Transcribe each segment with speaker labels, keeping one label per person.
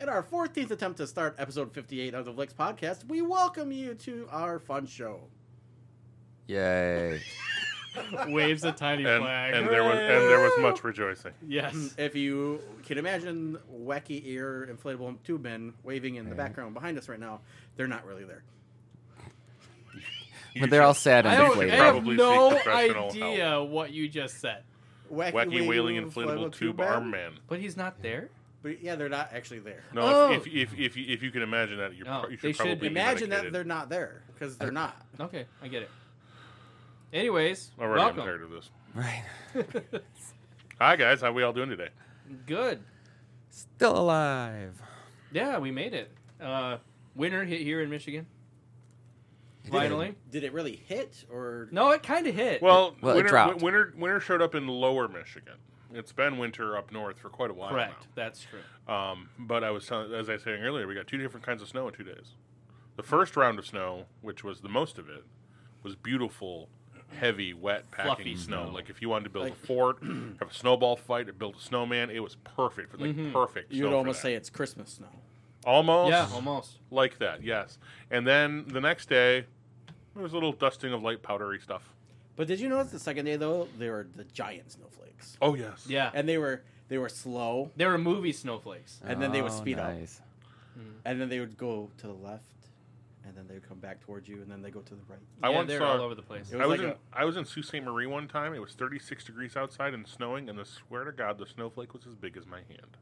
Speaker 1: In our 14th attempt to start episode 58 of the Vlix podcast, we welcome you to our fun show.
Speaker 2: Yay.
Speaker 3: waves a tiny
Speaker 4: and,
Speaker 3: flag.
Speaker 4: and there was and there was much rejoicing.
Speaker 3: yes.
Speaker 1: If you can imagine wacky ear inflatable tube men waving in the
Speaker 2: Yeah.
Speaker 1: background behind us right now, they're not really there.
Speaker 4: You
Speaker 2: But they're all
Speaker 4: should-
Speaker 2: sad
Speaker 3: I,
Speaker 2: and
Speaker 3: don't, I
Speaker 4: inflated.
Speaker 3: have
Speaker 2: deflated.
Speaker 4: Probably seek
Speaker 3: no
Speaker 4: professional
Speaker 3: idea what you just said,
Speaker 4: wacky wailing inflatable tube arm
Speaker 1: men.
Speaker 4: man.
Speaker 3: but he's not there.
Speaker 1: But yeah, they're not actually there.
Speaker 4: No,
Speaker 3: Oh.
Speaker 4: if, if, if, if, you, if you can imagine that, you're,
Speaker 3: No,
Speaker 4: pro- you
Speaker 3: they
Speaker 4: should
Speaker 3: should
Speaker 4: probably be
Speaker 1: Imagine that
Speaker 4: medicated.
Speaker 1: they're not there because they're not.
Speaker 3: Okay, I get it. Anyways,
Speaker 4: Already, I'm
Speaker 3: welcome.
Speaker 4: tired of this.
Speaker 2: Right.
Speaker 4: Hi guys, how we all doing today?
Speaker 3: Good.
Speaker 2: Still alive.
Speaker 3: Yeah, we made it. Uh, winter hit here in Michigan. Finally.
Speaker 1: Did it really hit or
Speaker 3: No, it kind of hit.
Speaker 4: Well,
Speaker 2: Well, it
Speaker 4: winter,
Speaker 2: dropped.
Speaker 4: winter winter showed up in lower Michigan. It's been winter up north for quite a while
Speaker 3: correct. That's true.
Speaker 4: now. Um, but I was telling, as I was saying earlier, we got two different kinds of snow in two days. The first round of snow, which was the most of it, was beautiful, heavy, wet, packing
Speaker 3: Fluffy
Speaker 4: snow.
Speaker 3: snow.
Speaker 4: Like if you wanted to build
Speaker 1: Like-
Speaker 4: a fort, have a snowball fight, or build a snowman, it was perfect. Like perfect.
Speaker 1: Mm-hmm. you'd
Speaker 4: snow for
Speaker 1: almost
Speaker 4: that.
Speaker 1: say it's Christmas snow?
Speaker 4: almost.
Speaker 3: Yeah, almost.
Speaker 4: like that. Yes. And then the next day, there was a little dusting of light powdery stuff.
Speaker 1: But did you notice the second day though they were the giant snowflakes,
Speaker 4: Oh yes.
Speaker 3: Yeah,
Speaker 1: and they were they were slow,
Speaker 3: there were movie snowflakes.
Speaker 1: and then they would
Speaker 2: Oh,
Speaker 1: speed up,
Speaker 2: nice.
Speaker 1: and then they would go to the left, and then they would come back towards you, and then they go to the right.
Speaker 4: I
Speaker 3: yeah,
Speaker 4: once
Speaker 3: they're
Speaker 4: saw-
Speaker 3: all over the place.
Speaker 1: It was
Speaker 4: I was
Speaker 1: like
Speaker 4: in
Speaker 1: a-
Speaker 4: I was in Sault Ste. Marie one time. It was 36 degrees outside and snowing, and I swear to God, the snowflake was as big as my hand.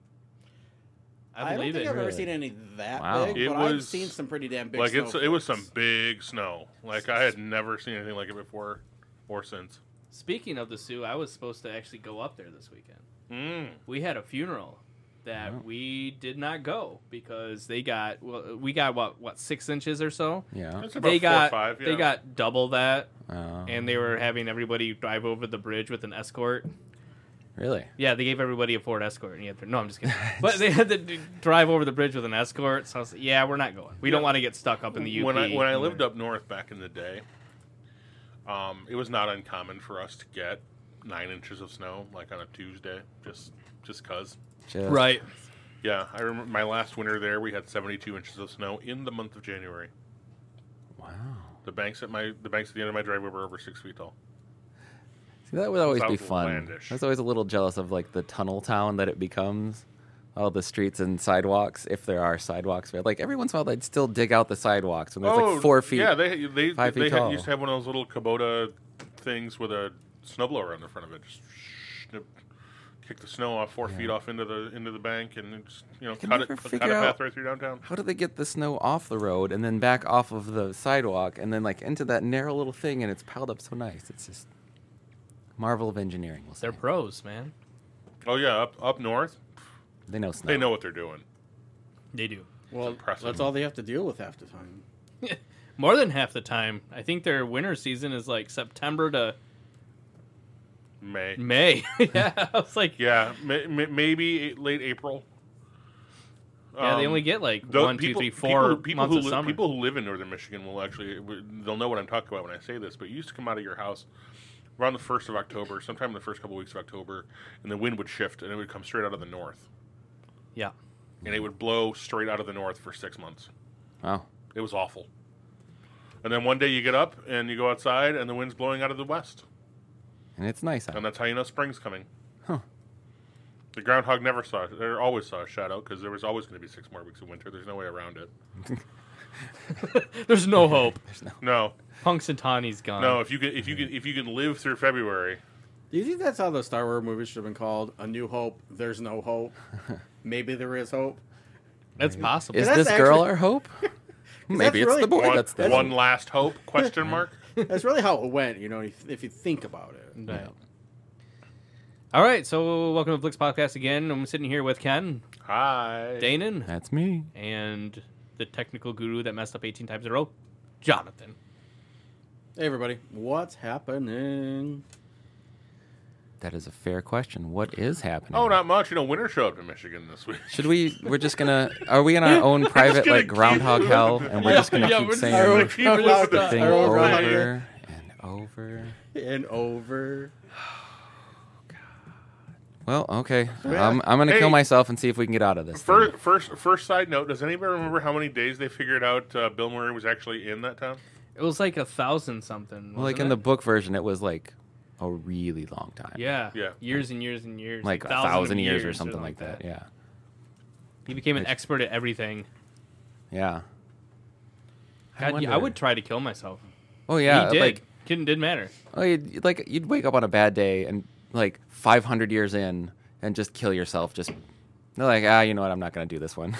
Speaker 3: I
Speaker 1: don't
Speaker 3: believe
Speaker 1: think
Speaker 3: it.
Speaker 1: I've ever
Speaker 2: Really?
Speaker 1: seen any that
Speaker 2: Wow.
Speaker 1: big,
Speaker 4: It
Speaker 1: but I've
Speaker 4: was-
Speaker 1: seen some pretty damn big.
Speaker 4: like it's it was some
Speaker 1: snowflakes.
Speaker 4: big snow. Like I had never seen anything like it before or since.
Speaker 3: Speaking of the Sioux, I was supposed to actually go up there this weekend.
Speaker 4: Mm.
Speaker 3: we had a funeral that
Speaker 2: Oh.
Speaker 3: we did not go because they got well, we got what what six inches or so.
Speaker 2: Yeah.
Speaker 4: That's about
Speaker 3: They got
Speaker 4: four or five. Yeah.
Speaker 3: they got double that,
Speaker 2: Oh,
Speaker 3: and they were having everybody drive over the bridge with an escort.
Speaker 2: really?
Speaker 3: Yeah, they gave everybody a Ford Escort, and you had to, no, I'm just kidding. But they had to d- drive over the bridge with an escort. So I was like, yeah, we're not going. We don't
Speaker 4: Yeah.
Speaker 3: want to get stuck up in the UP.
Speaker 4: when I when I lived up north back in the day, um, it was not uncommon for us to get nine inches of snow like on a Tuesday, just just cause.
Speaker 2: Just,
Speaker 3: right?
Speaker 4: Yeah, I remember my last winter there. We had 72 inches of snow in the month of January.
Speaker 2: Wow.
Speaker 4: The banks at my the banks at the end of my driveway were over six feet tall.
Speaker 2: See, that would always be
Speaker 4: Sounds
Speaker 2: fun.
Speaker 4: outlandish.
Speaker 2: I was always a little jealous of like the tunnel town that it becomes. All the streets and sidewalks, if there are sidewalks, but like every once in a while, they'd still dig out the sidewalks when there's like four feet.
Speaker 4: Oh, Yeah, they they
Speaker 2: five
Speaker 4: they
Speaker 2: feet
Speaker 4: had,
Speaker 2: tall.
Speaker 4: used to have one of those little Kubota things with a snowblower on the front of it. Just snip, kick the snow off four feet off into the into the bank and just you know
Speaker 2: can
Speaker 4: cut it
Speaker 2: never
Speaker 4: cut a
Speaker 2: figure
Speaker 4: path
Speaker 2: out-
Speaker 4: right through downtown.
Speaker 2: How do they get the snow off the road and then back off of the sidewalk and then like into that narrow little thing and it's piled up so nice? It's just marvel of engineering. We'll say.
Speaker 3: They're pros, man.
Speaker 4: Oh yeah, up up north,
Speaker 2: They know snow.
Speaker 4: they know what they're doing.
Speaker 3: They do
Speaker 1: Well,
Speaker 4: impressive.
Speaker 1: that's all they have to deal with half the time.
Speaker 3: more than half the time. I think their winter season is like September to
Speaker 4: May.
Speaker 3: May. yeah, I was like,
Speaker 4: Yeah, may, may, maybe late April.
Speaker 3: Yeah, they
Speaker 4: Um,
Speaker 3: only get like
Speaker 4: Tho-
Speaker 3: one, two, three, four
Speaker 4: people, people
Speaker 3: months
Speaker 4: who
Speaker 3: of
Speaker 4: li-
Speaker 3: summer.
Speaker 4: People who live in northern Michigan will actually they'll know what I'm talking about when I say this. But you used to come out of your house around the first of October, sometime in the first couple of weeks of October, and the wind would shift and it would come straight out of the north,
Speaker 3: yeah,
Speaker 4: and it would blow straight out of the north for six months.
Speaker 2: Wow.
Speaker 4: It was awful. And then one day you get up and you go outside and the wind's blowing out of the west,
Speaker 2: And it's nice out.
Speaker 4: and that's how you know spring's coming.
Speaker 2: Huh.
Speaker 4: The groundhog never saw, or always saw a shadow because there was always going to be six more weeks of winter. There's no way around it.
Speaker 3: there's no hope.
Speaker 2: There's no.
Speaker 4: No,
Speaker 3: Punxsutawney's gone.
Speaker 2: Um,
Speaker 4: no. If you can, if you can, if you can live through February,
Speaker 1: Do you think that's how the Star Wars movies should have been called? A New Hope. There's no hope. Maybe there is hope.
Speaker 3: that's possible.
Speaker 2: Is
Speaker 1: that's
Speaker 2: this girl
Speaker 1: actually-
Speaker 2: our hope? Maybe it's
Speaker 1: really
Speaker 2: the boy
Speaker 4: one,
Speaker 2: that's the
Speaker 4: one last hope question mark
Speaker 1: That's really how it went, you know, if- if you think about it.
Speaker 3: Right. All right, so welcome to Blix Podcast again. I'm sitting here with Ken,
Speaker 4: hi
Speaker 3: Danon,
Speaker 2: That's me.
Speaker 3: and the technical guru that messed up 18 times in a row, Jonathan.
Speaker 1: Hey, everybody. What's happening?
Speaker 2: That is a fair question. What is happening?
Speaker 4: oh not much you know winter showed up in michigan this week
Speaker 2: Should we? We're just gonna. Are we in our own private
Speaker 4: gonna
Speaker 2: like groundhog
Speaker 4: keep-
Speaker 2: hell, and we're
Speaker 3: Yeah,
Speaker 2: just gonna
Speaker 3: yeah,
Speaker 2: keep
Speaker 3: we're just
Speaker 2: saying
Speaker 1: Our
Speaker 2: the
Speaker 1: own-
Speaker 4: keep
Speaker 1: our
Speaker 4: listening.
Speaker 1: own-
Speaker 2: thing
Speaker 1: our own
Speaker 2: over
Speaker 1: round here.
Speaker 2: and over?
Speaker 1: And over.
Speaker 2: Well, okay.
Speaker 4: Yeah.
Speaker 2: I'm, I'm gonna
Speaker 4: Hey.
Speaker 2: kill myself and see if we can get out of this. thing.
Speaker 4: First, first, first side note: Does anybody remember how many days they figured out uh, Bill Murray was actually in that town?
Speaker 3: It was like a thousand something.
Speaker 2: Well, like
Speaker 3: wasn't
Speaker 2: in the
Speaker 3: it?
Speaker 2: book version, it was like a really long time.
Speaker 3: yeah,
Speaker 4: Yeah.
Speaker 3: years and years and years,
Speaker 2: Like a
Speaker 3: thousands of
Speaker 2: thousand years, or something like that. Yeah.
Speaker 3: He became an
Speaker 2: Which-
Speaker 3: expert at everything.
Speaker 2: Yeah.
Speaker 3: God, yeah, I
Speaker 2: wonder.
Speaker 3: would try to kill myself.
Speaker 2: Oh yeah.
Speaker 3: he did.
Speaker 2: Like
Speaker 3: Didn't did matter.
Speaker 2: oh, you'd, you'd, like you'd wake up on a bad day and like 500 years in and just kill yourself. Just they're like ah, you know what? I'm not gonna do this one.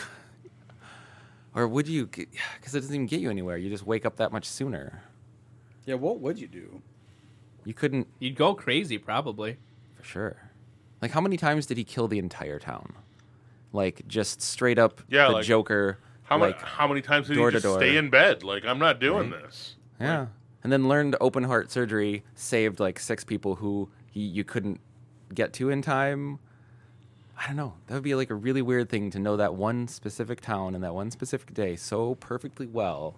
Speaker 2: or would you? Because it doesn't even get you anywhere. You just wake up that much sooner.
Speaker 1: Yeah, what would you do?
Speaker 2: You couldn't
Speaker 3: You'd go crazy probably.
Speaker 2: For sure. Like, how many times did he kill the entire town? Like, just straight up
Speaker 4: Yeah,
Speaker 2: the
Speaker 4: like,
Speaker 2: Joker.
Speaker 4: How
Speaker 2: like, Mm-hmm.
Speaker 4: many? How many times did he
Speaker 2: door to
Speaker 4: just
Speaker 2: door.
Speaker 4: stay in bed? Like, I'm not doing this.
Speaker 2: Yeah. And then learned open heart surgery, saved like six people who he, you couldn't get to in time. I don't know. That would be like a really weird thing to know that one specific town and that one specific day so perfectly well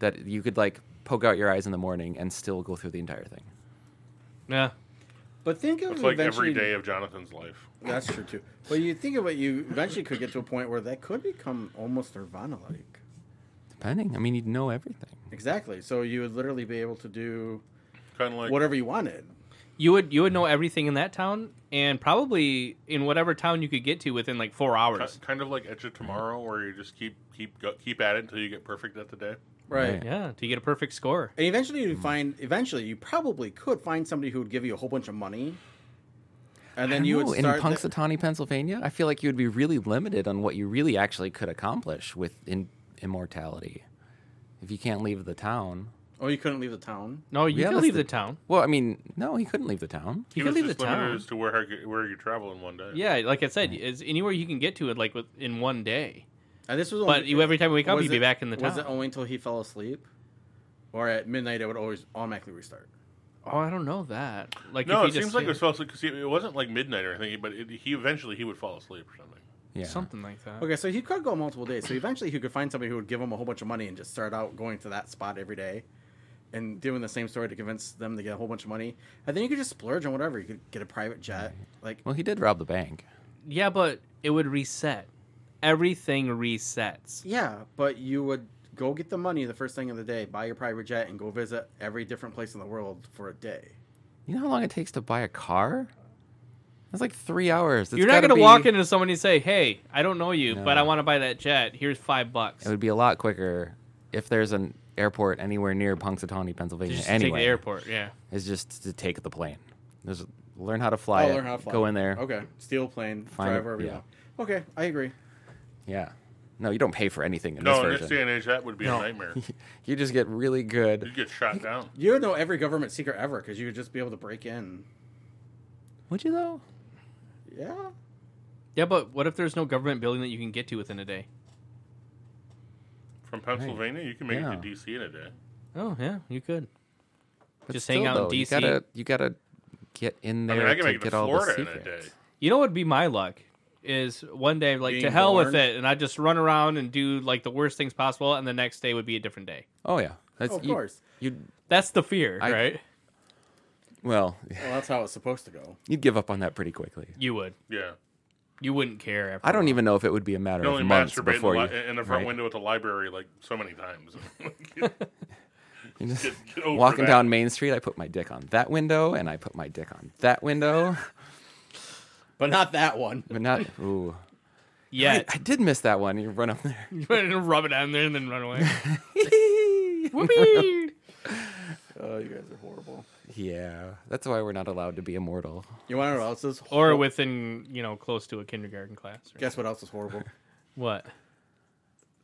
Speaker 2: that you could like poke out your eyes in the morning and still go through the entire thing.
Speaker 3: Yeah.
Speaker 1: But think of
Speaker 4: It's like
Speaker 1: eventually,
Speaker 4: every day of Jonathan's life.
Speaker 1: That's true too. But you think of it, you eventually could get to a point where that could become almost Nirvana-like.
Speaker 2: Depending. I mean, you'd know everything.
Speaker 1: Exactly. So you would literally be able to do
Speaker 4: Kind of like
Speaker 1: whatever you wanted.
Speaker 3: You would you would know everything in that town and probably in whatever town you could get to within like four
Speaker 4: ki-
Speaker 3: hours.
Speaker 4: kind of like Edge of Tomorrow, where you just keep keep go, keep at it until you get perfect at the day.
Speaker 1: Right.
Speaker 2: Right.
Speaker 3: Yeah, to get a perfect score.
Speaker 1: And eventually you find eventually you probably could find somebody who would give you a whole bunch of money. And then
Speaker 2: I
Speaker 1: you
Speaker 2: don't
Speaker 1: would
Speaker 2: know,
Speaker 1: start
Speaker 2: in
Speaker 1: the-
Speaker 2: Punxsutawney, Pennsylvania. I feel like you would be really limited on what you really actually could accomplish with in- immortality if you can't leave the town.
Speaker 1: Oh, you couldn't leave the town.
Speaker 3: No, you
Speaker 2: Yeah,
Speaker 3: can
Speaker 2: that's
Speaker 3: leave
Speaker 2: the-
Speaker 3: the town.
Speaker 2: Well, I mean, no, he couldn't leave the town.
Speaker 3: You can leave the
Speaker 4: limited
Speaker 3: town.
Speaker 4: as to where I- where you travel in one day.
Speaker 3: Yeah, like I said, it's anywhere you can get to it like with, in one day.
Speaker 1: And this was
Speaker 3: But
Speaker 1: only-
Speaker 3: you, every time you wake up,
Speaker 1: was
Speaker 3: you'd be
Speaker 1: it-
Speaker 3: back in the town.
Speaker 1: Was it only until he fell asleep, or at midnight it would always automatically restart?
Speaker 3: Oh, I don't know that. Like,
Speaker 4: No, it
Speaker 3: if he
Speaker 4: seems
Speaker 3: just
Speaker 4: like it was false because it wasn't like midnight or anything. But it, he eventually he would fall asleep or something.
Speaker 2: Yeah.
Speaker 3: something like that.
Speaker 1: Okay, so he could go multiple days. So eventually he could find somebody who would give him a whole bunch of money and just start out going to that spot every day, and doing the same story to convince them to get a whole bunch of money. And then you could just splurge on whatever. You could get a private jet, like
Speaker 2: Well, he did rob the bank.
Speaker 3: Yeah, but it would reset. Everything resets.
Speaker 1: Yeah, but you would go get the money the first thing of the day, buy your private jet, and go visit every different place in the world for a day.
Speaker 2: You know how long it takes to buy a car? That's like three hours. It's
Speaker 3: You're not
Speaker 2: gotta
Speaker 3: gonna
Speaker 2: be-
Speaker 3: walk into somebody and say, "Hey, I don't know you, but I
Speaker 2: No.
Speaker 3: want to buy that jet. Here's five bucks."
Speaker 2: It would be a lot quicker if there's an airport anywhere near Punxsutawney, Pennsylvania.
Speaker 3: just take
Speaker 2: anyway,
Speaker 3: the airport. Yeah,
Speaker 2: is just to take the plane. There's learn how to
Speaker 1: Oh,
Speaker 2: fly. it, Go in there.
Speaker 1: Okay, steal plane,
Speaker 2: Find
Speaker 1: drive
Speaker 2: it,
Speaker 1: wherever you
Speaker 2: yeah.
Speaker 1: want. Okay, I agree.
Speaker 2: Yeah. No, you don't pay for anything in
Speaker 4: No,
Speaker 2: this
Speaker 4: in
Speaker 2: version.
Speaker 4: this day and age, that would be
Speaker 3: No.
Speaker 4: a nightmare.
Speaker 2: You just get really
Speaker 4: You'd
Speaker 2: good.
Speaker 4: get shot down.
Speaker 1: You would know every government secret ever because you would just be able to break in.
Speaker 2: Would you though?
Speaker 1: Yeah.
Speaker 3: yeah, but what if there's no government building that you can get to within a day?
Speaker 4: From Pennsylvania, you can make
Speaker 2: Yeah.
Speaker 4: it to DC in a day.
Speaker 3: Oh yeah, you could.
Speaker 2: But
Speaker 3: Just hang out in
Speaker 2: You
Speaker 3: DC.
Speaker 2: gotta, you gotta get in
Speaker 4: I
Speaker 2: there
Speaker 4: mean, I can
Speaker 2: to
Speaker 4: make it to
Speaker 2: get all the
Speaker 4: Florida in a
Speaker 2: secrets.
Speaker 4: day.
Speaker 3: You know what would be my luck is one day like to
Speaker 1: Being
Speaker 3: hell with
Speaker 1: born?
Speaker 3: it, and I just run around and do like the worst things possible, and the next day would be a different day.
Speaker 2: Oh yeah, that's
Speaker 1: Oh, of
Speaker 2: you-
Speaker 1: course.
Speaker 2: You'd
Speaker 3: That's the fear,
Speaker 2: I-
Speaker 3: right?
Speaker 2: well,
Speaker 1: Well, that's how it's supposed to go.
Speaker 2: you'd give up on that pretty quickly.
Speaker 3: You would.
Speaker 4: Yeah.
Speaker 3: You wouldn't care. After
Speaker 2: I don't
Speaker 3: a while.
Speaker 2: even know if it would be a matter
Speaker 4: You only
Speaker 2: of months
Speaker 4: masturbate in the,
Speaker 2: before
Speaker 4: li-
Speaker 2: you.
Speaker 4: in the front
Speaker 2: right?
Speaker 4: window at the library like so many times.
Speaker 2: You just-
Speaker 4: Get- get over
Speaker 2: walking
Speaker 4: that.
Speaker 2: down Main Street, I put my dick on that window, and I put my dick on that window,
Speaker 1: But not that one.
Speaker 2: but not. Ooh, I,
Speaker 3: yet.
Speaker 2: I did miss that one. You run up there.
Speaker 3: You wanna rub it down there and then run away. Whoopee!
Speaker 1: Oh, you guys are horrible.
Speaker 2: yeah, that's why we're not allowed to be immortal.
Speaker 1: You want to know what else is
Speaker 3: or
Speaker 1: hor-
Speaker 3: within you know close to a kindergarten class. Right?
Speaker 1: Guess what else is horrible?
Speaker 3: What?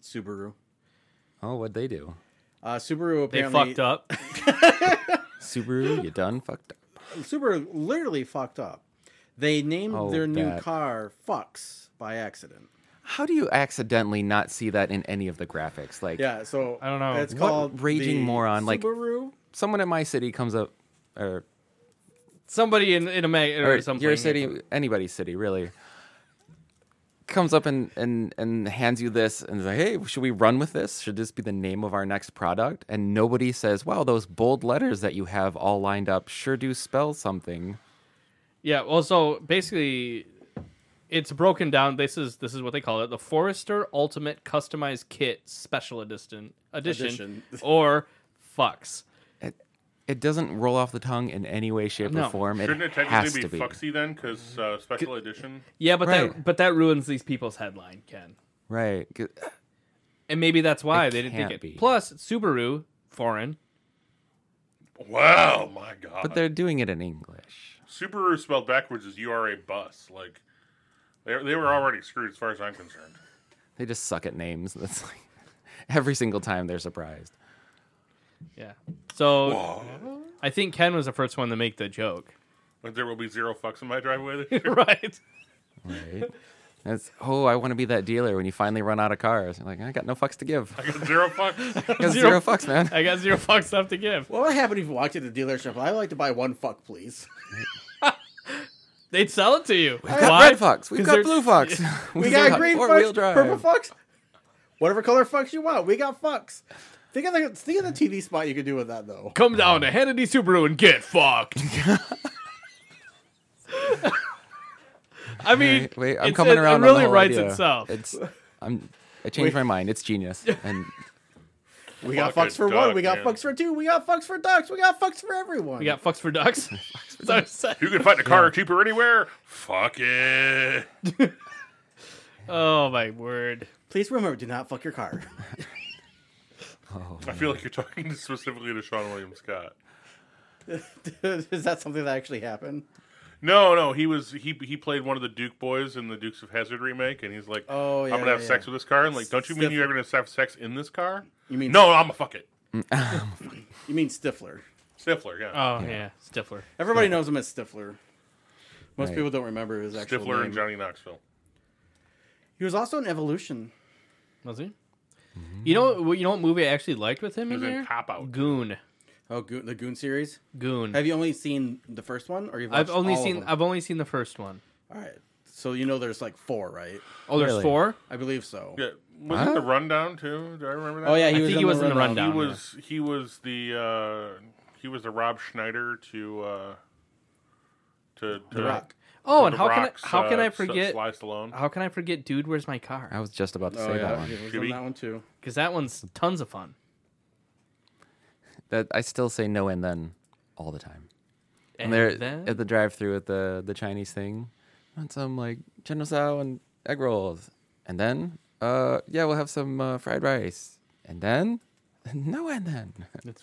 Speaker 1: Subaru.
Speaker 2: Oh, what'd they do?
Speaker 1: Uh, Subaru
Speaker 3: They
Speaker 1: apparently
Speaker 3: fucked up.
Speaker 2: Subaru, you done fucked up.
Speaker 1: Subaru literally fucked up. They named
Speaker 2: Oh,
Speaker 1: their new
Speaker 2: that.
Speaker 1: car Fox by accident.
Speaker 2: How do you accidentally not see that in any of the graphics? Like,
Speaker 1: Yeah, so
Speaker 3: I don't know.
Speaker 1: It's
Speaker 2: What
Speaker 1: called
Speaker 2: raging
Speaker 1: the
Speaker 2: moron, like-
Speaker 1: Subaru.
Speaker 2: someone in my city comes up, or,
Speaker 3: Somebody in in a mag or,
Speaker 2: or
Speaker 3: something.
Speaker 2: your city, anybody's city, really, comes up and, and, and hands you this and is like, hey, should we run with this? Should this be the name of our next product? And nobody says, wow, those bold letters that you have all lined up sure do spell something.
Speaker 3: Yeah, well, so basically, it's broken down. This is this is what they call it: the Forester Ultimate Customized Kit Special Edition, edition,
Speaker 1: Edition.
Speaker 3: or Fox.
Speaker 2: It, it doesn't roll off the tongue in any way, shape,
Speaker 3: No.
Speaker 2: or form. It
Speaker 4: Shouldn't it
Speaker 2: has
Speaker 4: technically
Speaker 2: to
Speaker 4: be
Speaker 2: be.
Speaker 4: Fuxy then? Because uh, special edition.
Speaker 3: Yeah, but that
Speaker 2: Right.
Speaker 3: but that ruins these people's headline, Ken.
Speaker 2: Right. 'Cause-
Speaker 3: And maybe that's why
Speaker 2: It
Speaker 3: they didn't think
Speaker 2: can't
Speaker 3: it.
Speaker 2: be.
Speaker 3: Plus, Subaru foreign.
Speaker 4: Wow, my God.
Speaker 2: But they're doing it in English.
Speaker 4: Subaru spelled backwards is U R A bus. Like they they were already screwed as far as I'm concerned.
Speaker 2: They just suck at names. That's like every single time they're surprised.
Speaker 3: Yeah. So I think Ken was the first one to make the joke.
Speaker 4: But there will be zero fucks in my driveway this year.
Speaker 3: right.
Speaker 2: Right? That's oh, I want to be that dealer when you finally run out of cars. You're like, I got no fucks to give.
Speaker 4: I got zero fucks.
Speaker 2: I got
Speaker 3: Zero Uh,
Speaker 2: zero fucks, man.
Speaker 3: I got zero fucks left to give.
Speaker 1: What would happen if you walked into the dealership? I'd like to buy one fuck, please.
Speaker 3: They'd sell it to you.
Speaker 2: We've got
Speaker 3: Why?
Speaker 2: red fox. We've
Speaker 3: 'Cause
Speaker 2: got
Speaker 3: they're-
Speaker 2: blue fox.
Speaker 1: We got green
Speaker 2: four-wheel
Speaker 1: fucks,
Speaker 2: drive.
Speaker 1: purple fucks, whatever color fucks you want. We got fucks. Think of the think of the TV spot you could do with that though.
Speaker 3: Come down to Hannity Subaru and get fucked. I mean,
Speaker 2: Wait, wait, I'm
Speaker 3: it's-
Speaker 2: coming
Speaker 3: it,
Speaker 2: around. on
Speaker 3: It
Speaker 2: the
Speaker 3: really
Speaker 2: whole
Speaker 3: writes
Speaker 2: idea.
Speaker 3: itself.
Speaker 2: It's I'm I changed my mind. It's genius. And
Speaker 1: We got
Speaker 4: Fuck a
Speaker 1: fucks for
Speaker 4: duck,
Speaker 1: one. We got
Speaker 4: man.
Speaker 1: fucks for two. We got fucks for ducks. We got fucks for everyone.
Speaker 3: we got fucks for ducks. That's what I said.
Speaker 4: You can find a car cheaper anywhere. Fuck it.
Speaker 3: Oh my word!
Speaker 1: Please remember, do not fuck your car.
Speaker 4: I feel like you're talking specifically to Sean William Scott.
Speaker 1: Is that something that actually happened?
Speaker 4: No, no, he was he he played one of the Duke boys in the Dukes of Hazard remake, and he's like,
Speaker 1: Oh, yeah,
Speaker 4: I'm gonna have
Speaker 1: yeah,
Speaker 4: sex
Speaker 1: yeah.
Speaker 4: with this car." And like, don't you mean
Speaker 1: Stiff-
Speaker 4: you're gonna have sex in this car?
Speaker 1: You mean
Speaker 4: No, I'm a fuck it.
Speaker 1: You mean Stifler?
Speaker 4: Stifler, yeah.
Speaker 3: Oh yeah, Stifler.
Speaker 1: Everybody knows him as Stifler. Most
Speaker 2: Right.
Speaker 1: people don't remember his actual
Speaker 4: Stifler
Speaker 1: name.
Speaker 4: and Johnny Knoxville.
Speaker 1: He was also in Evolution.
Speaker 3: Was he?
Speaker 2: Mm-hmm.
Speaker 3: You know, what- you know what movie I actually liked with him
Speaker 4: He
Speaker 3: in
Speaker 4: was in
Speaker 3: here?
Speaker 4: Cop Out.
Speaker 3: Goon,
Speaker 1: Oh, Goon, the Goon series.
Speaker 3: Goon.
Speaker 1: Have you only seen the first one, or you've?
Speaker 3: I've
Speaker 1: watched
Speaker 3: only
Speaker 1: all of
Speaker 3: seen
Speaker 1: them?
Speaker 3: I've only seen the first one.
Speaker 1: All right, so you know there's like four, right?
Speaker 3: Oh, there's
Speaker 2: Really?
Speaker 3: four.
Speaker 1: I believe so.
Speaker 4: Yeah, was
Speaker 2: Huh?
Speaker 4: it the rundown too? Do I remember that?
Speaker 1: Oh yeah, he
Speaker 3: I
Speaker 1: was.
Speaker 3: think
Speaker 1: in
Speaker 3: he was in the
Speaker 1: rundown.
Speaker 3: rundown.
Speaker 4: he
Speaker 3: down there.
Speaker 4: was he was the uh, he was the Rob Schneider to uh, to, to
Speaker 1: The Rock.
Speaker 3: Oh, and
Speaker 4: The
Speaker 3: how can I,
Speaker 4: Rock's,
Speaker 3: how can
Speaker 4: uh,
Speaker 3: I
Speaker 4: S-
Speaker 3: forget Oh.
Speaker 4: Sly Stallone.
Speaker 3: how can I forget Dude Where's My Car?
Speaker 2: I was just about to
Speaker 1: Oh
Speaker 2: say that
Speaker 1: yeah,
Speaker 2: one.
Speaker 1: he was in
Speaker 4: Scooby?
Speaker 1: that one too.
Speaker 3: Because that one's tons of fun.
Speaker 2: That I still say no and then all the time.
Speaker 3: And
Speaker 2: And they're
Speaker 3: then-
Speaker 2: at the drive-through at the the Chinese thing. Want some like chino sao and egg rolls, and then uh yeah we'll have some uh, fried rice, and then no and then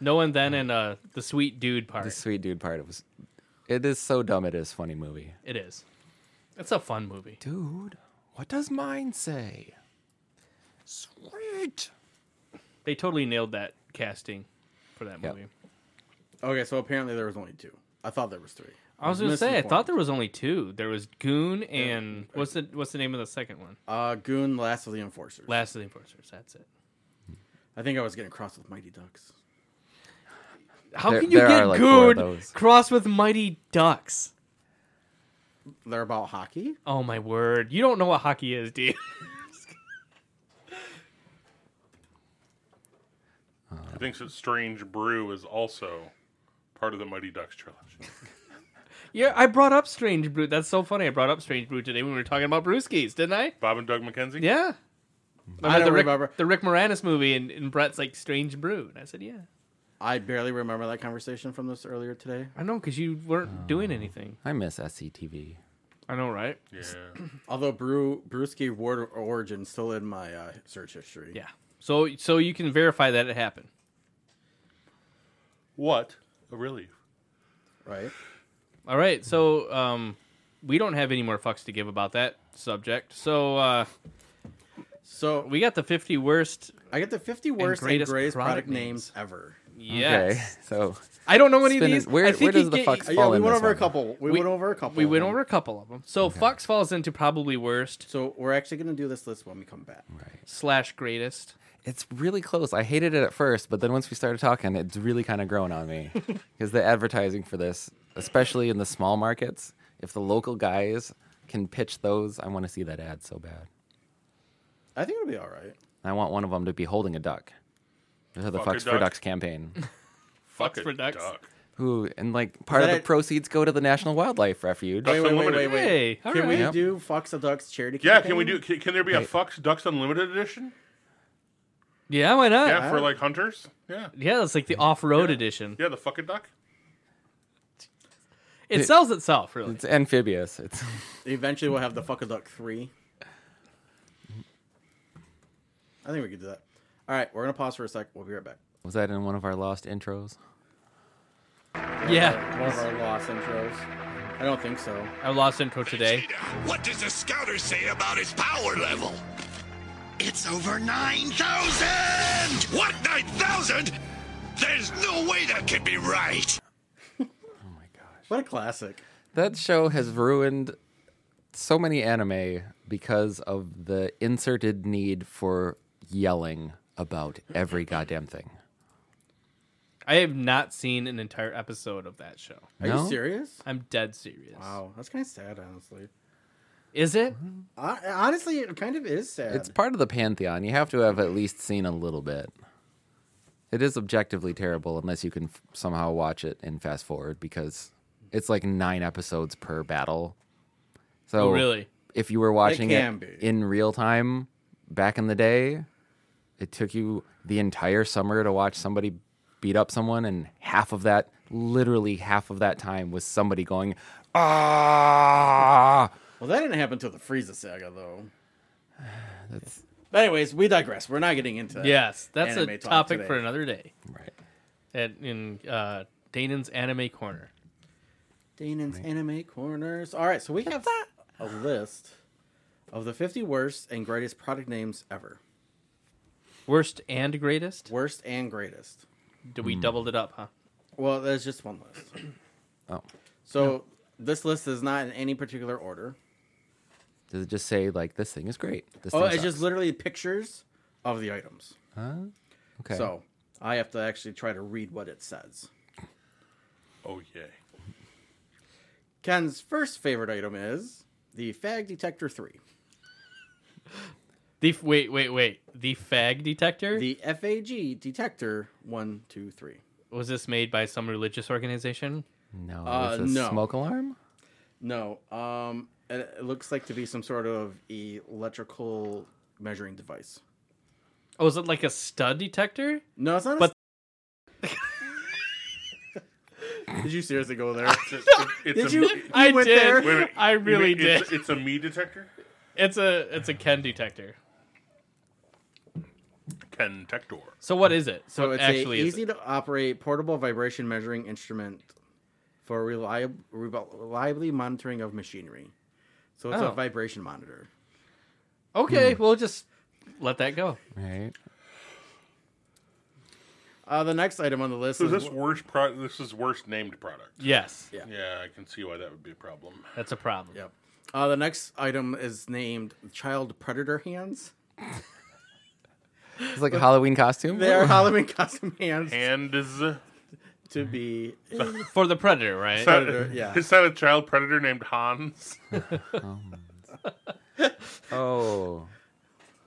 Speaker 3: No and then and uh the sweet dude part.
Speaker 2: the sweet dude part it was it is so dumb it is funny movie
Speaker 3: It is. It's a fun movie.
Speaker 2: dude what does mine say sweet
Speaker 3: They totally nailed that casting for that
Speaker 2: Yep.
Speaker 3: movie.
Speaker 1: Okay, so apparently there was only two. I thought there was three.
Speaker 3: I was gonna say I
Speaker 1: misinformed.
Speaker 3: thought there was only two. There was Goon and what's the what's the name of the second one?
Speaker 1: Uh, Goon, Last of the Enforcers.
Speaker 3: Last of the Enforcers. That's it.
Speaker 1: I think I was getting crossed with Mighty Ducks.
Speaker 3: How
Speaker 2: There-
Speaker 3: can you
Speaker 2: there
Speaker 3: get
Speaker 2: are, like, four of
Speaker 3: Goon
Speaker 2: those.
Speaker 3: crossed with Mighty Ducks?
Speaker 1: They're about hockey.
Speaker 3: Oh my word! You don't know what hockey is, do you?
Speaker 4: He thinks that Strange Brew is also part of the Mighty Ducks trilogy.
Speaker 3: Yeah, I brought up Strange Brew. That's so funny. I brought up Strange Brew today when we were talking about brewskis, didn't I?
Speaker 4: Bob and Doug McKenzie.
Speaker 3: Yeah.
Speaker 1: I don't
Speaker 3: the Rick,
Speaker 1: remember.
Speaker 3: the Rick Moranis movie, and, and Brett's like Strange Brew, and I said, "Yeah,
Speaker 1: I barely remember that conversation from this earlier today.
Speaker 3: I know," because you weren't doing anything.
Speaker 2: i miss sctv
Speaker 3: I know, right?
Speaker 4: yeah.
Speaker 1: Although Brew Brewski Ward of Origin still in my uh, search history.
Speaker 3: Yeah. So, so you can verify that it happened.
Speaker 4: What Oh, a relief.
Speaker 1: Right.
Speaker 3: All right. So, um, we don't have any more fucks to give about that subject. So, uh,
Speaker 1: So
Speaker 3: we got the fifty worst.
Speaker 1: I get the 50 worst and greatest,
Speaker 3: greatest
Speaker 1: product,
Speaker 3: product
Speaker 1: names, ever.
Speaker 3: Yes.
Speaker 2: okay so
Speaker 3: I don't know any
Speaker 2: Spin it.
Speaker 3: of these.
Speaker 2: Where-
Speaker 3: I think
Speaker 2: where does
Speaker 3: you
Speaker 2: the
Speaker 3: get-
Speaker 2: fucks
Speaker 1: Uh, yeah,
Speaker 2: Fall
Speaker 1: we
Speaker 2: in
Speaker 1: went
Speaker 2: this
Speaker 1: over a
Speaker 2: one.
Speaker 1: couple. We,
Speaker 3: We-
Speaker 1: went over a couple.
Speaker 3: We
Speaker 1: of
Speaker 3: went
Speaker 1: them.
Speaker 3: over a couple of them. So, fucks falls into probably worst
Speaker 1: So we're actually going to do this list when we come back.
Speaker 2: right
Speaker 3: slash greatest.
Speaker 2: it's really close i hated it at first but then once we started talking it's really kind of grown on me because the advertising for this especially in the small markets if the local guys can pitch those i want to see that ad so bad
Speaker 1: I think it'll be all right.
Speaker 2: I want one of them to be holding a duck. Those are the
Speaker 4: Fuck a
Speaker 2: Fucks for
Speaker 4: duck.
Speaker 2: Ducks campaign.
Speaker 4: Fuck
Speaker 3: Fucks
Speaker 4: a
Speaker 3: for ducks.
Speaker 4: duck.
Speaker 2: Who and like part of
Speaker 1: that
Speaker 2: the
Speaker 1: it- Oh.
Speaker 2: proceeds go to the National Wildlife Refuge.
Speaker 1: Wait, wait, wait, wait,
Speaker 4: Unlimited.
Speaker 1: wait.
Speaker 3: Hey, all
Speaker 1: can we
Speaker 2: right.
Speaker 1: do Fox the Ducks charity?
Speaker 4: Yeah, can we do?
Speaker 1: campaign?
Speaker 4: Can, can there be a Fox Ducks Unlimited edition?
Speaker 3: Yeah, why not? Yeah,
Speaker 4: Yeah, for like hunters. Yeah,
Speaker 3: that's like the off-road edition.
Speaker 4: yeah, the fuck a duck.
Speaker 3: It sells itself, really.
Speaker 2: It's amphibious. It's
Speaker 1: Eventually, we'll have the Fuck a Duck three. I think we could do that. All right, we're gonna pause for a sec. We'll be right back.
Speaker 2: was that in one of our lost intros?
Speaker 3: yeah,
Speaker 1: One of our lost intros. I don't think so.
Speaker 3: I lost intro today.
Speaker 5: What does the scouter say about his power level? It's over 9,000! What, 9,000? There's no way that can be right!
Speaker 2: Oh my gosh.
Speaker 1: What a classic.
Speaker 2: That show has ruined so many anime because of the inserted need for yelling about every goddamn thing.
Speaker 3: I have not seen an entire episode of that show.
Speaker 1: Are
Speaker 2: No?
Speaker 1: you serious?
Speaker 3: I'm dead serious.
Speaker 1: Wow, that's kind of sad, honestly.
Speaker 3: Is it?
Speaker 1: I, honestly, it kind of is sad.
Speaker 2: It's part of the pantheon. You have to have at least seen a little bit. It is objectively terrible unless you can f- somehow watch it and fast forward because it's like nine episodes per battle. So
Speaker 3: Oh, really?
Speaker 2: if you were watching
Speaker 1: can
Speaker 2: it,
Speaker 1: be.
Speaker 2: in real time back in the day, it took you the entire summer to watch somebody beat up someone, and half of that, literally half of that time, was somebody going, ah.
Speaker 1: Well, that didn't happen until the Frieza saga, though. But anyways, we digress. We're not getting into that.
Speaker 3: Yes, that's a
Speaker 1: Anime talk
Speaker 3: topic
Speaker 1: today.
Speaker 3: for another day.
Speaker 2: Right.
Speaker 3: At in uh, Danon's anime corner.
Speaker 1: Danon's anime corners. All right, so we have a list of the 50 worst and greatest product names ever,
Speaker 3: Worst and greatest.
Speaker 1: worst and greatest.
Speaker 3: Do
Speaker 1: Hmm.
Speaker 3: we doubled it up, huh?
Speaker 1: Well, there's just one list.
Speaker 2: Oh.
Speaker 1: So this list is not in any particular order.
Speaker 2: Does it just say, like, this thing is great? This
Speaker 1: Oh,
Speaker 2: thing
Speaker 1: it's
Speaker 2: sucks.
Speaker 1: just literally pictures of the items.
Speaker 2: Okay.
Speaker 1: So I have to actually try to read what it says.
Speaker 4: Oh yeah.
Speaker 1: Ken's first favorite item is the Fag Detector 3.
Speaker 3: The f- wait, wait, wait. The fag detector.
Speaker 1: The FAG Detector 123.
Speaker 3: Was this made by some religious organization?
Speaker 2: No,
Speaker 1: Uh,
Speaker 2: it's a
Speaker 1: no.
Speaker 2: smoke alarm?
Speaker 1: No, um, it it looks like to be some sort of electrical measuring device.
Speaker 3: Oh, is it like a stud detector?
Speaker 1: No, it's not.
Speaker 3: But-
Speaker 1: a... did you seriously go there?
Speaker 4: It's, it's
Speaker 1: Did
Speaker 4: a-
Speaker 1: you?
Speaker 4: Wait,
Speaker 1: you
Speaker 3: I
Speaker 1: went
Speaker 3: did.
Speaker 1: There?
Speaker 4: wait, wait.
Speaker 3: I
Speaker 4: You
Speaker 3: really
Speaker 4: mean it's-
Speaker 3: did.
Speaker 4: It's a me detector.
Speaker 3: It's a it's a Ken detector.
Speaker 4: Ken Tector.
Speaker 3: So what is it?
Speaker 1: So
Speaker 3: What
Speaker 1: it's
Speaker 3: actually
Speaker 1: a
Speaker 3: is
Speaker 1: easy
Speaker 3: it?
Speaker 1: to operate portable vibration measuring instrument for reliable, reliably monitoring of machinery. So it's
Speaker 3: Oh.
Speaker 1: a vibration monitor.
Speaker 3: Okay,
Speaker 4: Hmm.
Speaker 3: we'll just let that go.
Speaker 2: Right.
Speaker 1: Uh, the next item on the list
Speaker 4: So
Speaker 1: is
Speaker 4: this worst pro- This is worst named product.
Speaker 3: Yes,
Speaker 1: Yeah.
Speaker 4: Yeah, I can see why that would be a problem.
Speaker 3: that's a problem.
Speaker 1: Yep. Uh, the next item is named Child Predator Hands.
Speaker 2: It's like a Halloween costume?
Speaker 1: They are Halloween costume hands
Speaker 4: And is uh,
Speaker 1: to be.
Speaker 3: For the predator, right?
Speaker 1: Predator, yeah.
Speaker 4: Is that a child predator named Hans?
Speaker 2: Oh.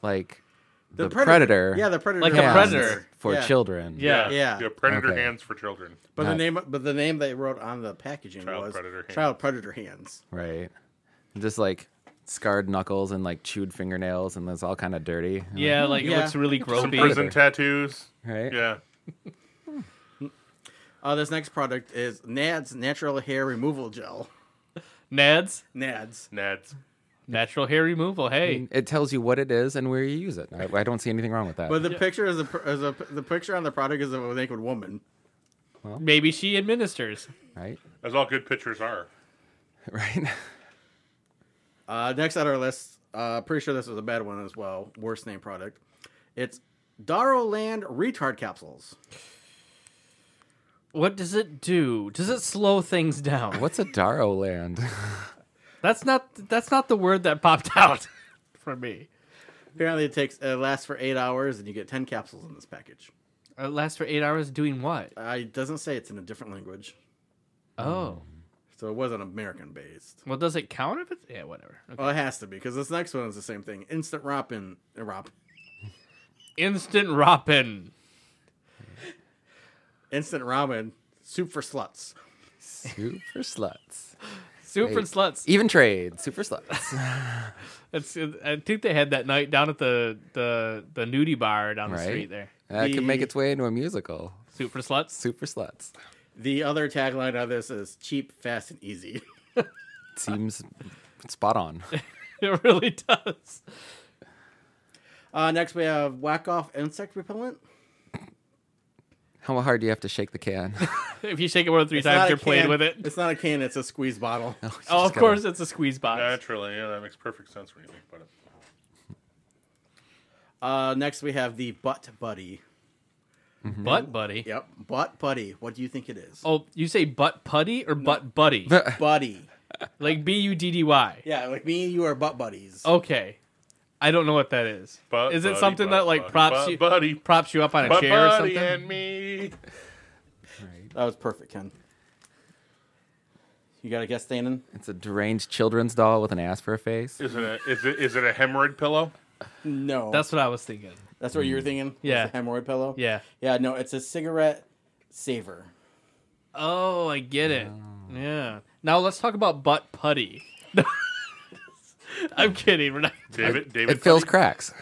Speaker 2: Like, the,
Speaker 1: Predat-
Speaker 2: predator.
Speaker 1: Yeah, the predator.
Speaker 3: Like a
Speaker 1: hands.
Speaker 2: hands
Speaker 3: predator.
Speaker 2: For
Speaker 1: Yeah.
Speaker 2: children.
Speaker 3: Yeah.
Speaker 1: Yeah.
Speaker 4: predator
Speaker 2: Okay.
Speaker 4: hands for children.
Speaker 1: But the
Speaker 2: Not-
Speaker 1: name, but the name they wrote on the packaging
Speaker 4: Child
Speaker 1: was
Speaker 4: Predator Hands.
Speaker 1: Child Predator Hands.
Speaker 2: Right. Just like scarred knuckles and like chewed fingernails and it's all kind of dirty.
Speaker 3: Yeah, like it
Speaker 1: Yeah.
Speaker 3: looks really
Speaker 4: Some
Speaker 3: gropey.
Speaker 4: prison tattoos.
Speaker 2: Right?
Speaker 4: Yeah.
Speaker 1: Uh, this next product is Nads Natural Hair Removal Gel.
Speaker 3: Nads,
Speaker 1: Nads.
Speaker 4: Nads.
Speaker 3: natural hair removal. Hey,
Speaker 2: It tells you what it is and where you use it. I, I don't see anything wrong with that.
Speaker 1: But the picture is a, pr- is a the picture on the product is of a naked woman.
Speaker 3: maybe she administers.
Speaker 2: right?
Speaker 4: As all good pictures are.
Speaker 2: Right?
Speaker 1: Uh, next on our list, uh, pretty sure this was a bad one as well. Worst name product. It's Daroland Retard Capsules.
Speaker 3: What does it do? Does it slow things down?
Speaker 2: What's a Daro land?
Speaker 3: That's not that's not the word that popped out for me.
Speaker 1: Apparently, it takes it lasts for eight hours, and you get ten capsules in this package.
Speaker 3: Uh, It lasts for eight hours doing what?
Speaker 1: Uh, um, it doesn't say it's in a different language,
Speaker 3: Oh,
Speaker 1: so it wasn't American based.
Speaker 3: well, does it count if it's yeah, whatever. Okay.
Speaker 1: Well, it has to be because this next one is the same thing. Instant Robin, uh, Rob,
Speaker 3: Instant Robin.
Speaker 1: Instant Robin Soup for sluts.
Speaker 2: Super sluts.
Speaker 3: Soup for
Speaker 2: Wait.
Speaker 3: sluts.
Speaker 2: Even trade. Super sluts.
Speaker 3: It's, I think they had that night down at the the, the nudie bar down the
Speaker 2: Right.
Speaker 3: street there.
Speaker 2: That could make
Speaker 1: The-
Speaker 2: its way into a musical.
Speaker 3: Soup for sluts.
Speaker 2: Super sluts.
Speaker 1: The other tagline of this is cheap, fast, and easy.
Speaker 2: Seems spot on.
Speaker 3: It really does.
Speaker 1: Uh, next, we have whack off insect repellent.
Speaker 2: How hard do you have to shake the can?
Speaker 3: If you shake it more than three
Speaker 1: It's not
Speaker 3: times,
Speaker 1: a
Speaker 3: you're playing
Speaker 1: can-
Speaker 3: with it.
Speaker 1: It's not a can. It's a squeeze bottle.
Speaker 3: Oh, of
Speaker 2: gotta-
Speaker 3: course, it's a squeeze box.
Speaker 4: Naturally, yeah, that makes perfect sense when you think about it.
Speaker 1: Uh, next, we have the butt buddy.
Speaker 3: butt buddy.
Speaker 1: Yep, butt buddy. What do you think it is?
Speaker 3: Oh, you say butt putty or butt buddy?
Speaker 1: buddy.
Speaker 3: like B U D D Y.
Speaker 1: Yeah, like me and you are butt buddies.
Speaker 3: Oh. Okay. I don't know what that is.
Speaker 4: Butt
Speaker 3: is it
Speaker 4: buddy,
Speaker 3: something
Speaker 4: butt
Speaker 3: that like
Speaker 4: buddy,
Speaker 3: props
Speaker 4: butt
Speaker 3: you
Speaker 4: buddy.
Speaker 3: props you up on a
Speaker 4: But
Speaker 3: chair or
Speaker 4: buddy
Speaker 3: something?
Speaker 4: and me.
Speaker 1: That was perfect, Ken. You got a guess, Danon?
Speaker 2: It's a deranged children's doll with an ass for a face.
Speaker 4: Is it a, is it is it a hemorrhoid pillow?
Speaker 1: No,
Speaker 3: That's what I was thinking.
Speaker 1: that's what you were thinking.
Speaker 3: Yeah.
Speaker 1: It's a hemorrhoid pillow.
Speaker 3: Yeah.
Speaker 1: yeah. No, it's a cigarette saver.
Speaker 3: Oh, I get it. Yeah. Now let's talk about butt putty. I'm kidding. We're not
Speaker 4: David David
Speaker 2: It fills
Speaker 4: Putty?
Speaker 2: cracks.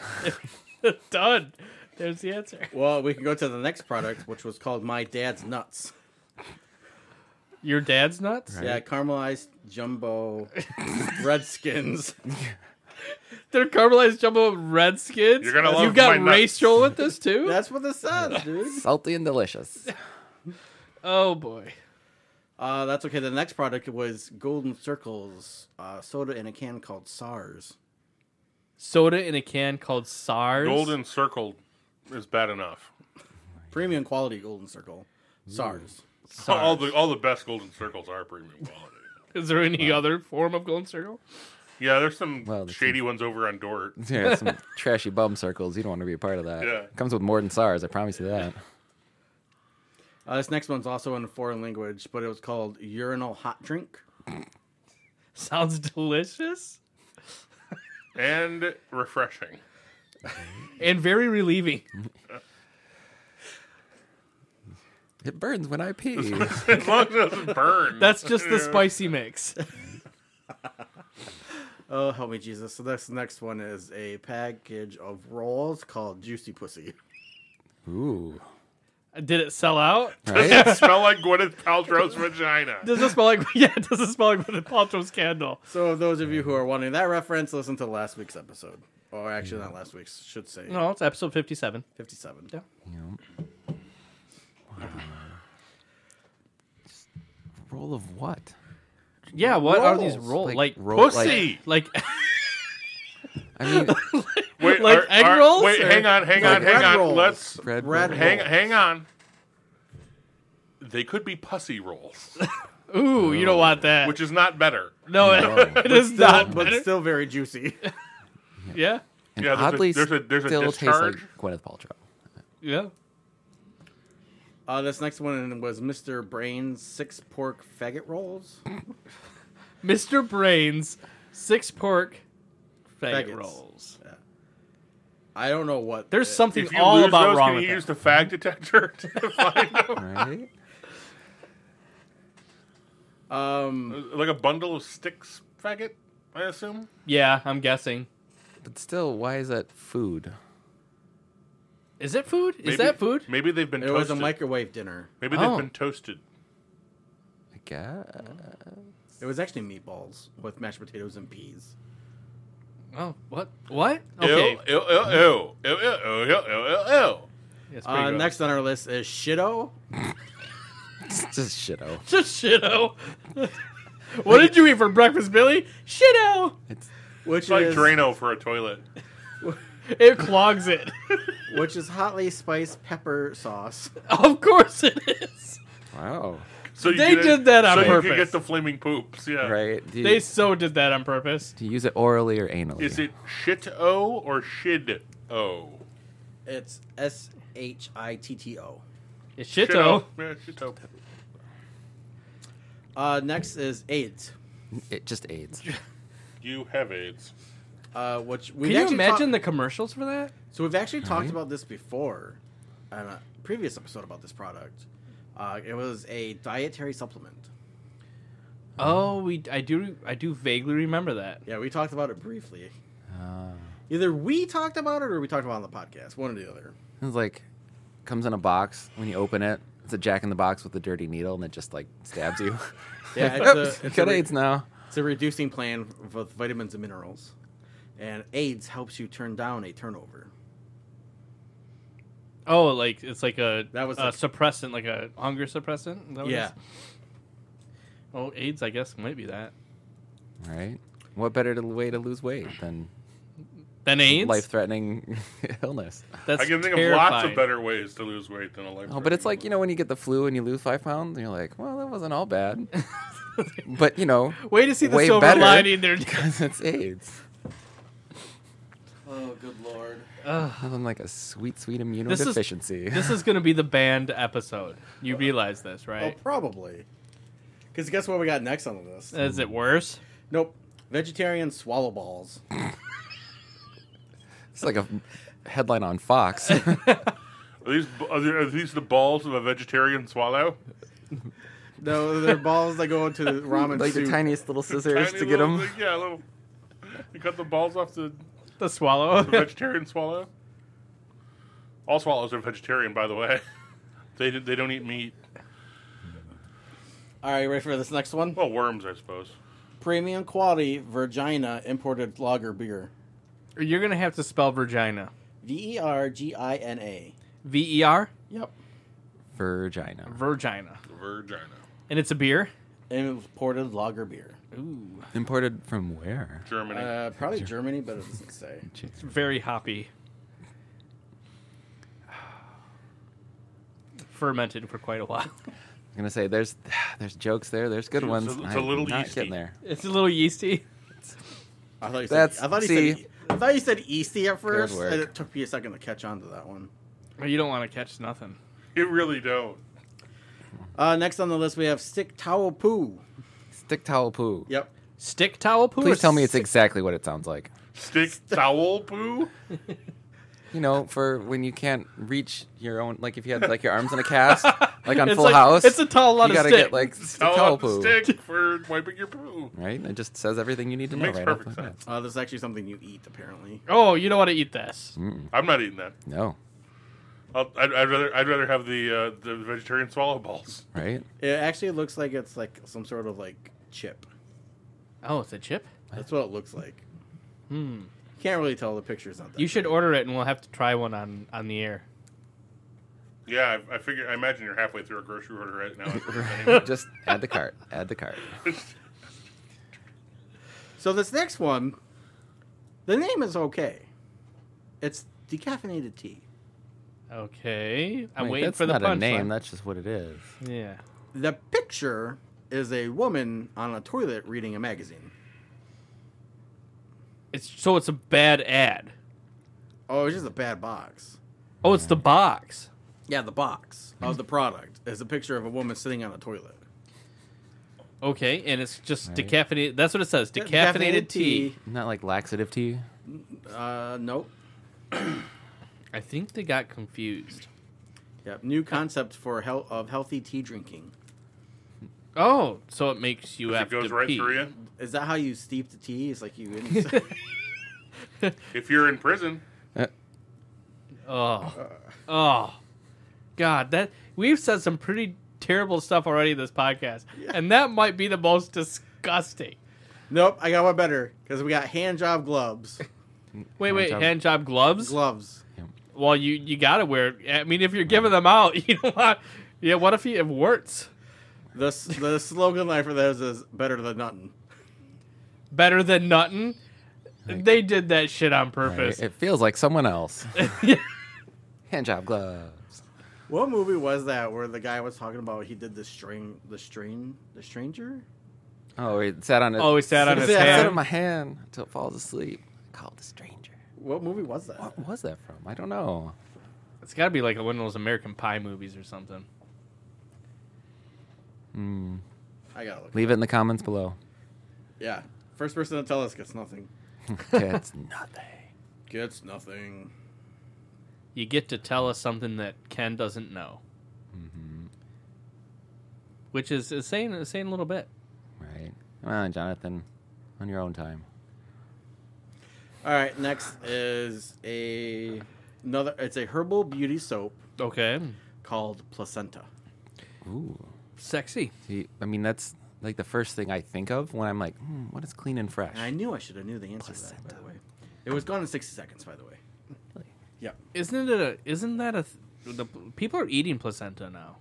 Speaker 3: done. There's the answer.
Speaker 1: Well, we can go to the next product, which was called My Dad's Nuts.
Speaker 3: Your dad's nuts?
Speaker 1: Yeah, caramelized jumbo redskins.
Speaker 3: They're caramelized jumbo redskins.
Speaker 4: You're gonna
Speaker 3: you
Speaker 4: love
Speaker 3: got
Speaker 4: my nuts.
Speaker 3: racial with this too?
Speaker 1: That's what this says, dude.
Speaker 2: Salty and delicious.
Speaker 3: oh boy.
Speaker 1: Uh, that's okay. The next product was Golden Circles uh, soda in a can called SARS.
Speaker 3: Soda in a can called SARS.
Speaker 4: Golden Circle is bad enough.
Speaker 1: Premium quality Golden Circle. SARS.
Speaker 4: Oh, All the all the best Golden Circles are premium quality.
Speaker 3: Is there any other form of golden circle?
Speaker 4: Yeah, there's some
Speaker 2: Well, that's-
Speaker 4: shady ones over on Dort.
Speaker 2: Yeah, some trashy bum circles. You don't want to be a part of that.
Speaker 4: Yeah.
Speaker 2: Comes with more than SARS, I promise you that.
Speaker 1: Uh, this next one's also in a foreign language, but it was called Urinal Hot Drink.
Speaker 3: Sounds delicious
Speaker 4: And refreshing.
Speaker 3: and very relieving.
Speaker 2: It burns when I pee.
Speaker 4: As long as it doesn't burn.
Speaker 3: That's just the spicy mix.
Speaker 1: Oh, help me, Jesus. So this next one is a package of rolls called Juicy Pussy.
Speaker 2: Ooh.
Speaker 3: Did it sell out?
Speaker 2: Right?
Speaker 4: smell like Gwyneth Paltrow's vagina.
Speaker 3: Does it smell like yeah? Does it smell like the Paltrow's candle?
Speaker 1: So those of you who are wanting that reference, listen to last week's episode. Or actually, not last week's, should say
Speaker 3: No, it's episode fifty-seven.
Speaker 1: 57.
Speaker 3: Yeah.
Speaker 2: Roll of what?
Speaker 3: Yeah, what are these
Speaker 2: Rolls.
Speaker 3: rolls? Like
Speaker 2: Like
Speaker 3: like,
Speaker 2: roll-
Speaker 4: Pussy.
Speaker 2: I mean,
Speaker 4: Wait,
Speaker 3: like
Speaker 4: are-
Speaker 3: egg
Speaker 4: are-
Speaker 3: rolls
Speaker 4: Wait,
Speaker 3: or-
Speaker 4: hang on, hang
Speaker 1: Like
Speaker 4: on, hang
Speaker 1: bread
Speaker 4: on.
Speaker 1: rolls.
Speaker 4: Let's
Speaker 2: bread.
Speaker 1: Red
Speaker 2: roll.
Speaker 4: hang
Speaker 1: rolls.
Speaker 4: hang on. They could be pussy rolls,
Speaker 3: ooh, you don't want that.
Speaker 4: which is not better.
Speaker 3: no,
Speaker 2: oh,
Speaker 3: it, it is not.
Speaker 1: But
Speaker 3: better.
Speaker 1: still very juicy.
Speaker 3: yeah,
Speaker 2: And
Speaker 4: Yeah, there's a-
Speaker 2: oddly,
Speaker 4: there's a- there's a
Speaker 2: still tastes
Speaker 4: discharge.
Speaker 2: like Gwyneth Paltrow.
Speaker 3: yeah.
Speaker 1: Uh, this next one was Mr. Brain's six pork faggot rolls.
Speaker 3: Mr. Brains, six pork faggot
Speaker 1: Faggots.
Speaker 3: rolls.
Speaker 1: I don't know what.
Speaker 3: There's
Speaker 1: it-
Speaker 3: something
Speaker 4: If you
Speaker 3: all
Speaker 4: lose
Speaker 3: about
Speaker 4: those,
Speaker 3: wrong
Speaker 4: can
Speaker 3: with
Speaker 4: you
Speaker 3: that.
Speaker 4: use the fag detector to find them?
Speaker 2: Right?
Speaker 1: Um,
Speaker 4: like a bundle of sticks, faggot? I assume.
Speaker 3: Yeah, I'm guessing.
Speaker 2: But still, why is that food?
Speaker 3: Is it food? Is
Speaker 4: Maybe-
Speaker 3: that food?
Speaker 4: Maybe they've been
Speaker 1: it was
Speaker 4: toasted.
Speaker 1: a microwave dinner.
Speaker 4: Maybe
Speaker 3: Oh.
Speaker 4: they've been toasted.
Speaker 2: I guess.
Speaker 1: It was actually meatballs with mashed potatoes and peas.
Speaker 3: Oh, what? What?
Speaker 4: Ew,
Speaker 3: Okay.
Speaker 4: ew, ew, ew, ew, ew, ew, ew, ew, ew, ew.
Speaker 3: It's pretty
Speaker 1: Uh,
Speaker 3: gross.
Speaker 1: next on our list is Shido.
Speaker 2: It's just oh. shitto.
Speaker 3: Just shitto. what did you eat for breakfast, Billy? Shitto.
Speaker 2: It's
Speaker 1: which
Speaker 4: It's like
Speaker 1: is
Speaker 4: Drano for a toilet.
Speaker 3: It clogs it.
Speaker 1: which is hotly spiced pepper sauce.
Speaker 3: of course it is.
Speaker 2: wow.
Speaker 4: So you
Speaker 3: They
Speaker 4: get
Speaker 3: did that on
Speaker 4: so you
Speaker 3: purpose.
Speaker 4: can get the flaming poops. Yeah.
Speaker 2: Right? Do you,
Speaker 3: They so did that on purpose.
Speaker 2: do you use it orally or anally?
Speaker 4: Is it shit o or shid o?
Speaker 1: It's S H I T T O.
Speaker 3: It's shitto.
Speaker 4: Yeah, shit oh. o.
Speaker 1: Uh, next is AIDS,
Speaker 2: It just aids.
Speaker 4: You have AIDS.
Speaker 1: uh, which we
Speaker 3: Can you imagine the commercials for that?
Speaker 1: So we've actually talked about this before, on a previous episode about this product, Uh, it was a dietary supplement.
Speaker 3: Oh, we I do I do vaguely remember that.
Speaker 1: Yeah, we talked about it briefly. Ah. Either we talked about it or we talked about it on the podcast. One or the other.
Speaker 2: It's like comes in a box. When you open it, it's a Jack in the Box with a dirty needle, and it just like stabs you.
Speaker 1: Yeah,
Speaker 2: Like,
Speaker 1: it's a-
Speaker 2: "Oops,
Speaker 1: it's a
Speaker 2: got
Speaker 1: re-
Speaker 2: AIDS now.
Speaker 1: It's a reducing plan with vitamins and minerals, and AIDS helps you turn down a turnover.
Speaker 3: Oh, like it's like a
Speaker 1: That was
Speaker 3: a
Speaker 1: like-
Speaker 3: suppressant, like a hunger suppressant. Is that what it
Speaker 1: Yeah,
Speaker 3: is? Oh, AIDS, I guess, might be that.
Speaker 2: All right. What better to, way to lose weight than
Speaker 3: Then AIDS.
Speaker 2: life-threating illness?
Speaker 3: That's
Speaker 4: I can think of lots of
Speaker 3: terrifying.
Speaker 4: better ways to lose weight than a life.
Speaker 2: Oh, but it's like you know when you get the flu and you lose five pounds, and you're like, well, that wasn't all bad. but you know,
Speaker 3: Way to see the
Speaker 2: way
Speaker 3: silver
Speaker 2: better.
Speaker 3: lining there.
Speaker 2: because it's AIDS,
Speaker 1: Oh, good lord.
Speaker 2: I'm like a sweet, sweet
Speaker 3: This is-
Speaker 2: immunodeficiency.
Speaker 3: this is going to be the band episode. You realize this,
Speaker 1: Oh,
Speaker 3: right?
Speaker 1: probably. Because guess what we got next on the list?
Speaker 3: Is it worse?
Speaker 1: Nope. Vegetarian swallow balls.
Speaker 2: it's like a headline on Fox.
Speaker 4: are these are, there, are these the balls of a vegetarian swallow?
Speaker 1: No, they're balls that go into the ramen
Speaker 2: like
Speaker 1: soup.
Speaker 2: the tiniest little scissors
Speaker 4: Tiny
Speaker 2: to get
Speaker 4: little
Speaker 2: them.
Speaker 4: thing- yeah, little. You cut the balls off the,
Speaker 3: The swallow.
Speaker 4: the vegetarian swallow. All swallows are vegetarian, by the way. They do- they don't eat meat.
Speaker 1: All right, ready for this next one?
Speaker 4: Well, worms, I suppose.
Speaker 1: Premium quality Virginia imported lager beer.
Speaker 3: You're going to have to spell Virginia.
Speaker 1: V E R G I N A.
Speaker 3: V E R?
Speaker 1: Yep.
Speaker 2: Virginia.
Speaker 3: Virginia.
Speaker 4: Virginia.
Speaker 3: And it's a beer?
Speaker 1: Imported lager beer.
Speaker 3: Ooh.
Speaker 2: Imported from where?
Speaker 4: Germany.
Speaker 1: Uh, probably Germany, but it doesn't say.
Speaker 3: It's very hoppy. Fermented for quite a while.
Speaker 2: I'm gonna say there's there's jokes there, there's good
Speaker 4: It's a-
Speaker 2: ones.
Speaker 4: it's a
Speaker 2: I'm
Speaker 4: little
Speaker 2: not
Speaker 4: yeasty.
Speaker 2: getting there.
Speaker 3: It's a little yeasty.
Speaker 1: I thought you said.
Speaker 2: That's-
Speaker 1: I thought you
Speaker 2: see.
Speaker 1: said. e- I thought you said Easty at first,
Speaker 2: work.
Speaker 1: and it took me a second to catch on to that one.
Speaker 3: But you don't want to catch nothing.
Speaker 4: you really don't.
Speaker 1: Uh, next on the list, we have Stick Towel Poo.
Speaker 2: Stick towel poo.
Speaker 1: Yep.
Speaker 3: Stick towel poo.
Speaker 2: Please
Speaker 3: or
Speaker 2: tell me it's
Speaker 3: stick-
Speaker 2: exactly what it sounds like.
Speaker 4: Stick towel poo.
Speaker 2: You know, for when you can't reach your own, like if you had like your arms in a cast, like on
Speaker 3: It's
Speaker 2: Full
Speaker 3: like-
Speaker 2: House.
Speaker 3: it's a towel on
Speaker 2: you
Speaker 3: a
Speaker 2: gotta
Speaker 3: stick.
Speaker 2: get like stick
Speaker 4: Towel
Speaker 2: towel
Speaker 4: on the
Speaker 2: poo,
Speaker 4: stick for wiping your poo.
Speaker 2: right? It just says everything you need to know.
Speaker 4: Makes
Speaker 2: right off
Speaker 4: perfect
Speaker 2: the bat.
Speaker 1: Uh, this is actually something you eat, apparently.
Speaker 3: Oh, you don't want to eat this.
Speaker 2: Mm.
Speaker 4: I'm not eating that.
Speaker 2: No,
Speaker 4: I'll, I'd, I'd rather I'd rather have the uh, the vegetarian swallow balls.
Speaker 2: right?
Speaker 1: It actually looks like it's like some sort of like chip.
Speaker 3: Oh, it's a chip.
Speaker 1: That's what it looks like. Hmm. Can't really tell. The picture's not that.
Speaker 3: You should order it, and we'll have to try one on on the air.
Speaker 4: Yeah, I, I figure. I imagine you're halfway through a grocery order right now.
Speaker 2: just add the cart. Add the cart.
Speaker 1: So this next one, the name is okay. It's decaffeinated tea.
Speaker 3: Okay, I'm
Speaker 2: Wait,
Speaker 3: waiting
Speaker 2: that's
Speaker 3: for the
Speaker 2: not a
Speaker 3: punchline.
Speaker 2: name. That's just what it is.
Speaker 3: Yeah.
Speaker 1: The picture is a woman on a toilet reading a magazine.
Speaker 3: It's so it's a bad ad.
Speaker 1: Oh, it's just a bad box.
Speaker 3: Oh, it's the box.
Speaker 1: Yeah, the box of the product is a picture of a woman sitting on a toilet.
Speaker 3: Okay, and it's just
Speaker 2: Right.
Speaker 3: decaffeinated. That's what it says. Decaffeinated, tea.
Speaker 2: Not like laxative tea.
Speaker 1: Uh, nope.
Speaker 3: I think they got confused.
Speaker 1: Yep. New concept for hel- of healthy tea drinking.
Speaker 3: Oh, so it makes you have
Speaker 4: it goes
Speaker 3: to
Speaker 4: right
Speaker 3: pee.
Speaker 4: through you.
Speaker 1: Is that how you steep the tea? It's like you. Ins-
Speaker 4: If you're in prison,
Speaker 3: Uh, Oh, oh, God! That we've said some pretty terrible stuff already in this podcast, and that might be the most disgusting.
Speaker 1: nope. I got one better because we got hand job gloves.
Speaker 3: Wait, wait,
Speaker 2: job-
Speaker 3: hand job gloves.
Speaker 1: gloves.
Speaker 3: well, you you gotta wear. I mean, if you're giving them out, you don't want. Yeah, what if you have warts?
Speaker 1: The s- the slogan line for those is better than nothing.
Speaker 3: Better than nothing. They did that shit on
Speaker 2: Right?
Speaker 3: purpose.
Speaker 2: It feels like someone else. Hand job gloves.
Speaker 1: What movie was that where the guy was talking about he did the string, the strain, the stranger?
Speaker 2: Oh, he sat on it.
Speaker 3: Oh, he sat on
Speaker 1: his
Speaker 2: I
Speaker 1: hand.
Speaker 2: sat on my hand until it falls asleep. I called the stranger.
Speaker 1: What movie was that?
Speaker 2: What was that from? I don't know.
Speaker 3: It's got to be like one of those American Pie movies or something.
Speaker 1: I gotta look.
Speaker 2: Hmm. Leave it in the comments below.
Speaker 1: Yeah, first person to tell us gets nothing.
Speaker 2: That's nothing.
Speaker 1: Gets nothing.
Speaker 3: Mm-hmm. You get to tell us something that Ken doesn't know. which is, is saying is saying a little bit.
Speaker 2: Right. Come on, Jonathan. On your own time.
Speaker 1: All right, next is a another. It's a herbal beauty soap
Speaker 3: Okay,
Speaker 1: called Placenta.
Speaker 2: Ooh.
Speaker 3: sexy.
Speaker 2: See, I mean, that's like the first thing I think of when I'm like, hmm, what is clean and fresh?
Speaker 1: And I knew I should have knew the answer to that. By the way, it was gone in sixty seconds. By the way, yep.
Speaker 3: Isn't it a? Isn't that a? Th- the people are eating placenta now.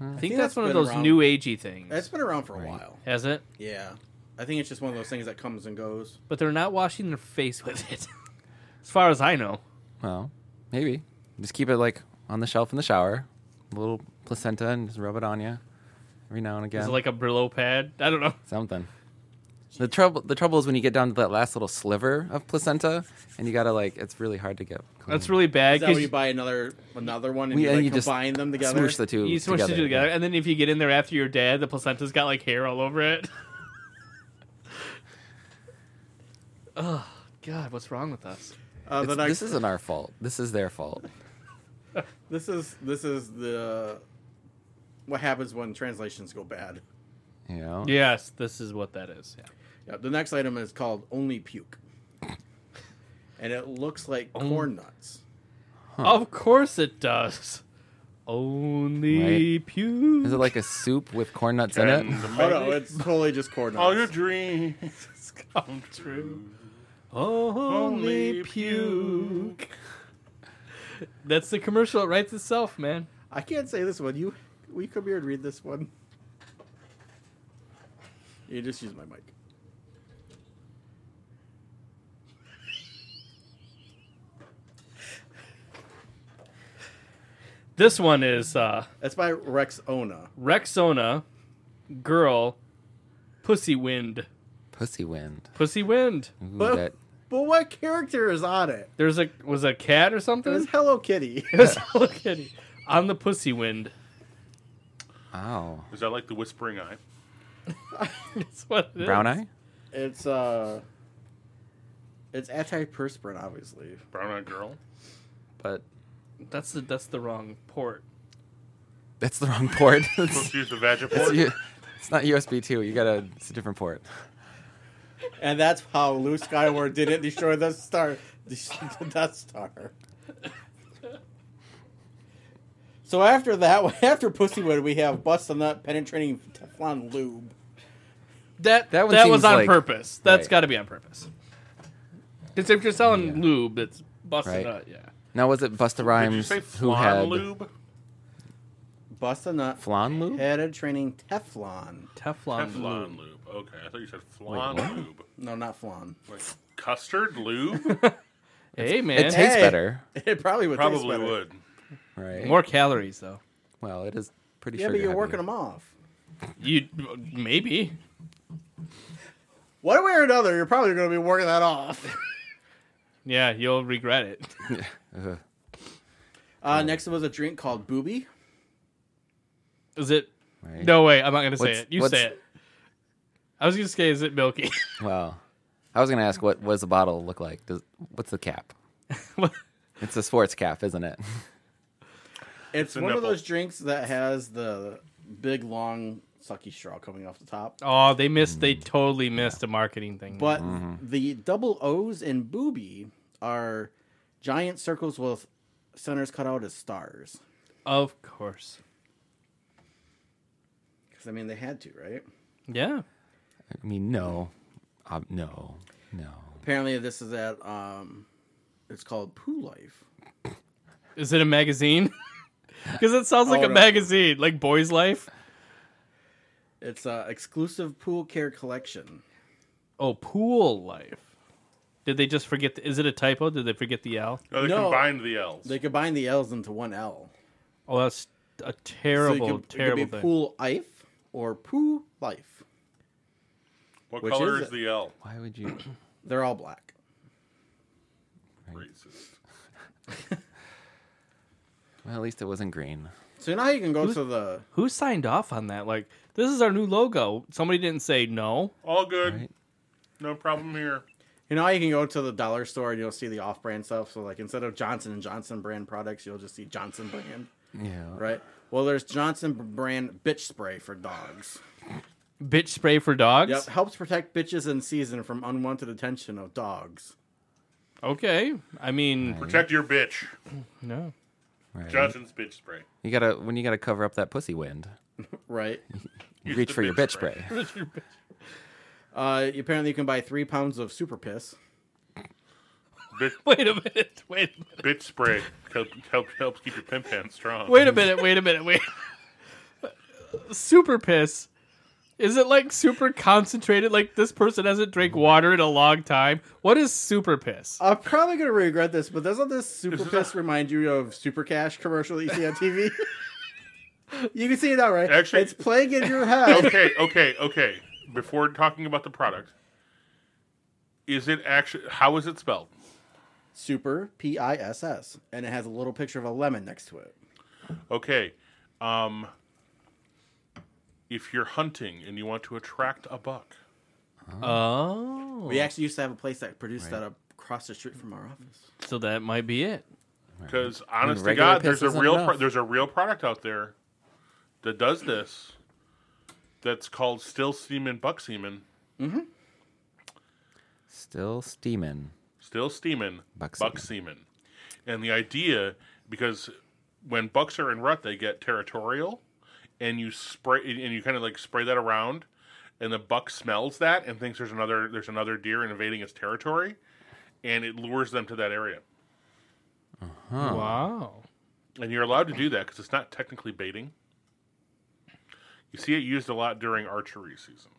Speaker 3: I think,
Speaker 1: think
Speaker 3: that's,
Speaker 1: that's
Speaker 3: one of
Speaker 1: been
Speaker 3: those
Speaker 1: around-
Speaker 3: new agey things.
Speaker 1: It's been around for a while.
Speaker 3: Has it?
Speaker 1: Yeah, I think it's just one of those things that comes and goes.
Speaker 3: But they're not washing their face with it, as far as I know.
Speaker 2: Well, maybe. Just keep it like on the shelf in the shower, a little placenta, and just rub it on you every now and
Speaker 3: Is
Speaker 2: again.
Speaker 3: it like a Brillo pad? I don't know.
Speaker 2: Something. The trouble, the trouble is when you get down to that last little sliver of placenta, and you gotta like, it's really hard to get. Clean.
Speaker 3: That's really
Speaker 1: Mm-hmm. Is
Speaker 3: bad
Speaker 1: that where
Speaker 3: because
Speaker 1: you
Speaker 3: you,
Speaker 1: buy another another one and
Speaker 2: We-
Speaker 1: you,
Speaker 2: and
Speaker 1: like,
Speaker 2: you just
Speaker 1: combine them together?
Speaker 2: Smoosh the two.
Speaker 3: you smush it
Speaker 2: together.
Speaker 3: together, and then if you get in there after you're dead, the placenta's got like hair all over it. oh God, what's wrong with us?
Speaker 1: Uh, the
Speaker 2: It's-
Speaker 1: next,
Speaker 2: this isn't our fault. This is their fault.
Speaker 1: this is this is the what happens when translations go bad.
Speaker 2: You know.
Speaker 3: Yes, this is what that is. Yeah.
Speaker 1: Yeah, the next item is called Only Puke. And it looks like corn nuts.
Speaker 3: Of course it does. Only
Speaker 2: Right.
Speaker 3: pew.
Speaker 2: Is it like a soup with corn nuts in
Speaker 4: And
Speaker 2: it?
Speaker 4: the
Speaker 1: Oh no,
Speaker 4: magnet-
Speaker 1: it's totally just corn
Speaker 4: all your
Speaker 1: nuts.
Speaker 4: dreams
Speaker 3: come true. Only puke. That's the commercial. It writes itself, man.
Speaker 1: I can't say this one. You we come here and read this one. You just use my mic.
Speaker 3: This one is uh,
Speaker 1: That's by Rex Ona.
Speaker 3: Rexona, girl, pussy wind,
Speaker 2: Pussy wind.
Speaker 3: pussy wind.
Speaker 2: Ooh,
Speaker 1: But,
Speaker 2: that-
Speaker 1: but what character is on it?
Speaker 3: There's a was a cat
Speaker 1: It
Speaker 3: or
Speaker 1: was
Speaker 3: something.
Speaker 1: Hello Kitty.
Speaker 3: It was Hello Kitty on the pussy wind.
Speaker 2: ow.
Speaker 4: is that like the whispering eye
Speaker 3: That's what it is.
Speaker 2: Brown eye.
Speaker 1: It's uh it's antiperspirant, obviously.
Speaker 4: brown eyed girl
Speaker 2: But
Speaker 3: That's the that's the wrong port.
Speaker 2: that's the wrong port.
Speaker 4: let's
Speaker 2: it's,
Speaker 4: use the vagiport
Speaker 2: it's U- it's not USB two. You gotta. It's a different port.
Speaker 1: And that's how Luke Skywalker didn't destroy the star, the Death Star. So after that, after Pussywood, we have Bust on Nut penetrating Teflon lube.
Speaker 2: That
Speaker 3: That that,
Speaker 2: one seems
Speaker 3: was on
Speaker 2: like-
Speaker 3: purpose. That's
Speaker 2: right.
Speaker 3: got to be on purpose. Because if you're selling
Speaker 2: Yeah.
Speaker 3: lube, it's busted
Speaker 2: Right.
Speaker 3: up. Yeah.
Speaker 2: Now was it Busta
Speaker 4: did you
Speaker 2: Rhymes
Speaker 4: say
Speaker 2: who had
Speaker 4: flan lube
Speaker 1: Bust a Nut
Speaker 2: flan lube?
Speaker 1: penetrating Teflon.
Speaker 3: Teflon,
Speaker 4: Teflon lube okay I thought you said flan
Speaker 2: what?
Speaker 4: lube
Speaker 1: No, not Flan.
Speaker 4: like custard lube
Speaker 3: Hey man,
Speaker 2: It tastes
Speaker 1: Hey.
Speaker 2: better,
Speaker 1: It probably would. taste
Speaker 4: probably
Speaker 1: better.
Speaker 4: would
Speaker 2: right?
Speaker 3: more calories though.
Speaker 2: well, it is pretty.
Speaker 1: Yeah, but you're
Speaker 2: sugar-heavy.
Speaker 1: working them off.
Speaker 3: You maybe
Speaker 1: One way or another, you're probably going to be working that off.
Speaker 3: yeah you'll regret it.
Speaker 1: Uh, next was a drink called Booby.
Speaker 3: Is it?
Speaker 2: Right.
Speaker 3: No way. I'm not gonna say
Speaker 2: What's-
Speaker 3: it. You
Speaker 2: what's-
Speaker 3: say it. I was gonna say, is it milky?
Speaker 2: Well, I was gonna ask what what does the bottle look like? Does what's the cap?
Speaker 3: What?
Speaker 2: It's a sports cap, isn't it?
Speaker 1: It's
Speaker 4: a
Speaker 1: one of
Speaker 4: nipple.
Speaker 1: those drinks that has the big long sucky straw coming off the top.
Speaker 3: oh, they missed. They totally missed a marketing thing.
Speaker 1: Mm. But
Speaker 3: Mm-hmm.
Speaker 1: the double O's in booby are giant circles with centers cut out as stars.
Speaker 3: of course.
Speaker 1: Because I mean, they had to, right?
Speaker 3: Yeah.
Speaker 2: I mean, no, um, no, no.
Speaker 1: Apparently, this is at um, it's called Poo Life.
Speaker 3: Is it a magazine? Because it sounds like
Speaker 1: Oh,
Speaker 3: a
Speaker 1: no.
Speaker 3: magazine, like Boy's Life.
Speaker 1: It's uh, exclusive pool care collection.
Speaker 3: Oh, pool life. Did they just forget? The, is it a typo? Did they forget the L?
Speaker 4: oh, they
Speaker 1: No.
Speaker 4: combined the L's
Speaker 1: They combine the L's into one L.
Speaker 3: Oh, that's
Speaker 1: So
Speaker 3: a
Speaker 1: you
Speaker 3: terrible,
Speaker 1: could- It
Speaker 3: terrible
Speaker 1: could be
Speaker 3: thing.
Speaker 1: Pool Ife or Poo Life.
Speaker 4: what
Speaker 1: Which
Speaker 4: color
Speaker 1: is
Speaker 4: is,
Speaker 1: it?
Speaker 4: the L
Speaker 2: Why would you?
Speaker 1: They're all black.
Speaker 4: racist
Speaker 2: Well, at least it wasn't green.
Speaker 1: So now you can go to the
Speaker 3: Who signed off on that? Like, this is our new logo. Somebody didn't say no.
Speaker 4: all good
Speaker 2: Right.
Speaker 4: no problem
Speaker 1: you
Speaker 4: here
Speaker 1: You know, how you can go to the dollar store and you'll see the off-brand stuff. So, like, instead of Johnson and Johnson brand products, you'll just see Johnson brand,
Speaker 2: Yeah.
Speaker 1: right? Well, there's Johnson brand bitch spray for dogs.
Speaker 3: Bitch spray for dogs.
Speaker 1: Yep, helps protect bitches in season from unwanted attention of dogs.
Speaker 3: Okay. I mean,
Speaker 4: Protect your bitch.
Speaker 3: no.
Speaker 2: Right.
Speaker 4: Johnson's bitch spray.
Speaker 2: You gotta when you gotta cover up that pussy wind.
Speaker 1: Right.
Speaker 4: Use
Speaker 2: reach
Speaker 4: the
Speaker 2: for your
Speaker 4: bitch
Speaker 2: bitch
Speaker 4: spray.
Speaker 2: spray.
Speaker 1: Uh, apparently, you can buy three pounds of super piss.
Speaker 4: Bitch,
Speaker 3: Wait a minute. Wait. a minute,
Speaker 4: bitch spray help, help, helps keep your pimp hand strong.
Speaker 3: Wait a minute. Wait a minute. Wait. super piss. Is it like super concentrated? Like this person hasn't drank water in a long time. What is super piss?
Speaker 1: I'm probably gonna regret this, but doesn't this super piss remind you of Super Cash commercial that you see on TV? you can see it now, right?
Speaker 4: Actually-
Speaker 1: it's playing in your head.
Speaker 4: okay, okay, okay. Before talking about the product, is it actually how is it spelled?
Speaker 1: super P I S S, and it has a little picture of a lemon next to it.
Speaker 4: Okay. Um if you're hunting and you want to attract a buck,
Speaker 3: Oh.
Speaker 1: We actually used to have a place that produced that up across the street from our office.
Speaker 3: So that might be it.
Speaker 4: because honest to
Speaker 2: regular
Speaker 4: God, there's a
Speaker 2: piss isn't
Speaker 4: real
Speaker 2: enough.
Speaker 4: pro- there's a real product out there that does this. That's called still semen buck semen,
Speaker 2: Still steaming.
Speaker 4: still steaming
Speaker 2: Buck
Speaker 4: buck semen, and the idea because when bucks are in rut, they get territorial, and you spray and you kind of like spray that around, and the buck smells that and thinks there's another there's another deer invading its territory, and it lures them to that area.
Speaker 3: Wow.
Speaker 4: and you're allowed to do that because it's not technically baiting. You see it used a lot during archery season.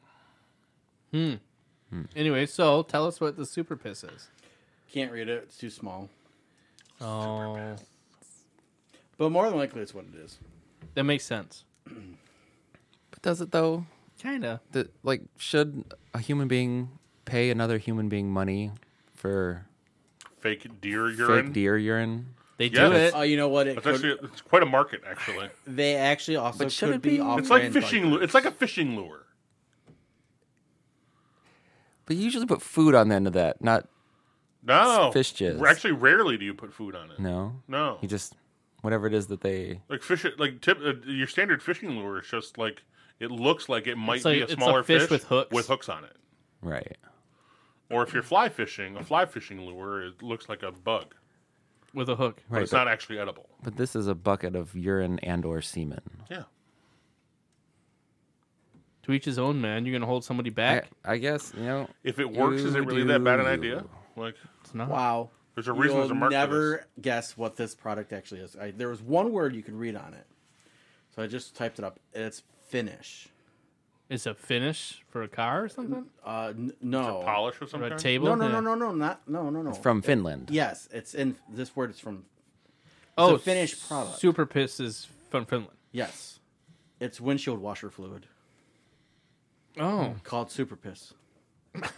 Speaker 3: Anyway, so tell us what the super piss is.
Speaker 1: Can't read it; it's too small.
Speaker 3: Oh,
Speaker 1: But more than likely, it's what it is.
Speaker 3: that makes sense.
Speaker 2: But does it though?
Speaker 3: Kinda.
Speaker 2: The, like should a human being pay another human being money for
Speaker 4: Fake deer urine.
Speaker 2: fake deer urine?
Speaker 3: They
Speaker 4: Yeah,
Speaker 3: do
Speaker 4: that's-
Speaker 3: it.
Speaker 1: Oh, you know what? It
Speaker 4: It's
Speaker 1: could,
Speaker 4: actually it's quite a market actually.
Speaker 1: they actually also
Speaker 2: But should
Speaker 1: could
Speaker 2: it
Speaker 1: be.
Speaker 2: be?
Speaker 1: off
Speaker 4: It's like fishing. Lu- it's like a fishing lure.
Speaker 2: But you usually put food on the end of that, not
Speaker 4: No
Speaker 2: It's fish jizz.
Speaker 4: Actually, rarely do you put food on it.
Speaker 2: no.
Speaker 4: No.
Speaker 2: You just whatever it is that they
Speaker 4: like fish. Like tip. Uh, your standard fishing lure is just like it looks like it might
Speaker 3: like-
Speaker 4: be a
Speaker 3: it's a
Speaker 4: smaller
Speaker 3: fish with hooks.
Speaker 4: with hooks on it.
Speaker 2: right.
Speaker 4: Or if you're fly fishing, a fly fishing lure it looks like a bug,
Speaker 3: with a hook.
Speaker 4: but
Speaker 2: Right,
Speaker 4: it's
Speaker 2: but-
Speaker 4: not actually edible.
Speaker 2: But this is a bucket of urine and or semen.
Speaker 4: Yeah.
Speaker 3: To each his own, man. You're gonna hold somebody
Speaker 2: I,
Speaker 3: back.
Speaker 2: I guess, you know,
Speaker 4: If it works, is it
Speaker 2: You
Speaker 4: really that bad an
Speaker 2: do.
Speaker 4: idea? Like,
Speaker 3: It's not.
Speaker 1: Wow.
Speaker 4: There's a reason there's a mark for
Speaker 1: never guess what this product actually is. I, there was one word you can read on it, so I just typed it up. It's Finnish.
Speaker 3: Is it finish for a car or something?
Speaker 1: Uh, n- no,
Speaker 4: polish or
Speaker 3: Or a
Speaker 4: something.
Speaker 3: table?
Speaker 1: no, no, no,
Speaker 3: Yeah.
Speaker 1: no, no, not no, no, no. It's
Speaker 2: from Finland.
Speaker 1: yes, it's in this word is from
Speaker 3: Oh,
Speaker 1: a finished
Speaker 3: s-
Speaker 1: product.
Speaker 3: Super piss is from Finland.
Speaker 1: yes, it's windshield washer fluid
Speaker 3: Oh,
Speaker 1: called Super Piss.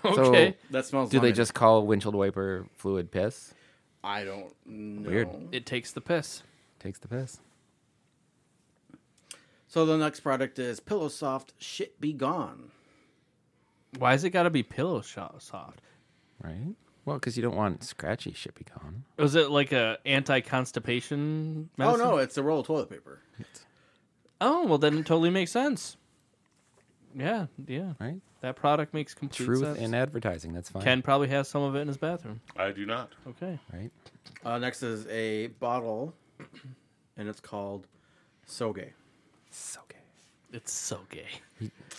Speaker 3: okay.
Speaker 1: That smells.
Speaker 2: Do they
Speaker 1: lemony.
Speaker 2: just call windshield wiper fluid piss?
Speaker 1: I don't know.
Speaker 2: Weird.
Speaker 3: it takes the piss.
Speaker 2: Takes the piss.
Speaker 1: So the next product is Pillow Soft Shit Be Gone.
Speaker 3: Why has it got to be pillow sho soft?
Speaker 2: Right? Well, because you don't want scratchy shit be gone.
Speaker 3: Was it like a anti-constipation? Medicine?
Speaker 1: Oh no, it's a roll of toilet paper.
Speaker 3: Oh well, then it totally makes sense. Yeah, yeah.
Speaker 2: Right?
Speaker 3: That product makes complete
Speaker 2: Truth
Speaker 3: sense.
Speaker 2: in advertising. That's fine.
Speaker 3: Ken probably has some of it in his bathroom.
Speaker 4: I do not.
Speaker 3: Okay.
Speaker 2: right?
Speaker 1: Uh, next is a bottle, and it's called Soge.
Speaker 2: So gay.
Speaker 3: It's so gay.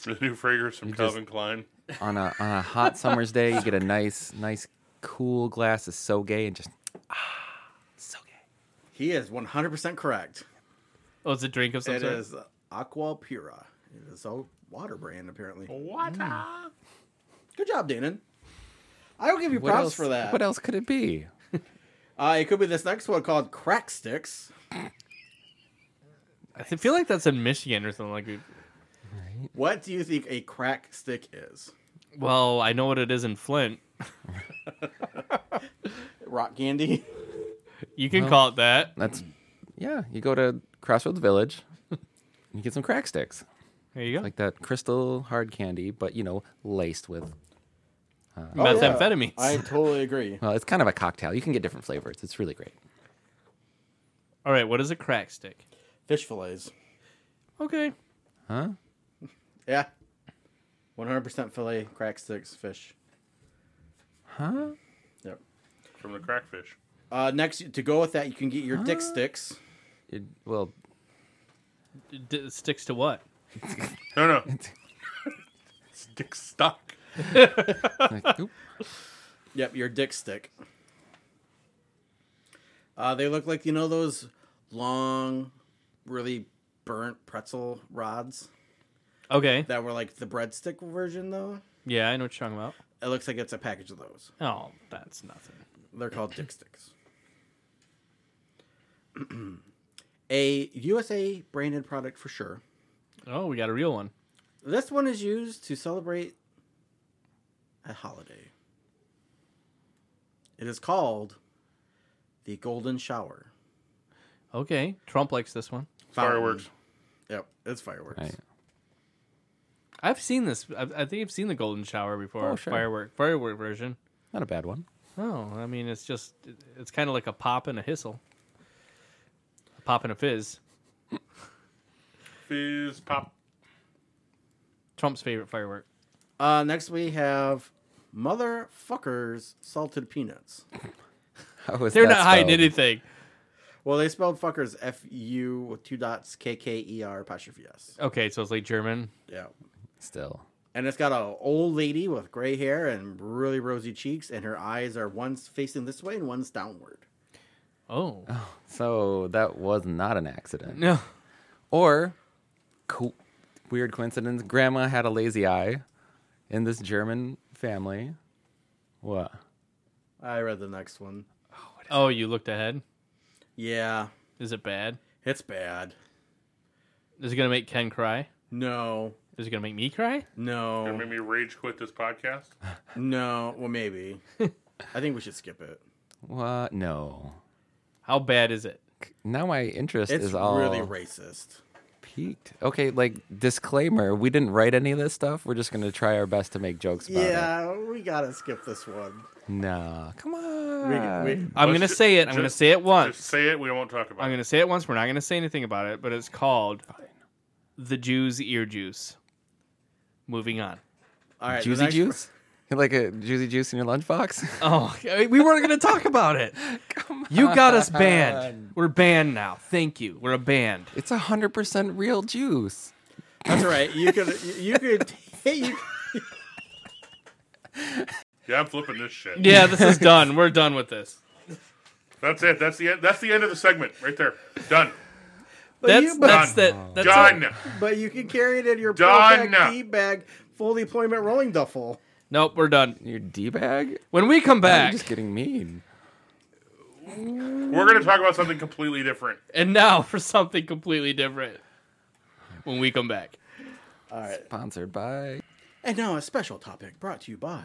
Speaker 4: The new fragrance from
Speaker 2: just-
Speaker 4: Calvin Klein.
Speaker 2: On a on a hot summer's day, you get a nice, nice cool glass of so gay and just ah so gay.
Speaker 1: He is 100% correct.
Speaker 3: Oh, it's a drink of some
Speaker 1: It
Speaker 3: sort.
Speaker 1: is Aqua Pura. It is a water brand, apparently.
Speaker 4: What?
Speaker 1: Good job, Danon. I will give you
Speaker 2: What
Speaker 1: props
Speaker 2: else
Speaker 1: for that.
Speaker 2: What else could it be?
Speaker 1: Uh, it could be this next one called Crack Sticks.
Speaker 3: I feel like that's in Michigan or something like. we-
Speaker 1: What do you think a crack stick is?
Speaker 3: Well, I know what it is in Flint.
Speaker 1: Rock candy?
Speaker 3: You can call it that.
Speaker 2: That's yeah. You go to Crossroads Village, and you get some crack sticks,
Speaker 3: There you go.
Speaker 2: like that crystal hard candy, but you know, laced with
Speaker 3: Methamphetamines.
Speaker 1: Oh, I totally agree.
Speaker 2: Well, it's kind of a cocktail. You can get different flavors. It's really great.
Speaker 3: All right, what is a crack stick?
Speaker 1: Fish fillets.
Speaker 3: Okay.
Speaker 2: Huh?
Speaker 1: Yeah. 100% fillet, crack sticks, fish.
Speaker 2: Huh?
Speaker 1: Yep.
Speaker 4: from the crackfish.
Speaker 1: Uh, next, to go with that, you can get your dick sticks.
Speaker 2: It, well,
Speaker 3: D- sticks to what?
Speaker 4: No, no. Stick stuck.
Speaker 2: like, oop.
Speaker 1: Yep, your dick stick. Uh, they look like, you know, those long, really burnt pretzel rods
Speaker 3: Okay.
Speaker 1: that were like the breadstick version, though.
Speaker 3: Yeah, I know what you're talking about.
Speaker 1: It looks like it's a package of those.
Speaker 3: Oh, that's nothing.
Speaker 1: They're called dick sticks. a USA branded product for sure.
Speaker 3: Oh, we got a real one.
Speaker 1: This one is used to celebrate a holiday. It is called the Golden Shower.
Speaker 3: Okay. Trump likes this one.
Speaker 1: Fountain.
Speaker 4: Fireworks.
Speaker 1: Yep, it's fireworks.
Speaker 2: Right.
Speaker 3: I've seen this. i I think I've seen the Golden Shower before.
Speaker 2: Oh, sure.
Speaker 3: Firework, firework version.
Speaker 2: not a bad one.
Speaker 3: Oh, I mean, it's just it's kind of like a pop and a hissle, a pop and a fizz.
Speaker 4: Fizz pop.
Speaker 3: Trump's favorite firework.
Speaker 1: Uh, next we have motherfuckers salted peanuts.
Speaker 2: How was
Speaker 3: They're
Speaker 2: that
Speaker 3: not hiding
Speaker 2: spelled?
Speaker 3: anything.
Speaker 1: Well, they spelled fuckers F U with two dots K K E R apostrophe S.
Speaker 3: Okay, so it's like German.
Speaker 1: Yeah.
Speaker 2: Still.
Speaker 1: And it's got a old lady with gray hair and really rosy cheeks, and her eyes are one's facing this way and one's downward.
Speaker 3: Oh
Speaker 2: So that was not an accident.
Speaker 3: no,
Speaker 2: Or, co- weird coincidence, grandma had a lazy eye in this German family. What?
Speaker 1: I read the next one.
Speaker 3: oh, you looked ahead.
Speaker 1: Yeah,
Speaker 3: Is it bad?
Speaker 1: it's bad.
Speaker 3: Is it gonna make Ken cry?
Speaker 1: No,
Speaker 3: Is it gonna make me cry?
Speaker 4: That
Speaker 1: no,
Speaker 4: made me rage quit this podcast.
Speaker 1: no. Well, maybe. I think we should skip it.
Speaker 2: What? No.
Speaker 3: How bad is it?
Speaker 2: Now my interest
Speaker 1: It's
Speaker 2: is all
Speaker 1: really racist.
Speaker 2: peaked. Okay, like disclaimer, we didn't write any of this stuff. We're just gonna try our best to make jokes about it.
Speaker 1: Yeah, we gotta skip this one.
Speaker 2: No, come
Speaker 1: We,
Speaker 2: on.
Speaker 1: we,
Speaker 3: I'm
Speaker 4: Let's
Speaker 3: gonna
Speaker 4: ju-
Speaker 3: say it. I'm
Speaker 4: just-
Speaker 3: gonna say it once.
Speaker 4: Just say it. We won't talk about
Speaker 3: I'm
Speaker 4: it.
Speaker 3: gonna say it once. We're not gonna say anything about it, but it's called the Jews ear juice. Moving on.
Speaker 1: all right, the
Speaker 2: Juicy
Speaker 1: next-
Speaker 2: juice? like a juicy juice in your lunchbox?
Speaker 3: Oh, we weren't gonna talk about it. you got us banned. We're banned now. Thank you. We're a band.
Speaker 2: it's a hundred percent real juice.
Speaker 1: That's right. You could. You could. You,
Speaker 4: Yeah, I'm flipping this shit.
Speaker 3: Yeah, this is done. We're done with this.
Speaker 4: That's it. That's the end. That's the end of the segment right there. Done.
Speaker 1: But
Speaker 3: That's
Speaker 1: you-
Speaker 3: that's
Speaker 4: Done.
Speaker 3: that. That's
Speaker 4: Done.
Speaker 3: it.
Speaker 1: but you can carry it in your
Speaker 4: Done.
Speaker 1: back, deep bag, full deployment rolling duffel.
Speaker 3: Nope, we're done.
Speaker 2: Your D bag?
Speaker 3: When we come
Speaker 2: You're
Speaker 3: back,
Speaker 2: just getting mean.
Speaker 4: We're gonna talk about something completely different.
Speaker 3: and now for something completely different. When we come back,
Speaker 1: All right.
Speaker 2: Sponsored by
Speaker 1: And now a special topic brought to you by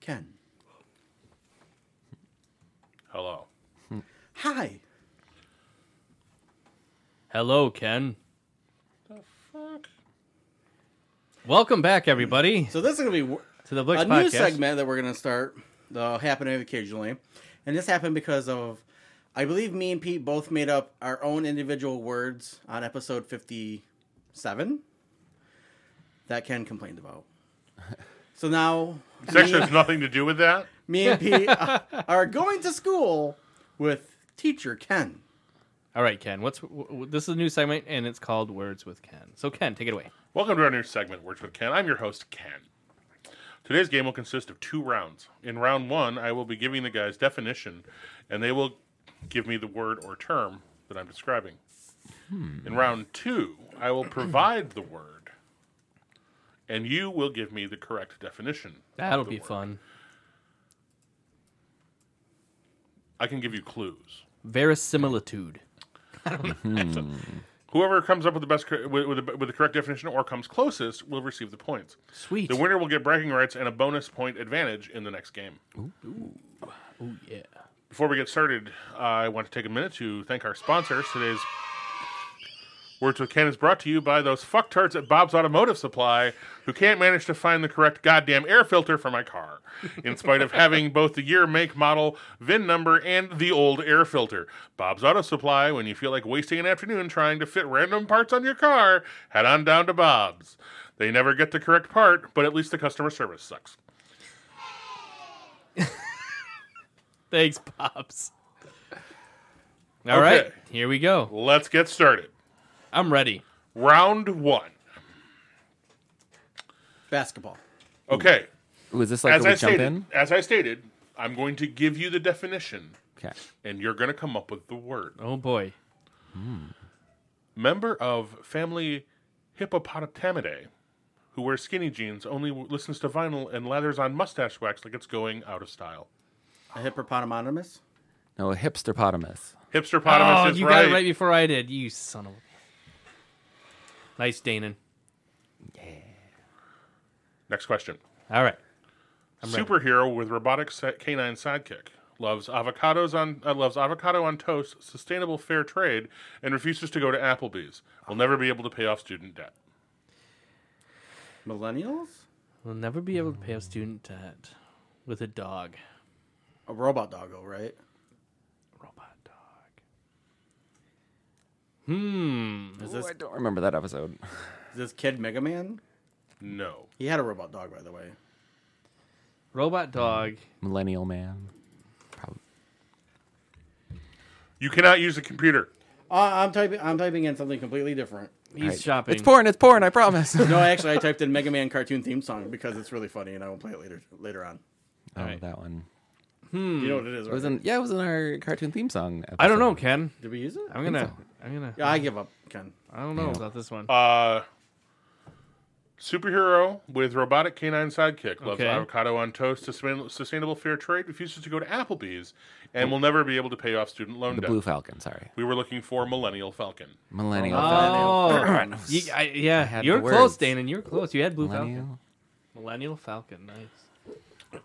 Speaker 1: Ken.
Speaker 4: Hello.
Speaker 1: Hi.
Speaker 3: hello, Ken. Welcome back, everybody,
Speaker 1: So this is gonna be w-
Speaker 3: to the Blix
Speaker 1: a
Speaker 3: Podcast.
Speaker 1: new segment that we're gonna start. That'll happen occasionally, and this happened because of, I believe me and Pete both made up our own individual words on episode fifty-seven. That Ken complained about. So now
Speaker 4: Sex has nothing to do with that.
Speaker 1: me and Pete are going to school with teacher Ken.
Speaker 3: All right, Ken. What's w- w- this is a new segment, and it's called Words with Ken. So, Ken, take it away.
Speaker 4: Welcome to our new segment, Words with Ken. I'm your host, Ken. Today's game will consist of two rounds. In round one, I will be giving the guys definition, and they will give me the word or term that I'm describing.
Speaker 3: Hmm.
Speaker 4: In round two, I will provide the word, and you will give me the correct definition. of
Speaker 3: That'll
Speaker 4: the
Speaker 3: be
Speaker 4: word.
Speaker 3: fun.
Speaker 4: I can give you clues.
Speaker 3: Verisimilitude.
Speaker 4: Whoever comes up with the best cor- with, with, the, with the correct definition or comes closest will receive the points.
Speaker 3: Sweet.
Speaker 4: The winner will get bragging rights and a bonus point advantage in the next game.
Speaker 3: Ooh, yeah.
Speaker 4: Before we get started, I want to take a minute to thank our sponsors. Today's Words with Ken is brought to you by those fucktards at Bob's Automotive Supply who can't manage to find the correct goddamn air filter for my car, in spite of having both the year, make, model, VIN number, and the old air filter. Bob's Auto Supply, when you feel like wasting an afternoon trying to fit random parts on your car, head on down to Bob's. They never get the correct part, but at least the customer service sucks.
Speaker 3: Thanks, Pops. All
Speaker 4: Okay.
Speaker 3: right, here we go.
Speaker 4: Let's get started.
Speaker 3: I'm ready.
Speaker 4: Round one.
Speaker 1: Basketball.
Speaker 4: Okay.
Speaker 2: Was this like
Speaker 4: as
Speaker 2: a
Speaker 4: I
Speaker 2: we jump
Speaker 4: stated,
Speaker 2: in?
Speaker 4: as I stated, I'm going to give you the definition,
Speaker 2: Okay.
Speaker 4: and you're going to come up with the word.
Speaker 3: Oh boy.
Speaker 4: Member of family Hippopotamidae, who wears skinny jeans, only listens to vinyl and lathers on mustache wax like it's going out of style.
Speaker 1: A hippopotamus.
Speaker 2: No, a hipster potamus.
Speaker 4: Hipster
Speaker 3: Oh,
Speaker 4: potamus is
Speaker 3: you
Speaker 4: right.
Speaker 3: got it right before I did. You son of. a... Nice, Danon.
Speaker 4: Next question.
Speaker 3: All right.
Speaker 4: Superhero with robotic sa- canine sidekick loves avocados on uh, loves avocado on toast, sustainable fair trade, and refuses to go to Applebee's. Will never be able to pay off student debt.
Speaker 1: Millennials.
Speaker 3: We'll never be able to pay off student debt with a dog.
Speaker 1: A robot doggo, right?
Speaker 3: Robot dog. Hmm.
Speaker 1: Is this
Speaker 2: I don't remember that episode.
Speaker 1: is this kid Mega Man?
Speaker 4: No.
Speaker 1: He had a robot dog, by the way.
Speaker 3: Robot dog.
Speaker 4: Mm.
Speaker 2: Millennial man. Probably.
Speaker 4: You cannot use a computer.
Speaker 1: Uh, I'm typing. I'm typing in something completely different.
Speaker 3: He's shopping.
Speaker 2: It's porn. It's porn. I promise. Oh,
Speaker 1: No, actually, I typed in Mega Man cartoon theme song because it's really funny, and I will play it later. Later on,
Speaker 2: Oh,
Speaker 3: Alright.
Speaker 2: that one.
Speaker 1: you know what it is.
Speaker 2: It was
Speaker 1: right?
Speaker 2: in, yeah, it was in our cartoon theme song. Episode.
Speaker 3: I don't know, Ken.
Speaker 1: Did we use it?
Speaker 3: I'm gonna. I'm gonna.
Speaker 1: Yeah, I give up, Ken.
Speaker 3: I don't know about this one.
Speaker 4: Uh, superhero with robotic canine sidekick loves
Speaker 3: Okay.
Speaker 4: avocado on toast, sustain- sustainable fair trade, refuses to go to Applebee's, and will never be able to pay off student loan
Speaker 2: The
Speaker 4: debt.
Speaker 2: Blue Falcon. Sorry,
Speaker 4: We were looking for Millennial Falcon.
Speaker 2: millennial.
Speaker 3: oh, you, I, yeah.
Speaker 2: had
Speaker 3: you were
Speaker 2: the
Speaker 3: close,
Speaker 2: words.
Speaker 3: Danon. You were close. You had Blue Falcon.
Speaker 2: millennial.
Speaker 3: Millennial Falcon. Nice.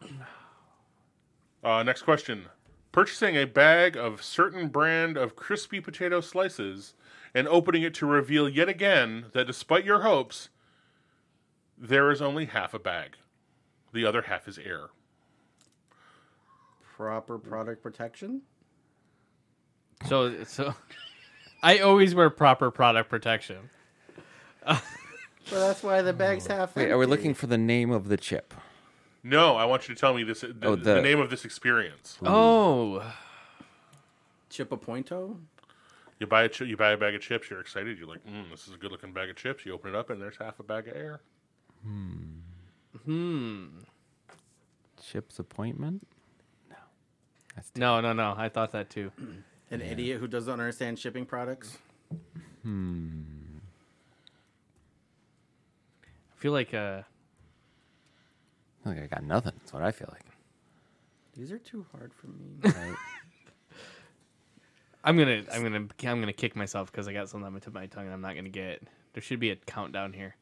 Speaker 4: Uh, next question. Purchasing a bag of certain brand of crispy potato slices and opening it to reveal yet again that despite your hopes, there is only half a bag. The other half is air.
Speaker 1: Proper product protection.
Speaker 3: So, so, I always wear proper product protection.
Speaker 1: Well, that's why the bag's half.
Speaker 2: Wait, are we looking for the name of the chip?
Speaker 4: No, I want you to tell me this the,
Speaker 2: Oh,
Speaker 4: the
Speaker 2: the-
Speaker 4: name of this experience.
Speaker 3: Oh,
Speaker 1: Chipapointo?
Speaker 4: You buy a chi- you buy a bag of chips. You're excited. You're like, mm, this is a good looking bag of chips. You open it up and there's half a bag of air.
Speaker 2: Chip's appointment.
Speaker 3: no, no, no. I thought that too.
Speaker 1: An idiot who doesn't understand shipping products.
Speaker 3: I feel like uh,
Speaker 2: I feel like I got nothing. That's what I feel like.
Speaker 1: These are too hard for me.
Speaker 2: Right?
Speaker 3: I'm gonna, I'm gonna, I'm gonna kick myself because I got something on the tip of my tongue and I'm not gonna get it. There should be a countdown here.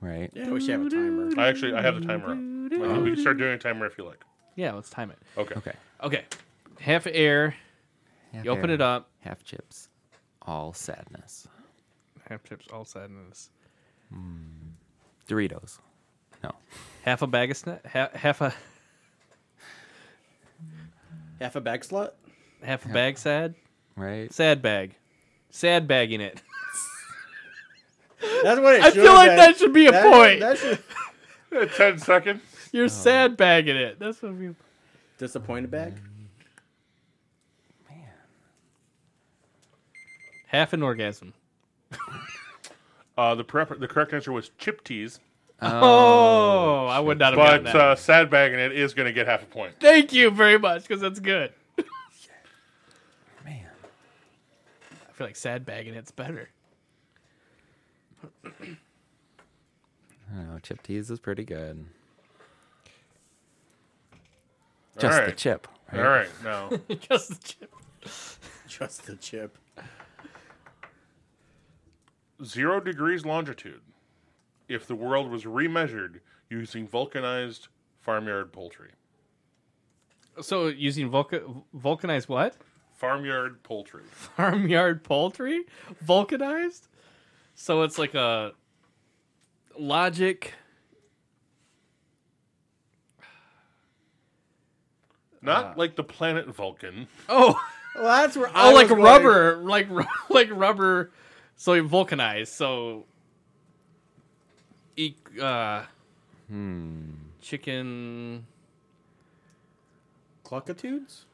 Speaker 2: right.
Speaker 1: I wish I have a timer.
Speaker 4: I actually I have the timer. up. Uh, we can start doing a timer if you like.
Speaker 3: Yeah, let's time it.
Speaker 4: Okay.
Speaker 2: Okay.
Speaker 3: Okay, half air.
Speaker 2: Half
Speaker 3: You open
Speaker 2: air,
Speaker 3: it up.
Speaker 2: Half chips. All sadness.
Speaker 3: Half chips, all sadness.
Speaker 2: Doritos. No.
Speaker 3: Half a bag of snack. Half, half a,
Speaker 1: Half a bag slut.
Speaker 3: half a bag sad.
Speaker 2: Right.
Speaker 3: Sad bag. Sad bagging it.
Speaker 1: That's what it
Speaker 3: I
Speaker 1: should
Speaker 3: feel like
Speaker 1: have
Speaker 3: that should be a
Speaker 1: been. That-
Speaker 3: point.
Speaker 1: that should-
Speaker 4: Uh, Ten seconds.
Speaker 3: You're sad bagging it. That's what we.
Speaker 1: Disappointed bag.
Speaker 3: Half an orgasm.
Speaker 4: Uh, the prep, the correct answer was chip teas,
Speaker 3: Oh, I would not have gotten
Speaker 4: but
Speaker 3: that.
Speaker 4: uh, sad bagging it is going to get half a point.
Speaker 3: Thank you very much, because that's good.
Speaker 2: Man.
Speaker 3: I feel like sad bagging it's better.
Speaker 2: I don't know. Chip tease is pretty good.
Speaker 4: All
Speaker 2: Just the
Speaker 4: right.
Speaker 2: chip.
Speaker 4: All right, now
Speaker 3: Just the chip.
Speaker 1: Just the chip.
Speaker 4: zero degrees longitude. If the world was remeasured using vulcanized farmyard poultry,
Speaker 3: So using vulca- vulcanized what?
Speaker 4: farmyard poultry.
Speaker 3: Farmyard poultry? Vulcanized? So it's like a logic.
Speaker 4: Not
Speaker 2: Ah.
Speaker 4: like the planet Vulcan.
Speaker 3: Oh,
Speaker 1: Well, that's where I
Speaker 3: oh, like
Speaker 1: was wondering-
Speaker 3: rubber, like ru- like rubber. So it vulcanized. So, e- uh, chicken.
Speaker 1: Cluckitudes?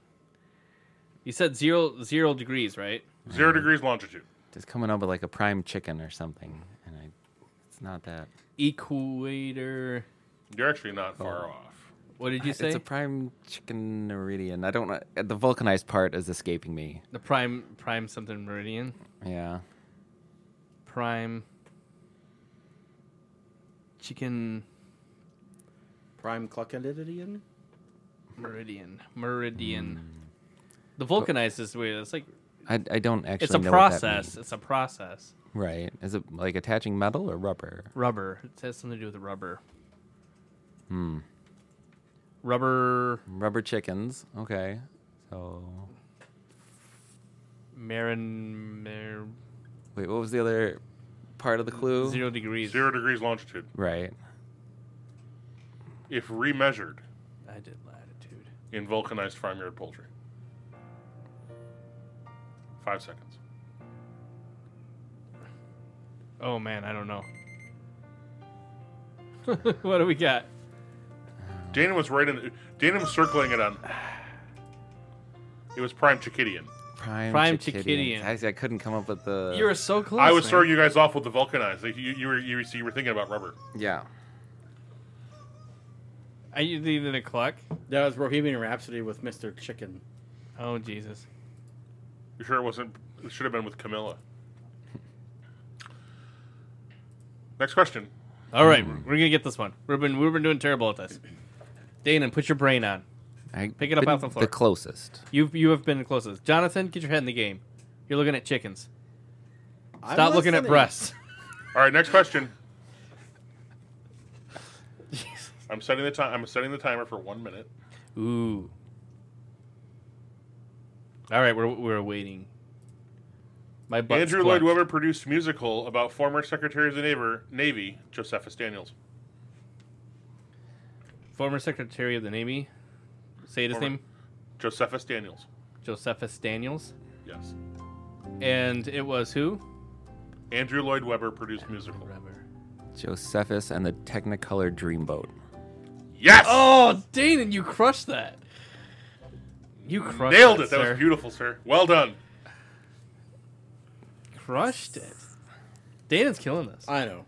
Speaker 3: You said zero zero degrees, right?
Speaker 4: Zero
Speaker 2: Mm-hmm.
Speaker 4: degrees longitude.
Speaker 2: Just coming up with like a prime chicken or something, and I, it's not that.
Speaker 3: Equator.
Speaker 4: You're actually not
Speaker 2: Oh.
Speaker 4: far off.
Speaker 3: What did you say?
Speaker 2: It's a prime chicken meridian. I don't know. uh, The vulcanized part is escaping me.
Speaker 3: the prime prime something meridian.
Speaker 2: Yeah.
Speaker 3: Prime. Chicken
Speaker 1: Prime Cluckitudian?
Speaker 3: meridian. Meridian.
Speaker 2: Hmm.
Speaker 3: The vulcanized is weird. It's like
Speaker 2: I, I don't actually.
Speaker 3: it's a
Speaker 2: know what that
Speaker 3: process. It's a process.
Speaker 2: means. right? Is it like attaching metal or rubber?
Speaker 3: Rubber. It has something to do with rubber. Hmm. Rubber
Speaker 2: Rubber chickens. Okay. So
Speaker 3: marin mar,
Speaker 2: wait, what was the other part of the clue?
Speaker 3: zero degrees.
Speaker 4: Zero degrees longitude.
Speaker 2: Right.
Speaker 4: If remeasured
Speaker 3: I did latitude.
Speaker 4: in vulcanized farm yard poultry. Five seconds.
Speaker 3: Oh man, I don't know. what do we got?
Speaker 4: Dana was right in. Dana was circling it on. It was prime Chikidian.
Speaker 2: Prime,
Speaker 3: Prime
Speaker 2: Chickadians.
Speaker 3: Chickadian.
Speaker 2: I, I couldn't come up with the.
Speaker 3: You were so close.
Speaker 4: I was
Speaker 3: man.
Speaker 4: throwing you guys off with the vulcanized. Like you, you were you, were- you were thinking about rubber.
Speaker 2: yeah.
Speaker 3: Are you leaving the clock?
Speaker 1: That was Bohemian Rhapsody with Mr. Chicken.
Speaker 3: Oh Jesus.
Speaker 4: You sure it wasn't? It should have been with Camilla. Next question.
Speaker 3: All right, we're gonna get this one. We've been we've been doing terrible at this. Dana, put your brain on.
Speaker 2: I
Speaker 3: Pick it up
Speaker 2: been
Speaker 3: off the floor.
Speaker 2: The closest.
Speaker 3: You you have been closest. Jonathan, get your head in the game. You're looking at chickens.
Speaker 1: I'm
Speaker 3: Stop looking at
Speaker 1: listening.
Speaker 3: breasts.
Speaker 4: All right, next question. I'm setting the time. I'm setting the timer for one minute.
Speaker 3: Ooh. All right, we're we're waiting. My butt's
Speaker 4: Andrew Lloyd
Speaker 3: clutched.
Speaker 4: Webber produced musical about former Secretary of the Navy, Navy Josephus Daniels.
Speaker 3: former Secretary of the Navy. Say his
Speaker 4: Former-
Speaker 3: name,
Speaker 4: Josephus Daniels.
Speaker 3: Josephus Daniels,
Speaker 4: Yes.
Speaker 3: and it was who?
Speaker 4: Andrew Lloyd Webber produced musical.
Speaker 3: Webber.
Speaker 2: Josephus and the Technicolor Dreamboat.
Speaker 4: Yes.
Speaker 3: Oh, Dana, you crushed that. You crushed
Speaker 4: Nailed it. That
Speaker 3: sir.
Speaker 4: was beautiful, sir. Well done.
Speaker 3: Crushed it. Dana's killing this.
Speaker 1: I know.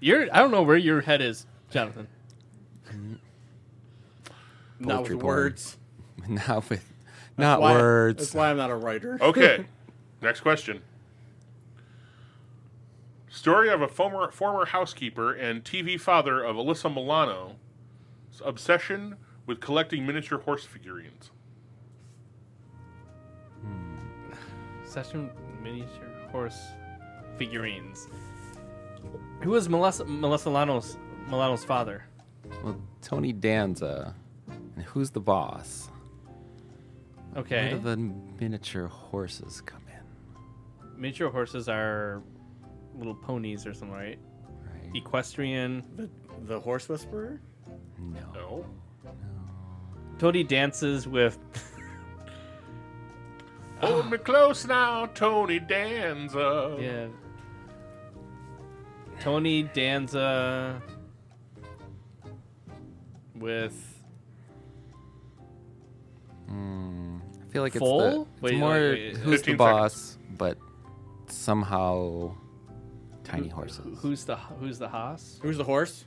Speaker 3: You're I don't know where your head is, Jonathan.
Speaker 1: Not with
Speaker 2: Poetry poem.
Speaker 1: words.
Speaker 2: not with, not
Speaker 1: Why-
Speaker 2: words.
Speaker 1: That's why I'm not a writer.
Speaker 4: Okay. Next question. Story of a former former housekeeper and TV father of Alyssa Milano's obsession with collecting miniature horse figurines.
Speaker 3: Session miniature horse figurines. Who was Melissa Melissa Milano's Milano's father?
Speaker 2: Well, Tony Danza. And who's the boss? Where
Speaker 3: Okay.
Speaker 2: do the miniature horses come in?
Speaker 3: miniature horses are little ponies or something, right?
Speaker 2: Right?
Speaker 3: Equestrian.
Speaker 1: The, the Horse Whisperer?
Speaker 2: No.
Speaker 3: Oh.
Speaker 4: No.
Speaker 3: Tony dances with
Speaker 4: Hold me close now, Tony Danza.
Speaker 3: yeah. Tony Danza with
Speaker 2: I feel like it's,
Speaker 3: Full?
Speaker 2: the, it's
Speaker 3: Wait,
Speaker 2: more
Speaker 3: wait, wait,
Speaker 2: who's the
Speaker 4: 15
Speaker 2: boss, but somehow tiny horses.
Speaker 3: who's the who's the Haas?
Speaker 1: Who's the horse?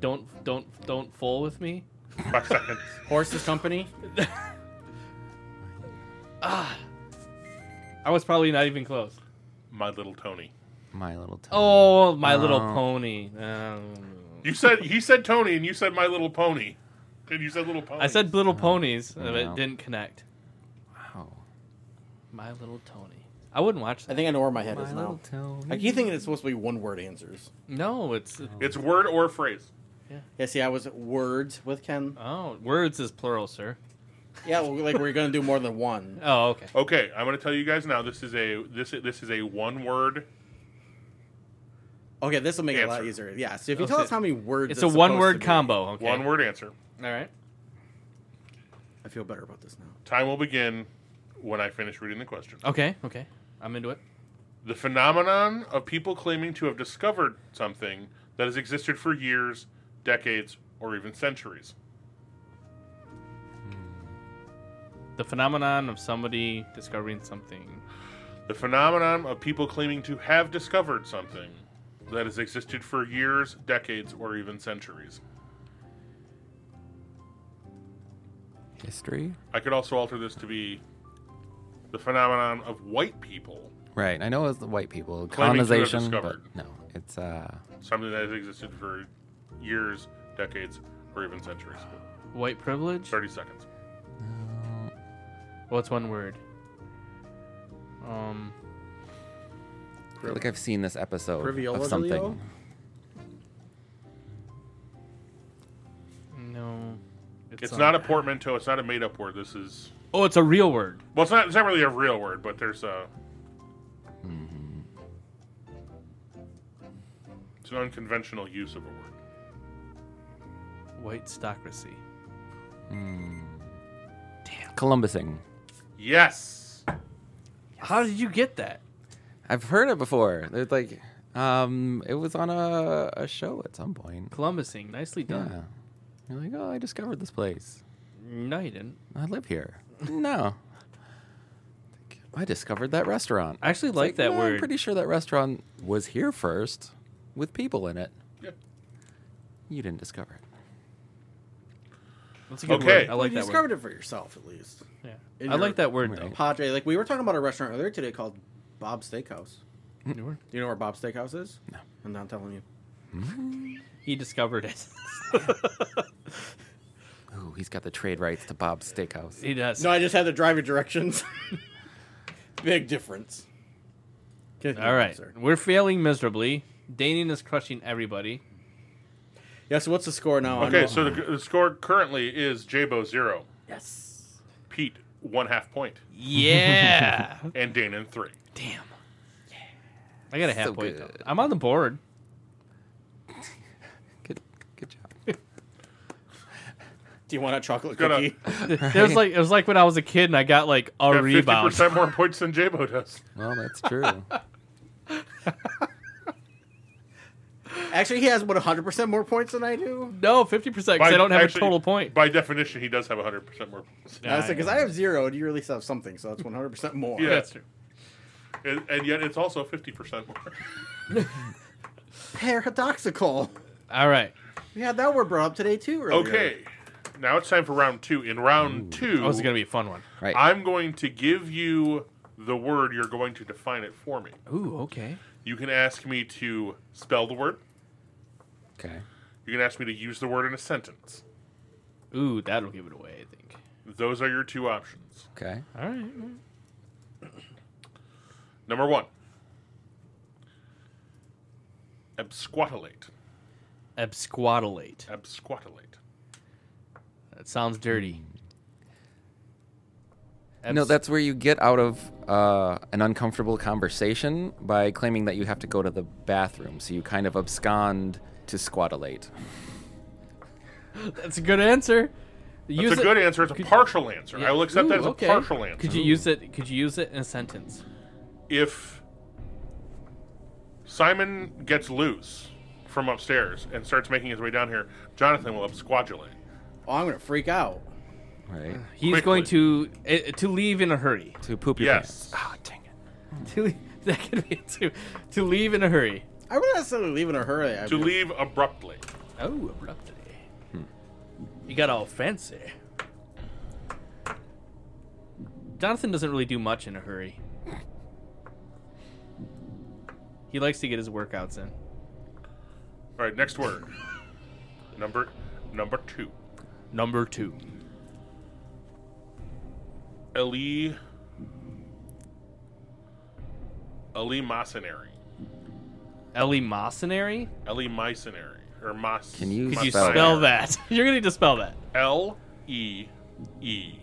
Speaker 3: Don't don't don't fool with me.
Speaker 4: Five seconds.
Speaker 1: Horses Company?
Speaker 3: I was probably not even close.
Speaker 4: My little Tony.
Speaker 2: My little Tony.
Speaker 3: Oh, My Little
Speaker 2: Oh.
Speaker 3: Pony. Um,
Speaker 4: You said he said Tony, and you said My Little Pony, and you said Little Pony.
Speaker 3: I said Little Ponies, but
Speaker 2: Wow.
Speaker 3: it didn't connect.
Speaker 2: Wow.
Speaker 3: My Little Tony. I wouldn't watch
Speaker 1: I
Speaker 3: that.
Speaker 1: think I know where my head is
Speaker 2: My
Speaker 1: now.
Speaker 2: little Tony.
Speaker 1: I keep thinking it's supposed to be one word answers.
Speaker 3: No, it's
Speaker 4: it's word or phrase.
Speaker 1: Yeah, see, I was at words with Ken.
Speaker 3: oh, words is plural, sir.
Speaker 1: Yeah, well, like we're going to do more than one.
Speaker 3: Oh, okay.
Speaker 4: Okay, I'm going to tell you guys now. This is a this this is a one word
Speaker 1: Okay, this will make it a lot
Speaker 4: Answer.
Speaker 1: easier. Yeah. So if you
Speaker 3: Oh,
Speaker 1: tell
Speaker 3: so
Speaker 1: us how many words,
Speaker 3: It's a
Speaker 1: supposed to
Speaker 3: one word
Speaker 1: be,
Speaker 3: combo. Okay.
Speaker 4: One word answer.
Speaker 3: All right.
Speaker 1: I feel better about this now.
Speaker 4: Time will begin when I finish reading the question.
Speaker 3: Okay. Okay. I'm into it.
Speaker 4: The phenomenon of people claiming to have discovered something that has existed for years, decades, or even centuries.
Speaker 3: The phenomenon of somebody discovering something.
Speaker 4: The phenomenon of people claiming to have discovered something that has existed for years, decades, or even centuries.
Speaker 2: History?
Speaker 4: I could also alter this to be the phenomenon of white people,
Speaker 2: Right. I know it's the white people.
Speaker 4: Claiming to have
Speaker 2: Colonization. But
Speaker 4: discovered.
Speaker 2: no. It's uh
Speaker 4: something that has existed for years, decades, or even centuries.
Speaker 3: White privilege?
Speaker 4: 30 seconds.
Speaker 3: What's one word? Um.
Speaker 2: I feel like I've seen this episode
Speaker 1: Priviola
Speaker 2: of something.
Speaker 1: Leo?
Speaker 3: No.
Speaker 4: It's not a portmanteau, it's not a made up word. This is.
Speaker 3: Oh, it's a real word.
Speaker 4: Well, it's not, it's not really a real word, but there's a. It's an unconventional use of a word.
Speaker 3: White stocracy.
Speaker 2: Columbusing.
Speaker 4: Yes!
Speaker 3: How did you get that?
Speaker 2: I've heard it before. There's like um it was on a, a show at some point.
Speaker 3: Columbusing. Nicely
Speaker 2: Yeah.
Speaker 3: done.
Speaker 2: You're like, oh I discovered this place.
Speaker 3: No, you didn't.
Speaker 2: I live here. No. I discovered that restaurant.
Speaker 3: I actually
Speaker 2: It's
Speaker 3: like that
Speaker 2: no, I'm
Speaker 3: word.
Speaker 2: pretty sure that restaurant was here first with people in it.
Speaker 4: Yeah.
Speaker 2: You didn't discover it.
Speaker 3: That's a good
Speaker 4: Okay.
Speaker 3: word. I like
Speaker 1: you
Speaker 3: that
Speaker 1: discovered
Speaker 3: word.
Speaker 1: it for yourself, at least.
Speaker 3: Yeah.
Speaker 1: in
Speaker 3: I like
Speaker 1: your-
Speaker 3: that word
Speaker 2: Right.
Speaker 1: Padre, like we were talking about a restaurant earlier today called Bob's Steakhouse.
Speaker 3: though. New word.
Speaker 1: Do you know where Bob's Steakhouse is? No, I'm not telling you.
Speaker 3: He discovered it.
Speaker 2: Ooh, he's got the trade rights to Bob's Steakhouse.
Speaker 3: he does.
Speaker 1: No, I just had the driver directions. Big difference. Continue,
Speaker 3: All right.
Speaker 1: sir.
Speaker 3: We're failing miserably. Daning is crushing everybody.
Speaker 1: Yeah. So what's the score now? I
Speaker 4: Okay,
Speaker 1: know-
Speaker 4: so the, the score currently is Jabo zero,
Speaker 1: yes.
Speaker 4: Pete one half point,
Speaker 3: Yeah.
Speaker 4: and Danon three.
Speaker 3: Damn. I got a half
Speaker 2: So
Speaker 3: point. though.
Speaker 2: good.
Speaker 3: I'm on the board.
Speaker 2: Good, good job.
Speaker 1: Do you want a chocolate
Speaker 4: Gonna-
Speaker 1: cookie?
Speaker 3: It was like it was like when I was a kid and I got like a
Speaker 4: Got
Speaker 3: rebound.
Speaker 4: 50% more points than Jabo does.
Speaker 2: well, that's true.
Speaker 1: Actually, he has what 100 percent more points than I do.
Speaker 3: No, fifty percent because I don't have
Speaker 4: actually,
Speaker 3: a total point.
Speaker 4: By definition, he does have 100% more points.
Speaker 3: Yeah, I
Speaker 1: because
Speaker 3: know.
Speaker 1: I have zero, and you at least have something, so that's 100 percent more.
Speaker 4: Yeah.
Speaker 3: That's true.
Speaker 4: And, and yet it's also 50% more.
Speaker 1: Paradoxical.
Speaker 3: All right.
Speaker 1: We had that word brought up today too. Earlier.
Speaker 4: Okay, now it's time for round two. In round two,
Speaker 3: Oh, this is gonna be a fun one.
Speaker 2: Right.
Speaker 4: I'm going to give you the word. You're going to define it for me.
Speaker 3: Ooh, okay.
Speaker 4: You can ask me to spell the word.
Speaker 2: okay.
Speaker 4: You can ask me to use the word in a sentence.
Speaker 3: Ooh, that'll give it away. I think.
Speaker 4: Those are your two options.
Speaker 2: Okay.
Speaker 3: All right.
Speaker 4: Number one, absquatulate.
Speaker 3: Absquatulate.
Speaker 4: Absquatulate.
Speaker 3: That sounds dirty.
Speaker 2: no,
Speaker 3: Abs-
Speaker 2: that's where you get out of uh, an uncomfortable conversation by claiming that you have to go to the bathroom. So you kind of abscond to squatulate.
Speaker 3: that's a good answer.
Speaker 4: It's
Speaker 3: Use
Speaker 4: a good answer. It's a partial answer. I will accept that as a partial answer.
Speaker 3: Could you use it? Could you use it in a sentence?
Speaker 4: if Simon gets loose from upstairs and starts making his way down here, Jonathan will absquadulate.
Speaker 1: Oh, I'm gonna freak out.
Speaker 2: Right.
Speaker 3: He's
Speaker 4: Quickly.
Speaker 3: going to eh, to leave in a hurry.
Speaker 2: To poop your pants.
Speaker 4: Yes.
Speaker 2: Ah, dang it.
Speaker 3: To le- that could be to to leave in a hurry.
Speaker 1: I wouldn't necessarily leave in a hurry. I
Speaker 4: To
Speaker 1: would-
Speaker 4: leave abruptly.
Speaker 3: Oh, abruptly.
Speaker 4: Hmm.
Speaker 3: You got all fancy. Jonathan doesn't really do much in a hurry. He likes to get his workouts in.
Speaker 4: All right, next word. number number two.
Speaker 3: Number two.
Speaker 4: Ali Ali Masonary.
Speaker 3: Ellie Mossonary?
Speaker 4: Ali Masonary. Or Mas.
Speaker 2: Can you
Speaker 3: Could you
Speaker 2: Mossonary.
Speaker 3: spell that? You're going to need to spell that.
Speaker 4: L E E.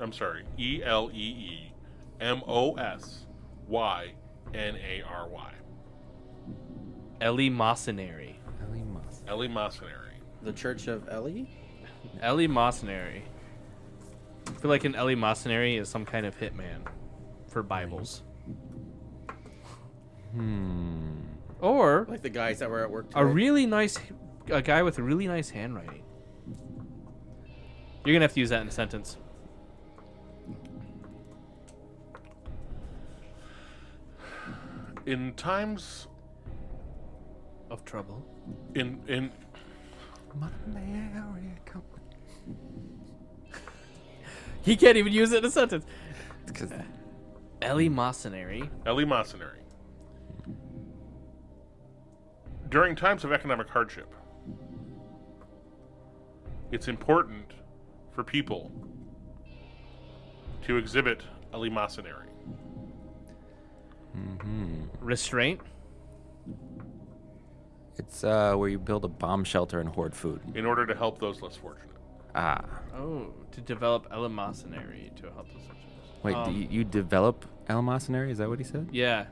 Speaker 4: I'm sorry. E L E E M O S Y N A R Y.
Speaker 3: Ellie Mosinary.
Speaker 2: Ellie Moss.
Speaker 4: Ellie Mosinary.
Speaker 1: The Church of Ellie?
Speaker 3: Ellie Mosinary. I feel like an Ellie Mosinary is some kind of hitman for Bibles. Hmm. Or
Speaker 1: Like the guys that were at work.
Speaker 3: a
Speaker 1: today.
Speaker 3: really nice a guy with a really nice handwriting. You're gonna have to use that in a sentence.
Speaker 4: In times
Speaker 3: Of trouble.
Speaker 4: in in
Speaker 2: Mother Mary, come.
Speaker 3: He can't even use it in a sentence.
Speaker 2: It's 'cause-
Speaker 3: Ellie Mosinary.
Speaker 4: Ellie Mosinary. During times of economic hardship, it's important for people to exhibit Ellie Mosinary.
Speaker 3: Restraint.
Speaker 2: It's uh, where you build a bomb shelter and hoard food.
Speaker 4: in order to help those less fortunate.
Speaker 2: Ah,
Speaker 3: Oh, to develop Ellie Mosinary to help us.
Speaker 2: wait, do
Speaker 3: Um,
Speaker 2: you, you develop El Massonary? Is that what he said?
Speaker 3: Yeah.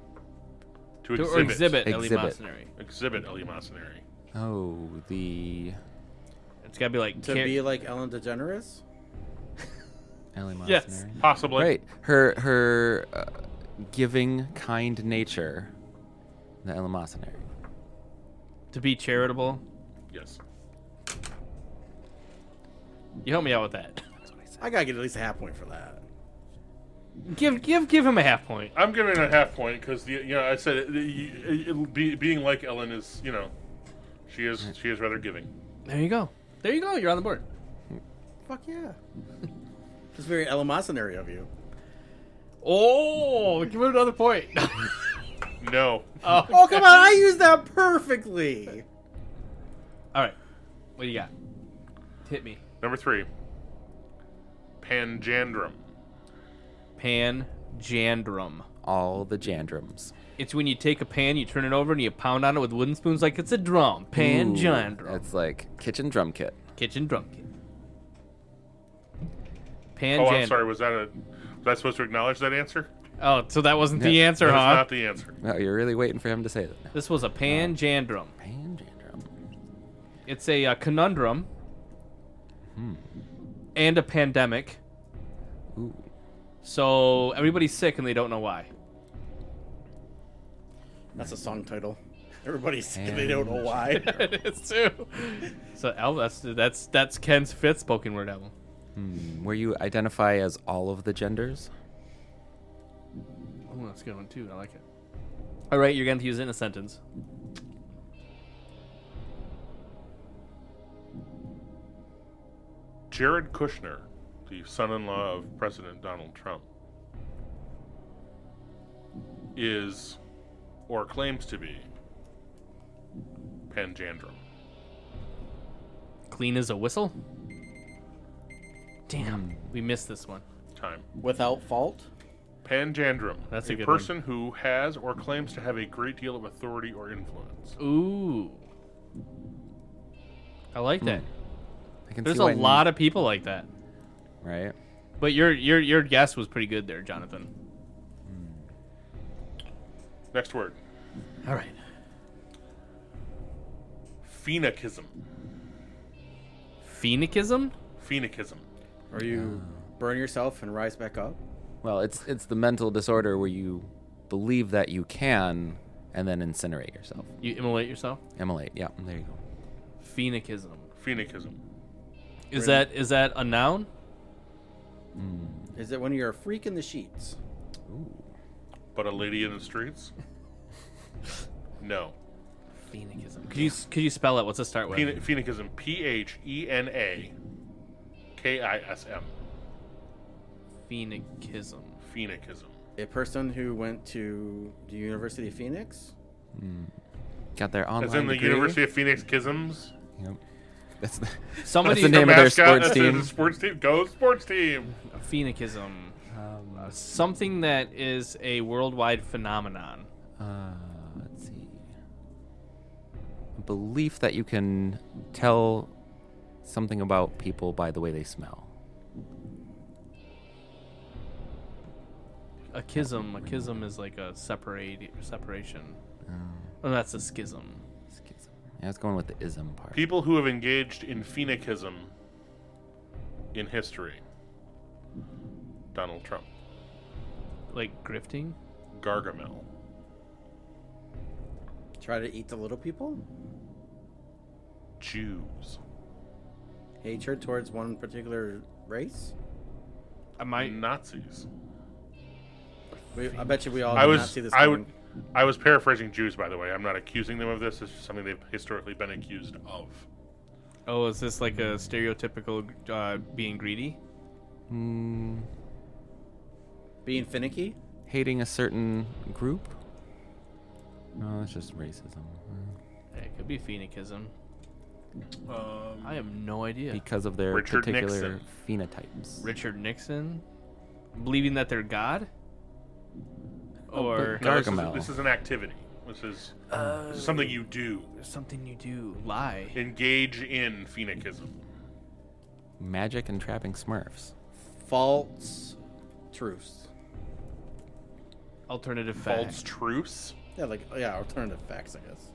Speaker 4: To
Speaker 3: To,
Speaker 4: exhibit,
Speaker 3: or exhibit, Ellie
Speaker 2: Exhibit.
Speaker 3: Mosinary.
Speaker 4: exhibit Ellie Masonary.
Speaker 2: Oh, the
Speaker 3: It's gotta be like
Speaker 1: To
Speaker 3: char-
Speaker 1: be like Ellen DeGeneres?
Speaker 2: Ellie Massonary.
Speaker 3: Yes.
Speaker 4: Possibly.
Speaker 2: Right. Her her uh, giving kind nature, the Ellie Massonary.
Speaker 3: to be charitable.
Speaker 4: Yes.
Speaker 3: You help me out with that.
Speaker 1: I gotta get at least a half point for that.
Speaker 3: give give give him a half point.
Speaker 4: I'm giving it a half point because the you know I said it, it, it, be, being like Ellen is you know she is she is rather giving.
Speaker 3: There you go. There you go. You're on the board.
Speaker 1: Fuck yeah. It's very Ellen Masonary of you.
Speaker 3: Oh, give him another point.
Speaker 4: No,
Speaker 1: Oh, come on, I used that perfectly.
Speaker 3: All right. What do you got? Hit me.
Speaker 4: number three. Panjandrum.
Speaker 3: Pan jandrum.
Speaker 2: All the jandrums.
Speaker 3: It's when you take a pan, you turn it over, and you pound on it with wooden spoons like it's a drum.
Speaker 2: Ooh,
Speaker 3: Pan jandrum.
Speaker 2: It's like kitchen drum kit.
Speaker 3: Kitchen drum kit. Pan
Speaker 4: Oh,
Speaker 3: jandrum.
Speaker 4: I'm sorry. Was that a was I supposed to acknowledge that answer?
Speaker 3: Oh, so that wasn't the
Speaker 2: Yeah.
Speaker 3: answer,
Speaker 4: That's
Speaker 3: huh?
Speaker 4: not the answer.
Speaker 2: No, you're really waiting for him to say it.
Speaker 3: This was a pan jandrum.
Speaker 2: Pan jandrum.
Speaker 3: It's a uh, conundrum Hmm. and a pandemic.
Speaker 2: Ooh.
Speaker 3: So everybody's sick and they don't know why.
Speaker 1: That's a song title. Everybody's sick and they don't know why.
Speaker 3: it is too. So Al, that's that's that's Ken's fifth spoken word album.
Speaker 2: Where you identify as all of the genders.
Speaker 3: Oh, that's a good one too. I like it. All right, you're going to use it in a sentence.
Speaker 4: Jared Kushner, the son-in-law of President Donald Trump, is or claims to be Panjandrum.
Speaker 3: Clean as a whistle. Damn, we missed this one.
Speaker 4: Time.
Speaker 1: Without fault?
Speaker 4: Panjandrum.
Speaker 3: That's a
Speaker 4: a,
Speaker 3: good
Speaker 4: person who has or claims to have a great deal of authority or influence.
Speaker 3: Ooh, Hmm. I like that.
Speaker 2: I can
Speaker 3: There's
Speaker 2: see
Speaker 3: a
Speaker 2: why n-
Speaker 3: lot of people like that.
Speaker 2: right?
Speaker 3: But your your your guess was pretty good there, Jonathan.
Speaker 4: Next word.
Speaker 3: All right.
Speaker 4: Phoenicism.
Speaker 3: Phoenicism?
Speaker 4: Phoenicism.
Speaker 1: Or you burn yourself and rise back up?
Speaker 2: Well, it's it's the mental disorder where you believe that you can and then incinerate yourself.
Speaker 3: You immolate yourself?
Speaker 2: Immolate. Yeah, there you go.
Speaker 3: Phoenicism.
Speaker 4: Phoenicism.
Speaker 3: Is that is that a noun?
Speaker 1: Is it when you're a freak in the sheets?
Speaker 4: But a lady in the streets? No.
Speaker 3: Phoenicism. Could you could you spell it? What's it start with?
Speaker 4: Phene- Phoenicism. P H E N A K I S M.
Speaker 3: Phoenicism.
Speaker 4: Phoenicism.
Speaker 1: A person who went to the University of Phoenix?
Speaker 2: Got their online
Speaker 4: As in the
Speaker 2: degree.
Speaker 4: University of Phoenix Kisms.
Speaker 2: Yep. That's the,
Speaker 3: Somebody
Speaker 2: That's the name of their sports
Speaker 4: that's
Speaker 2: team.
Speaker 4: The sports team. Go sports team.
Speaker 3: Phoenicism.
Speaker 2: um,
Speaker 3: Uh, Something that is a worldwide phenomenon.
Speaker 2: uh, let's see. A belief that you can tell something about people by the way they smell.
Speaker 3: A schism. A schism is like a separate separation. Oh, that's a schism.
Speaker 2: Schism. Yeah, it's going with the ism part.
Speaker 4: People who have engaged in phenicism in history. Donald Trump.
Speaker 3: Like grifting?
Speaker 4: Gargamel.
Speaker 1: Try to eat the little people.
Speaker 4: Jews.
Speaker 1: Hatred towards one particular race.
Speaker 3: I might.
Speaker 2: Mm.
Speaker 4: Nazis.
Speaker 1: We, I bet you we all
Speaker 4: I
Speaker 1: did
Speaker 4: was
Speaker 1: not see Oh, this
Speaker 4: I
Speaker 1: coming.
Speaker 4: would I was paraphrasing Jews by the way. I'm not accusing them of this. It's just something they've historically been accused of.
Speaker 3: Oh, is this like a stereotypical uh, being greedy?
Speaker 2: Mm,
Speaker 1: Being finicky.
Speaker 2: hating a certain group? No, that's just racism.
Speaker 3: It could be phenicism. I have no idea.
Speaker 2: Because of their
Speaker 4: Richard
Speaker 2: particular
Speaker 4: Nixon.
Speaker 2: phenotypes.
Speaker 3: Richard Nixon believing that they're God? Oh, Or
Speaker 4: No, this is-
Speaker 2: Gargamel.
Speaker 4: This is an activity. This is, this is something you do.
Speaker 3: something you do. Lie.
Speaker 4: Engage in phenicism.
Speaker 2: Magic and trapping Smurfs.
Speaker 1: False truths.
Speaker 3: Alternative
Speaker 4: False
Speaker 3: facts.
Speaker 4: truce.
Speaker 1: Yeah, like yeah, alternative facts, I guess.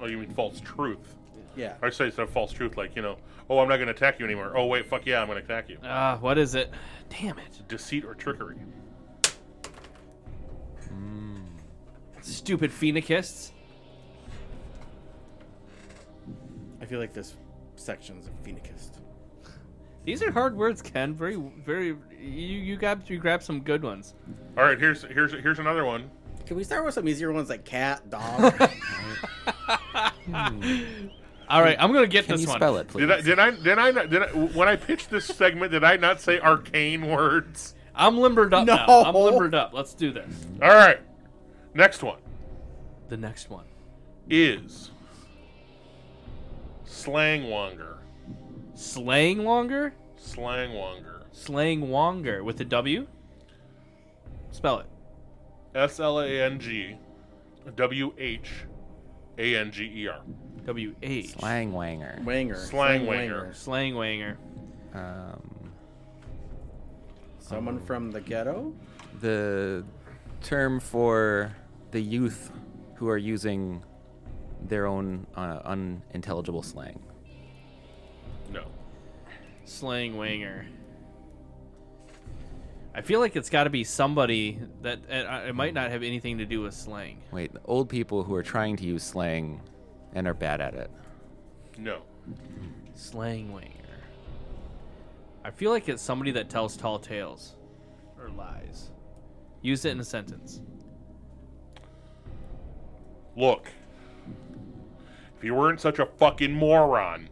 Speaker 4: Oh, you mean false truth?
Speaker 1: Yeah.
Speaker 4: I say it's a false truth, like you know, oh, I'm not going to attack you anymore. Oh, wait, fuck yeah, I'm going to attack you.
Speaker 3: Ah, what is it? Damn it.
Speaker 4: Deceit or trickery.
Speaker 3: Stupid phenicists.
Speaker 1: I feel like this section's a phenicist.
Speaker 3: These are hard words, Ken. Very, very. You you got you grabbed some good ones.
Speaker 4: All right, here's here's here's another one.
Speaker 1: Can we start with some easier ones like cat, dog?
Speaker 3: All right, I'm gonna get
Speaker 2: Can
Speaker 3: this
Speaker 2: you
Speaker 3: one.
Speaker 2: spell it, please?
Speaker 4: Did I did I did I not did I, when I pitched this segment did I not say arcane words?
Speaker 3: I'm limbered up now.
Speaker 1: No.
Speaker 3: I'm limbered up. Let's do this.
Speaker 4: All right, next one
Speaker 3: The next one.
Speaker 4: is slangwanger.
Speaker 3: Slang longer.
Speaker 4: Slangwanger.
Speaker 3: Slang wonger with a W. Spell it.
Speaker 4: S L A N G W H A N G E R.
Speaker 3: W H.
Speaker 2: Slang wanger.
Speaker 1: Wanger.
Speaker 4: Slang wanger.
Speaker 3: Slang wanger.
Speaker 2: Um,
Speaker 1: Someone from the ghetto?
Speaker 2: the term for the youth who are using their own uh, unintelligible slang.
Speaker 4: No.
Speaker 3: Slang wanger. I feel like it's got to be somebody that uh, it might not have anything to do with slang.
Speaker 2: Wait, the old people who are trying to use slang and are bad at it.
Speaker 4: No.
Speaker 3: Slang wanger. I feel like it's somebody that tells tall tales or lies. Use it in a sentence.
Speaker 4: Look, if you weren't such a fucking moron,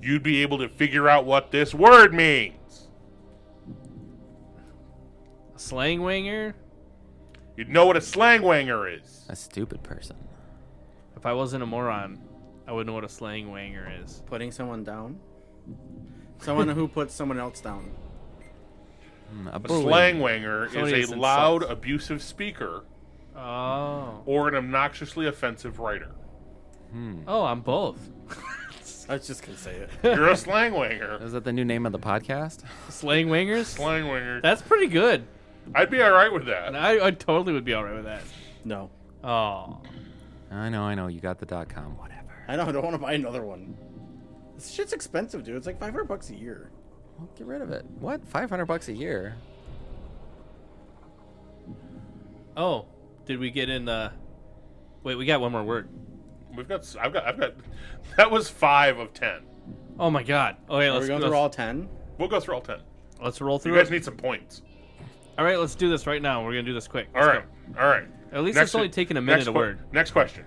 Speaker 4: you'd be able to figure out what this word means.
Speaker 3: A slang wanger?
Speaker 4: You'd know what a slangwanger is.
Speaker 2: A stupid person.
Speaker 3: If I wasn't a moron, I would know what a slang wanger is.
Speaker 1: Putting someone down? Someone who puts someone else down.
Speaker 2: Hmm, A
Speaker 4: A
Speaker 2: bully.
Speaker 4: slangwanger
Speaker 3: Somebody
Speaker 4: is
Speaker 3: that's
Speaker 4: a loud,
Speaker 3: insults.
Speaker 4: abusive speaker
Speaker 3: Oh.
Speaker 4: or an obnoxiously offensive writer.
Speaker 3: Oh, I'm both.
Speaker 1: I was just gonna say it.
Speaker 4: You're a slangwanger.
Speaker 2: Is that the new name of the podcast?
Speaker 3: Slang wangers?
Speaker 4: Slangwanger.
Speaker 3: That's pretty good.
Speaker 4: I'd be all right with that.
Speaker 3: And I, I totally would be all right with that.
Speaker 1: No.
Speaker 3: Oh.
Speaker 2: I know, I know. You got the dot com. Whatever.
Speaker 1: I know, I don't wanna buy another one. This shit's expensive, dude. It's like five hundred bucks a year.
Speaker 2: Well, get rid of it. What? Five hundred bucks a year?
Speaker 3: Oh. Did we get in the. Wait, we got one more word.
Speaker 4: We've got. s- I've got. I've got. That was five of ten.
Speaker 3: Oh my god. Okay,
Speaker 1: Are we
Speaker 3: let's,
Speaker 1: going
Speaker 3: let's,
Speaker 1: through all ten?
Speaker 4: We'll go through all ten.
Speaker 3: let's roll
Speaker 4: You
Speaker 3: through
Speaker 4: guys
Speaker 3: it.
Speaker 4: need some points.
Speaker 3: all right, let's do this right now. We're going to do this quick.
Speaker 4: All
Speaker 3: Let's
Speaker 4: right. All right.
Speaker 3: go. At least
Speaker 4: Next-
Speaker 3: it's only taken a minute
Speaker 4: next
Speaker 3: to
Speaker 4: que-
Speaker 3: word.
Speaker 4: Next question.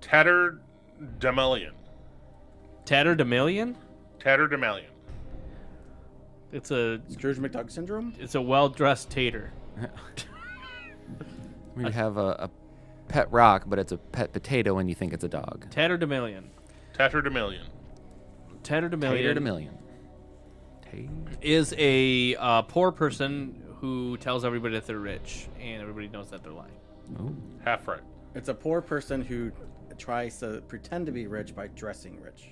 Speaker 4: Tattered Demelian.
Speaker 3: Tatterdemalion?
Speaker 4: Tattered Demelian.
Speaker 3: It's a
Speaker 1: Scrooge McDuck syndrome?
Speaker 3: it's a well dressed tater.
Speaker 2: We have a, a pet rock, but it's a pet potato, and you think it's a dog.
Speaker 3: Tatterdemalion.
Speaker 4: Tattered Demelian.
Speaker 2: Tater to
Speaker 3: Tatterdemalion
Speaker 2: million. Tater.
Speaker 3: is a uh, poor person who tells everybody that they're rich, and everybody knows that they're lying.
Speaker 2: Ooh.
Speaker 4: Half right.
Speaker 1: It's a poor person who tries to pretend to be rich by dressing rich.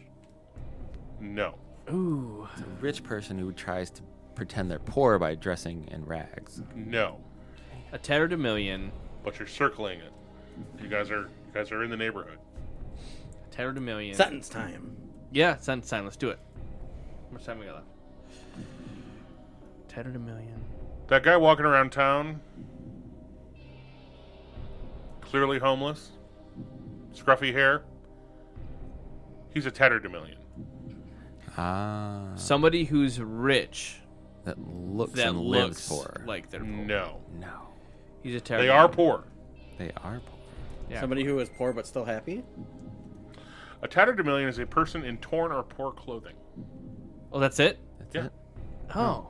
Speaker 4: No.
Speaker 3: Ooh.
Speaker 2: It's a rich person who tries
Speaker 4: Mm-hmm.
Speaker 2: to pretend they're poor by dressing in rags.
Speaker 4: No.
Speaker 3: A tatterdemalion
Speaker 4: but you're circling it. You guys are you guys are in the neighborhood.
Speaker 3: Terror to million.
Speaker 1: Sentence time.
Speaker 3: Yeah, sentence time. Let's do it. How much time we got left? Terror to million.
Speaker 4: That guy walking around town, clearly homeless, scruffy hair. He's a tatterdemalion.
Speaker 2: Ah,
Speaker 3: Somebody who's rich
Speaker 2: that looks
Speaker 3: that
Speaker 2: and lives
Speaker 3: looks
Speaker 2: for.
Speaker 3: like they're poor.
Speaker 4: No,
Speaker 2: no,
Speaker 3: He's a terror.
Speaker 4: they are poor.
Speaker 2: they are poor.
Speaker 3: Yeah.
Speaker 1: Somebody who is poor but still happy.
Speaker 4: A tatterdemalion is a person in torn or poor clothing.
Speaker 3: Oh, that's it.
Speaker 2: That's
Speaker 4: Yeah.
Speaker 2: it.
Speaker 3: Oh,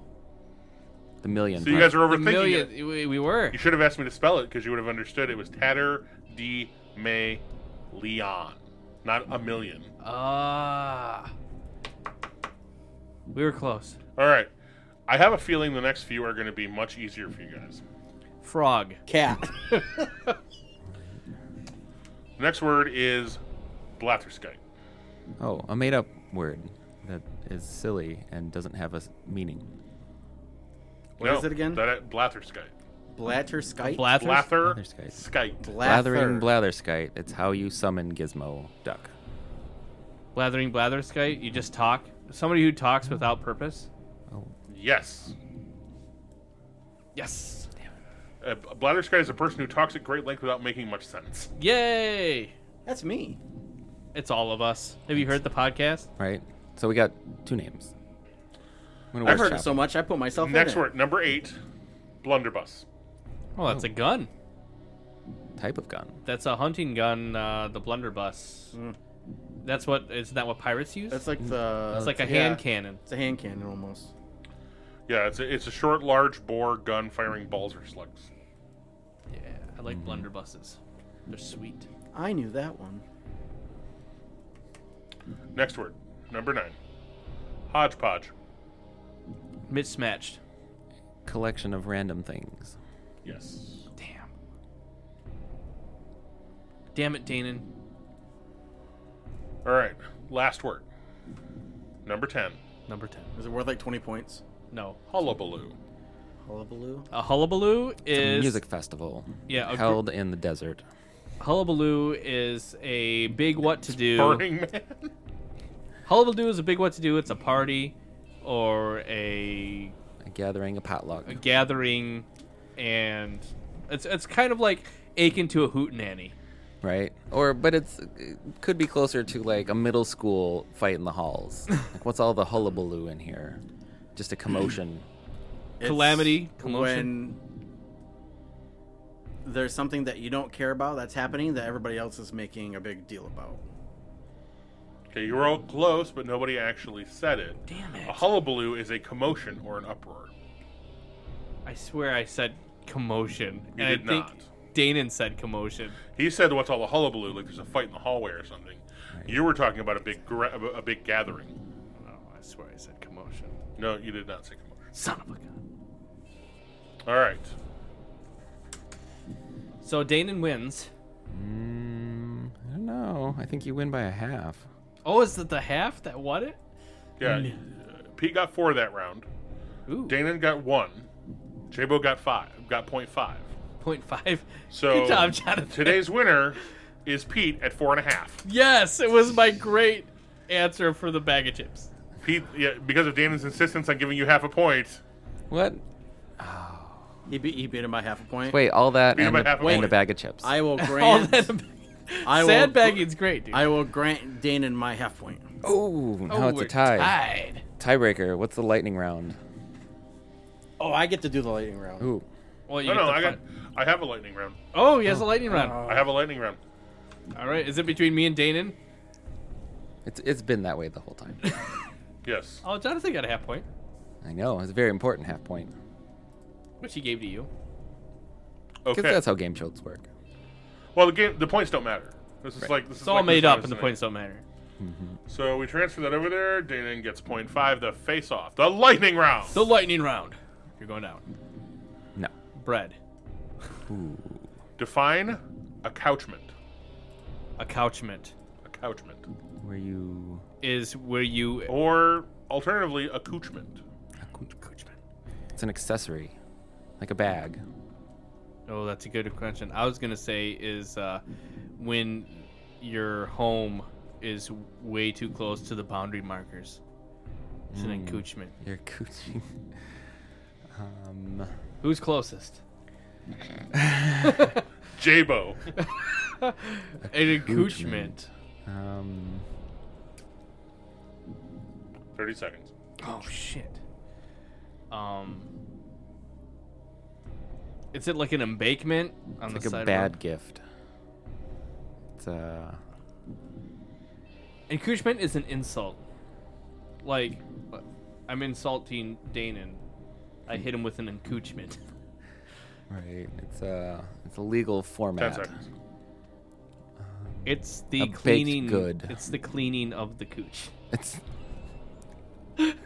Speaker 2: The million.
Speaker 4: So you
Speaker 2: part.
Speaker 4: guys are
Speaker 3: the
Speaker 4: overthinking
Speaker 3: million.
Speaker 4: it.
Speaker 3: We, we were.
Speaker 4: You should have asked me to spell it because you would have understood it was tatter d may leon, not a million.
Speaker 3: Ah. we were close.
Speaker 4: All right. I have a feeling the next few are going to be much easier for you guys.
Speaker 3: Frog.
Speaker 1: Cat.
Speaker 4: The next word is blatherskite.
Speaker 2: Oh, a made-up word that is silly and doesn't have a s- meaning.
Speaker 1: What
Speaker 4: no,
Speaker 1: is it again?
Speaker 4: That, blatherskite.
Speaker 1: Blatter skite.
Speaker 3: Blathers.
Speaker 4: Blather
Speaker 2: Blatherskite.
Speaker 4: skite.
Speaker 2: Blathering blatherskite. It's how you summon Gizmo Duck.
Speaker 3: Blathering blatherskite. You just talk. Somebody who talks without purpose.
Speaker 2: Oh,
Speaker 4: Yes.
Speaker 3: Yes.
Speaker 4: A b- Uh, blatherskite is a person who talks at great length without making much sense.
Speaker 3: Yay!
Speaker 1: That's me.
Speaker 3: It's all of us. Have you heard the podcast?
Speaker 2: Right. So we got two names. I'm gonna
Speaker 1: I've heard it
Speaker 2: workshop
Speaker 1: so much. I put myself
Speaker 4: next
Speaker 1: in it.
Speaker 4: word, number eight, blunderbuss.
Speaker 3: Oh, that's a gun.
Speaker 2: type of gun.
Speaker 3: That's a hunting gun. Uh, the blunderbuss. That's what. Isn't that what pirates use?
Speaker 1: That's like the.
Speaker 3: it's like a
Speaker 1: yeah.
Speaker 3: hand cannon.
Speaker 1: It's a hand cannon almost.
Speaker 4: Yeah, it's a, it's a short, large bore gun firing balls or slugs.
Speaker 3: Yeah, I like blunderbusses. They're sweet.
Speaker 1: I knew that one.
Speaker 4: Next word, number nine, hodgepodge.
Speaker 3: Mismatched.
Speaker 2: Collection of random things.
Speaker 4: Yes.
Speaker 3: Damn. Damn it, Danon.
Speaker 4: All right, last word, number 10,
Speaker 3: Number ten.
Speaker 1: Is it worth like twenty points?
Speaker 3: No.
Speaker 4: hullabaloo.
Speaker 1: Hullabaloo.
Speaker 3: A hullabaloo
Speaker 2: A
Speaker 3: is
Speaker 2: music festival.
Speaker 3: Yeah, a gr-
Speaker 2: Held in the desert.
Speaker 3: Hullabaloo is a big what to do.
Speaker 4: Burning Man.
Speaker 3: Hullabaloo is a big what to do. It's a party or a,
Speaker 2: A gathering, a potluck.
Speaker 3: a gathering, and it's it's kind of like akin to a hootenanny.
Speaker 2: right? Or but it's it could be closer to like a middle school fight in the halls. like what's all the hullabaloo in here? Just a commotion.
Speaker 1: It's
Speaker 3: Calamity, commotion.
Speaker 1: When there's something that you don't care about that's happening that everybody else is making a big deal about.
Speaker 4: Okay, you were all close, but nobody actually said it.
Speaker 3: Damn it!
Speaker 4: A hullabaloo is a commotion or an uproar.
Speaker 3: I swear I said commotion,
Speaker 4: You
Speaker 3: and
Speaker 4: did
Speaker 3: I think
Speaker 4: not.
Speaker 3: Danon said commotion.
Speaker 4: He said, "What's all the hullabaloo? Like there's a fight in the hallway or something." You were talking about a big gra- a a big gathering.
Speaker 3: No, I swear I said commotion.
Speaker 4: No, you did not say commotion.
Speaker 3: Son of a gun.
Speaker 4: All right.
Speaker 3: So Danon wins.
Speaker 2: Mm, I don't know. I think you win by a half.
Speaker 3: Oh, is it the half that won it?
Speaker 4: Yeah. uh, Pete got four that round.
Speaker 3: Ooh,
Speaker 4: Danon got one. Jabo got five. Got point five.
Speaker 3: point five.
Speaker 4: So
Speaker 3: good job, Jonathan.
Speaker 4: today's winner is Pete at four and a half.
Speaker 3: Yes, it was my great answer for the bag of chips.
Speaker 4: Pete, yeah, because of Danon's insistence on giving you half a point,
Speaker 2: What?
Speaker 1: He beat he beat him by half a point.
Speaker 2: Wait, all that
Speaker 4: Beat him
Speaker 2: and,
Speaker 4: by
Speaker 2: a,
Speaker 4: half a
Speaker 2: and a
Speaker 4: point.
Speaker 2: bag of chips.
Speaker 1: I will
Speaker 3: All
Speaker 1: grant.
Speaker 3: that
Speaker 1: I will.
Speaker 3: sandbagging's great, dude.
Speaker 1: I will grant Danon my half point.
Speaker 2: oh, now
Speaker 3: Oh,
Speaker 2: it's
Speaker 3: we're
Speaker 2: a tie.
Speaker 3: tied.
Speaker 2: Tiebreaker. What's the lightning round?
Speaker 1: Oh, I get to do the lightning round.
Speaker 2: Ooh.
Speaker 3: Well, you
Speaker 4: Oh, no,
Speaker 3: get the
Speaker 4: no, I got,
Speaker 3: fun-
Speaker 4: I have a lightning round.
Speaker 3: Oh, he has a lightning round.
Speaker 4: I have a lightning round.
Speaker 3: All right, is it between me and Danon?
Speaker 2: It's it's been that way the whole time.
Speaker 4: Yes.
Speaker 3: Oh, Jonathan got a half point,
Speaker 2: I know. It's a very important half point.
Speaker 3: which he gave to you.
Speaker 4: Okay.
Speaker 2: Because that's how game shows work.
Speaker 4: well, the game, the points don't matter. This is like this
Speaker 3: It's
Speaker 4: is
Speaker 3: all
Speaker 4: like
Speaker 3: made
Speaker 4: this
Speaker 3: up,
Speaker 4: last
Speaker 3: and the
Speaker 4: night.
Speaker 3: points don't matter.
Speaker 4: So we transfer that over there. Danon gets point five. The face off. The lightning round.
Speaker 3: The lightning round. You're going down.
Speaker 2: No.
Speaker 3: Bread,
Speaker 4: Define a couchment.
Speaker 3: a couchment
Speaker 4: A couchment.
Speaker 2: Were you
Speaker 3: is where you
Speaker 4: Or alternatively, accouchment.
Speaker 2: It's an accessory, like a bag.
Speaker 3: Oh, that's a good question. I was gonna say is uh, when your home is way too close to the boundary markers. It's
Speaker 2: Hmm.
Speaker 3: an encroachment.
Speaker 2: You're coochie. Um,
Speaker 3: Who's closest?
Speaker 4: Jabo.
Speaker 3: An encroachment.
Speaker 2: um,
Speaker 4: 30 seconds.
Speaker 3: Oh shit. Um. Is it like an embankment on
Speaker 2: it's
Speaker 3: the
Speaker 2: like a
Speaker 3: side
Speaker 2: bad
Speaker 3: Of
Speaker 2: gift. It's uh,
Speaker 3: a... Encroachment is an insult. Like, uh, I'm insulting Danon. I hit him with an encroachment.
Speaker 2: right. It's uh, it's a legal
Speaker 4: 10
Speaker 2: format.
Speaker 4: seconds.
Speaker 3: It's the
Speaker 2: A baked
Speaker 3: cleaning.
Speaker 2: good.
Speaker 3: It's the cleaning of the cooch.
Speaker 2: It's
Speaker 1: Did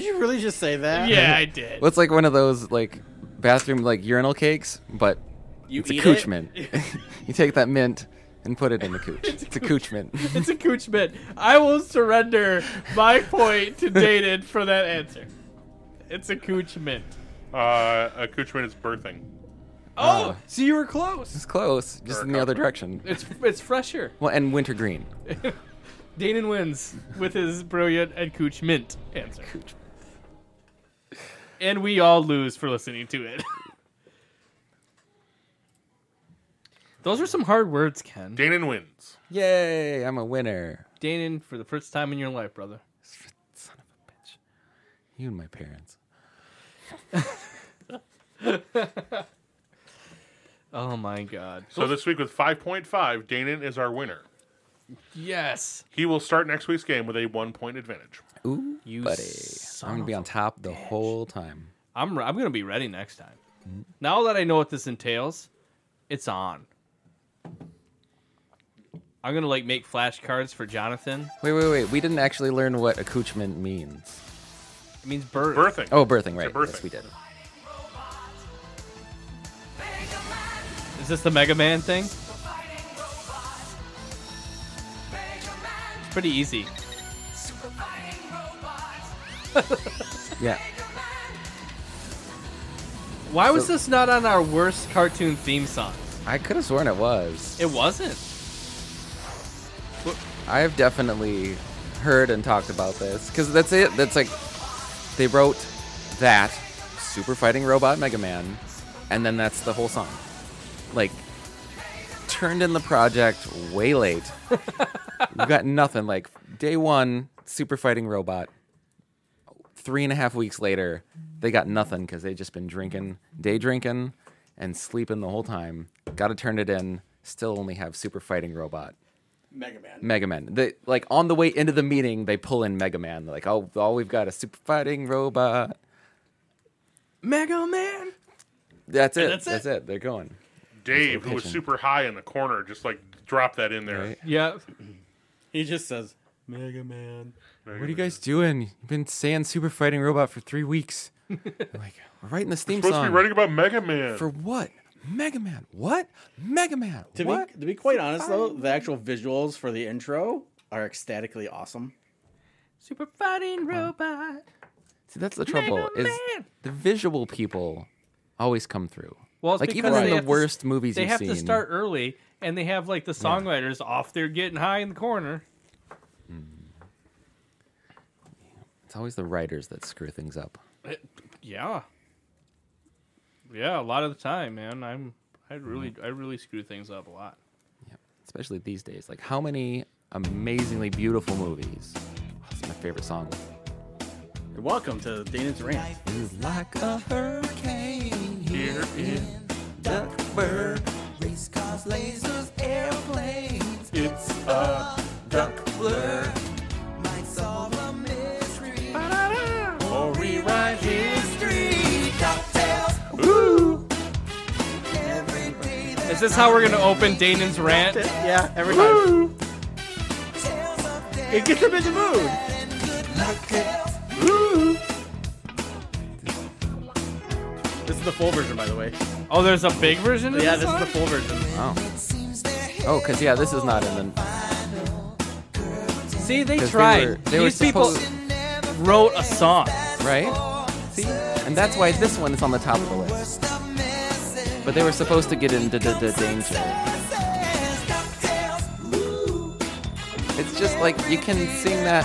Speaker 1: you really just say that?
Speaker 3: yeah, I did.
Speaker 2: well, it's like one of those like bathroom like urinal cakes, but
Speaker 1: You
Speaker 2: it's a
Speaker 1: eat
Speaker 2: cooch
Speaker 1: it?
Speaker 2: mint. you take that mint and put it in the cooch. it's, a cooch mint.
Speaker 3: It's a cooch bit. I will surrender my point to Dated for that answer. It's a cooch mint.
Speaker 4: Uh, accoutrement is birthing.
Speaker 3: Oh, so you were close.
Speaker 2: it's close, just
Speaker 4: Or a
Speaker 2: in the other
Speaker 4: copper.
Speaker 2: direction.
Speaker 3: It's it's fresher.
Speaker 2: Well, and wintergreen.
Speaker 3: Danon wins with his brilliant and cooch mint answer. And we all lose for listening to it. Those are some hard words, Ken.
Speaker 4: Danon wins.
Speaker 2: Yay! I'm a winner.
Speaker 3: Danon, for the first time in your life, brother.
Speaker 2: Son of a bitch. You and my parents.
Speaker 3: Oh my god.
Speaker 4: So this week with 5.5, Danon is our winner.
Speaker 3: Yes.
Speaker 4: He will start next week's game with a one point advantage.
Speaker 2: Ooh,
Speaker 3: You
Speaker 2: buddy.
Speaker 3: son
Speaker 2: I'm gonna be
Speaker 3: of
Speaker 2: on top the whole time.
Speaker 3: I'm re- I'm gonna be ready next time.
Speaker 2: Mm-hmm.
Speaker 3: Now that I know what this entails, it's on. I'm gonna like make flashcards for Jonathan.
Speaker 2: Wait, wait, wait. We didn't actually learn what accoutrement means.
Speaker 3: It means birth.
Speaker 4: Birthing.
Speaker 2: Oh, birthing, right?
Speaker 4: birthing.
Speaker 2: Yes, we did.
Speaker 3: Is this the Mega Man thing? Pretty easy.
Speaker 2: Yeah.
Speaker 3: Why was this not on our worst cartoon theme songs?
Speaker 2: I could have sworn it was.
Speaker 3: It wasn't.
Speaker 2: I've definitely heard and talked about this because that's it. That's like they wrote that super fighting robot Mega Man, and then that's the whole song. Like turned in the project way late. we got nothing. Like day one, super fighting robot. Three and a half weeks later, they got nothing because they just been drinking, day drinking, and sleeping the whole time. Got to turn it in. Still only have super fighting robot.
Speaker 1: Mega Man.
Speaker 2: Mega Man. They like on the way into the meeting, they pull in Mega Man. They're like, oh, all we've got is super fighting robot.
Speaker 3: Mega Man.
Speaker 2: That's it.
Speaker 3: that's
Speaker 2: That's,
Speaker 3: it.
Speaker 2: it. They're going.
Speaker 4: Dave, who was
Speaker 2: pitching.
Speaker 4: super high in the corner, just like drop that in there.
Speaker 2: Right.
Speaker 3: Yeah.
Speaker 1: He just says Mega Man.
Speaker 2: What are you guys doing? You've been saying super fighting robot for three weeks. I'm like, we're writing this theme
Speaker 4: Supposed to
Speaker 2: song
Speaker 4: be writing about Mega Man.
Speaker 2: for what? Mega Man. What? Mega Man.
Speaker 1: To
Speaker 2: what?
Speaker 1: be to be quite honest though, the actual visuals for the intro are ecstatically awesome.
Speaker 3: Super fighting robot.
Speaker 2: See, that's the trouble. Is
Speaker 3: Man.
Speaker 2: the visual people always come through?
Speaker 3: Well, it's
Speaker 2: like even
Speaker 3: because
Speaker 2: in
Speaker 3: they
Speaker 2: the
Speaker 3: have to-
Speaker 2: worst movies
Speaker 3: They
Speaker 2: you've
Speaker 3: have
Speaker 2: seen,
Speaker 3: to start early, and they have like the songwriters off there getting high in the corner.
Speaker 2: it's always the writers that screw things up.
Speaker 3: Yeah. Yeah, a lot of the time, man. I'm I really
Speaker 2: Mm.
Speaker 3: I really screw things up a lot.
Speaker 2: especially these days. Like how many amazingly beautiful movies? That's my favorite song.
Speaker 1: Welcome to Dana's Rant.
Speaker 2: You like a hurricane
Speaker 4: Here in
Speaker 2: Duckburg, race cars, lasers, airplanes,
Speaker 4: it's a
Speaker 2: duck blur. Might solve a mystery or rewrite history. DuckTales. Ooh. Every day
Speaker 3: Is this how we're gonna open Danon's rant?
Speaker 1: Yeah, every time. It gets him in the mood. This is the full version, by the way.
Speaker 3: Oh, there's a big version of
Speaker 1: Yeah,
Speaker 3: this
Speaker 1: this is the full
Speaker 3: song?
Speaker 1: version.
Speaker 2: Oh, because yeah, this is not in the.
Speaker 3: See, they
Speaker 2: 'cause
Speaker 3: tried.
Speaker 2: They were, they were
Speaker 3: These
Speaker 2: supposed,
Speaker 3: people wrote a song.
Speaker 2: right? See, and that's why this one is on the top of the list. But they were supposed to get into the, the danger. It's just like you can sing that.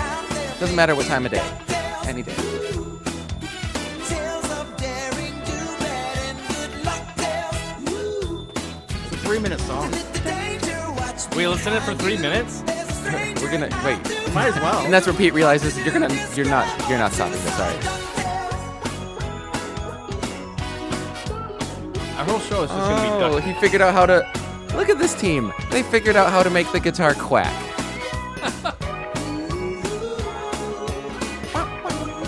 Speaker 2: Doesn't matter what time of day, any day.
Speaker 1: It's a three minute song.
Speaker 3: We listened to it for three minutes?
Speaker 2: We're gonna wait.
Speaker 1: Might as well.
Speaker 2: And that's where Pete realizes you're gonna you're not you're not stopping this, sorry.
Speaker 3: Our whole show is just
Speaker 2: Oh,
Speaker 3: gonna be
Speaker 2: he figured out how to look at this team. They figured out how to make the guitar quack.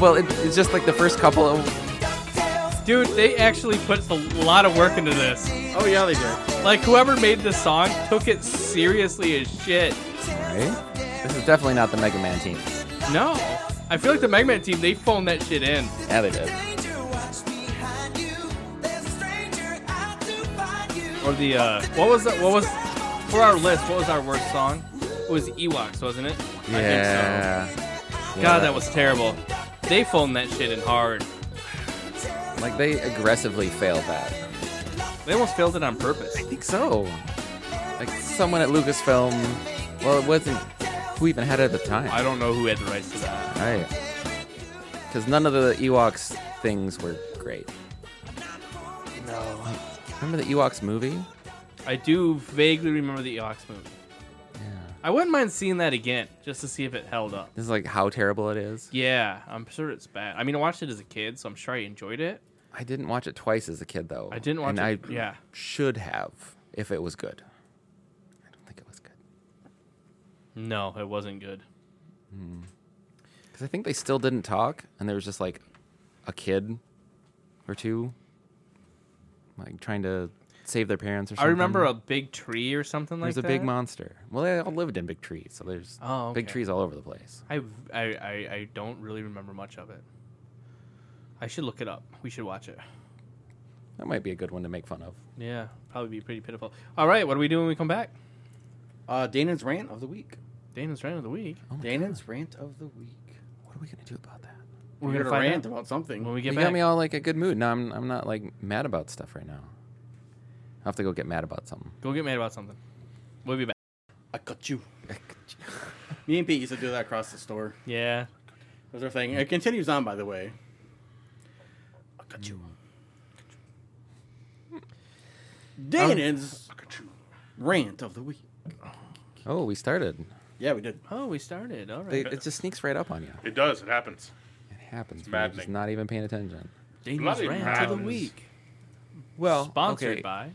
Speaker 2: well, it, it's just like the first couple of
Speaker 3: duck. Dude, they actually put a lot of work into this.
Speaker 1: oh yeah, they did.
Speaker 3: Like whoever made this song took it seriously as shit.
Speaker 2: right? This is definitely not the Mega Man team.
Speaker 3: No. I feel like the Mega Man team, they phoned that shit in.
Speaker 2: Yeah, they did.
Speaker 3: Or the uh what was that what was for our list, what was our worst song? It was Ewoks, wasn't it?
Speaker 2: Yeah.
Speaker 3: so. God, that was terrible. They phoned that shit in hard.
Speaker 2: like they aggressively failed that.
Speaker 3: They almost failed it on purpose.
Speaker 2: I think so. Like someone at Lucasfilm. Well, it wasn't who even had it at the time.
Speaker 3: I don't know who had the rights to that.
Speaker 2: Right. Because none of the Ewoks things were great. No. Remember the Ewoks movie?
Speaker 3: I do vaguely remember the Ewoks movie. I wouldn't mind seeing that again just to see if it held up.
Speaker 2: This is like how terrible it is.
Speaker 3: Yeah, I'm sure it's bad. I mean, I watched it as a kid, so I'm sure I enjoyed it.
Speaker 2: I didn't watch it twice as a kid, though.
Speaker 3: I didn't
Speaker 2: and
Speaker 3: watch it-
Speaker 2: I
Speaker 3: yeah.
Speaker 2: should have if it was good. I don't think it was good.
Speaker 3: No, it wasn't good.
Speaker 2: Because I think they still didn't talk, and there was just like a kid or two, like trying to save their parents or something.
Speaker 3: I remember a big tree or something like
Speaker 2: There's
Speaker 3: that.
Speaker 2: a big monster. Well, they all lived in big trees, so there's
Speaker 3: Oh,
Speaker 2: big
Speaker 3: okay.
Speaker 2: trees all over the place.
Speaker 3: I, I, I, I don't really remember much of it. I should look it up. We should watch it.
Speaker 2: That might be a good one to make fun of.
Speaker 3: Yeah, probably be pretty pitiful. All right, what do we do when we come back?
Speaker 1: Uh, Danon's rant of the week.
Speaker 3: Dana's rant of the week.
Speaker 2: Oh,
Speaker 1: Danon's rant of the week.
Speaker 2: What are we gonna do about that?
Speaker 1: We're
Speaker 3: gonna
Speaker 1: gonna
Speaker 3: find
Speaker 1: rant
Speaker 3: out.
Speaker 1: about
Speaker 3: When
Speaker 1: something.
Speaker 3: we get
Speaker 2: you
Speaker 3: back,
Speaker 2: got me all like a good mood. Now I'm I'm not like mad about stuff right now. I have to go get mad about something.
Speaker 3: go get mad about something. We'll be back.
Speaker 1: I got you. Me and Pete used to do that across the store.
Speaker 3: Yeah.
Speaker 1: That was our thing. It continues on, by the way. I got you. Um, Danon's rant of the week.
Speaker 2: Oh, we started.
Speaker 1: Yeah, we did.
Speaker 3: Oh, we started. All right.
Speaker 2: They, it just sneaks right up on you.
Speaker 4: It does. It happens.
Speaker 2: It happens. It's
Speaker 4: maddening.
Speaker 2: not even paying attention.
Speaker 3: Dana's
Speaker 4: Bloody
Speaker 3: rant of the
Speaker 4: rounds.
Speaker 3: week.
Speaker 2: Well,
Speaker 3: Sponsored
Speaker 2: okay.
Speaker 3: by.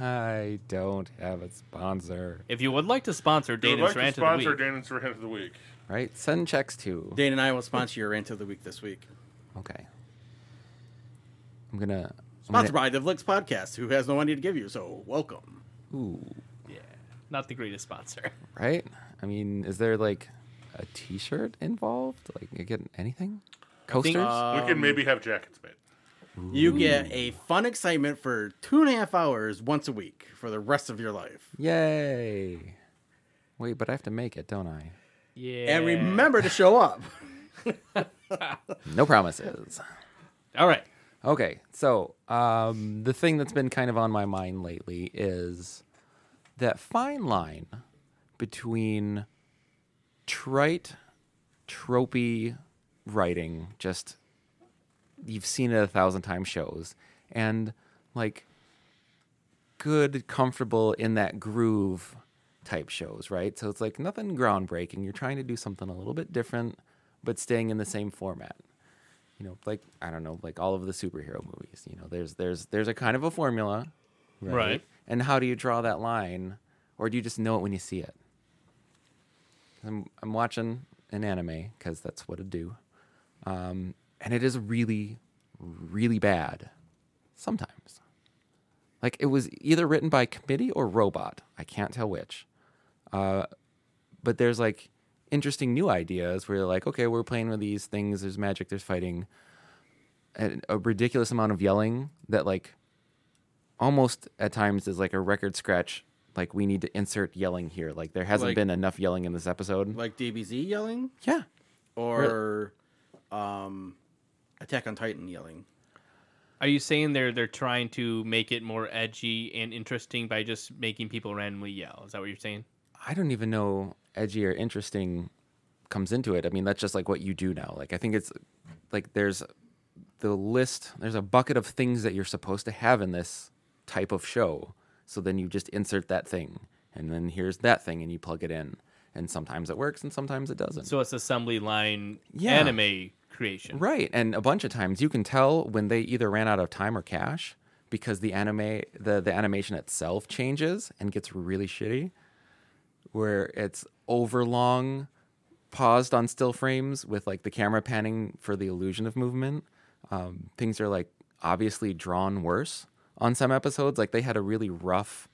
Speaker 2: I don't have a sponsor.
Speaker 3: If you would like to sponsor
Speaker 4: If you'd
Speaker 3: Dana's
Speaker 4: like to
Speaker 3: rant of the
Speaker 4: sponsor
Speaker 3: week,
Speaker 4: Danon's Rant of the Week,
Speaker 2: Right? Send checks to.
Speaker 1: Dane and I will sponsor your rant of the week this week.
Speaker 2: Okay. I'm gonna. I'm
Speaker 1: Sponsored
Speaker 2: gonna-
Speaker 1: by the Vlix Podcast, who has no money to give you, so welcome.
Speaker 2: Ooh,
Speaker 3: yeah, not the greatest sponsor.
Speaker 2: right? I mean, is there like a T-shirt involved? Like, you get anything? Coasters?
Speaker 3: think,
Speaker 4: we can maybe have jackets made.
Speaker 1: You get a fun excitement for two and a half hours once a week for the rest of your life.
Speaker 2: Yay! Wait, but I have to make it, don't I?
Speaker 3: Yeah.
Speaker 1: And remember to show up.
Speaker 2: No promises.
Speaker 3: All right.
Speaker 2: Okay, so um, the thing that's been kind of on my mind lately is that fine line between trite, tropey writing, just you've seen it a thousand times shows, and like good, comfortable in that groove type shows, right? So it's like nothing groundbreaking. You're trying to do something a little bit different, but staying in the same format you know, like I don't know, like all of the superhero movies. You know, there's there's there's a kind of a formula, right?
Speaker 3: Right.
Speaker 2: And how do you draw that line, or do you just know it when you see it? I'm I'm watching an anime because that's what it do, um, and it is really, really bad sometimes. Like it was either written by committee or robot. I can't tell which Uh, but there's like interesting new ideas where you're like, okay, we're playing with these things. There's magic. There's fighting. And a ridiculous amount of yelling that like almost at times is like a record scratch. Like we need to insert yelling here. Like there hasn't
Speaker 1: Like-
Speaker 2: been enough yelling in this episode.
Speaker 1: Like DBZ yelling
Speaker 2: yeah.
Speaker 1: or um, Attack on Titan yelling.
Speaker 3: Are you saying they're they're trying to make it more edgy and interesting by just making people randomly yell? Is that what you're saying?
Speaker 2: I don't even know edgy or interesting comes into it. I mean, that's just like what you do now. Like, I think it's like there's the list, there's a bucket of things that you're supposed to have in this type of show. So then you just insert that thing, and then here's that thing, and you plug it in. And sometimes it works, and sometimes it doesn't.
Speaker 3: So it's assembly line
Speaker 2: Yeah.
Speaker 3: anime creation.
Speaker 2: Right. And a bunch of times you can tell when they either ran out of time or cash because the anime the, the animation itself changes and gets really shitty. Where it's overlong, paused on still frames with like the camera panning for the illusion of movement. Um, things are like obviously drawn worse on some episodes. Like they had a really rough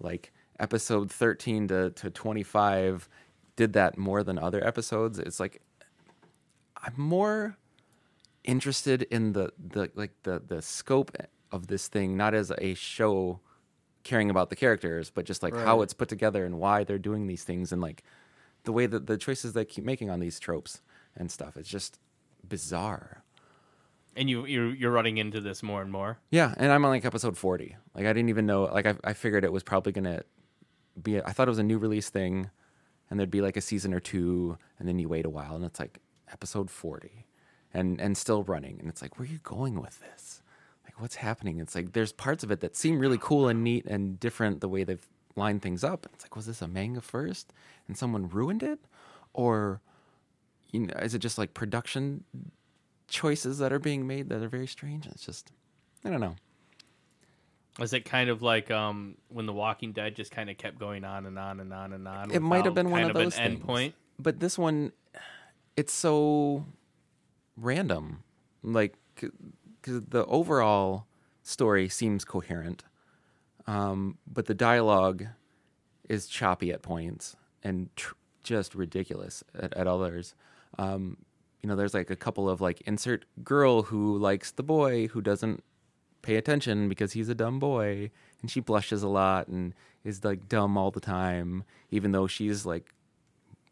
Speaker 2: like episode 13 to, to 25 did that more than other episodes. It's like I'm more interested in the the like the the scope of this thing, not as a show caring about the characters, but just like how it's put together and why they're doing these things and like the way that the choices they keep making on these tropes and stuff. It's just bizarre.
Speaker 3: And you you're, you're running into this more and more.
Speaker 2: Yeah, and I'm on like episode 40. Like I didn't even know. Like I, I figured it was probably gonna be. a- I thought it was a new release thing, and there'd be like a season or two, and then you wait a while, and it's like episode 40, and and still running, and it's like, where are you going with this? Like what's happening? It's like there's parts of it that seem really cool and neat and different the way they've lined things up. It's like, was this a manga first, and someone ruined it, or you know, is it just like production choices that are being made that are very strange? It's just, I don't know.
Speaker 3: Is it kind of like um, when The Walking Dead just kind of kept going on and on and on and on?
Speaker 2: It might have
Speaker 3: without
Speaker 2: been one
Speaker 3: kind
Speaker 2: of
Speaker 3: an
Speaker 2: those things.
Speaker 3: endpoint.
Speaker 2: But this one, it's so random. Like, because the overall story seems coherent, um, but the dialogue is choppy at points and tr- just ridiculous at, at others. Um, you know, there's like a couple of like insert girl who likes the boy who doesn't pay attention because he's a dumb boy and she blushes a lot and is like dumb all the time even though she's like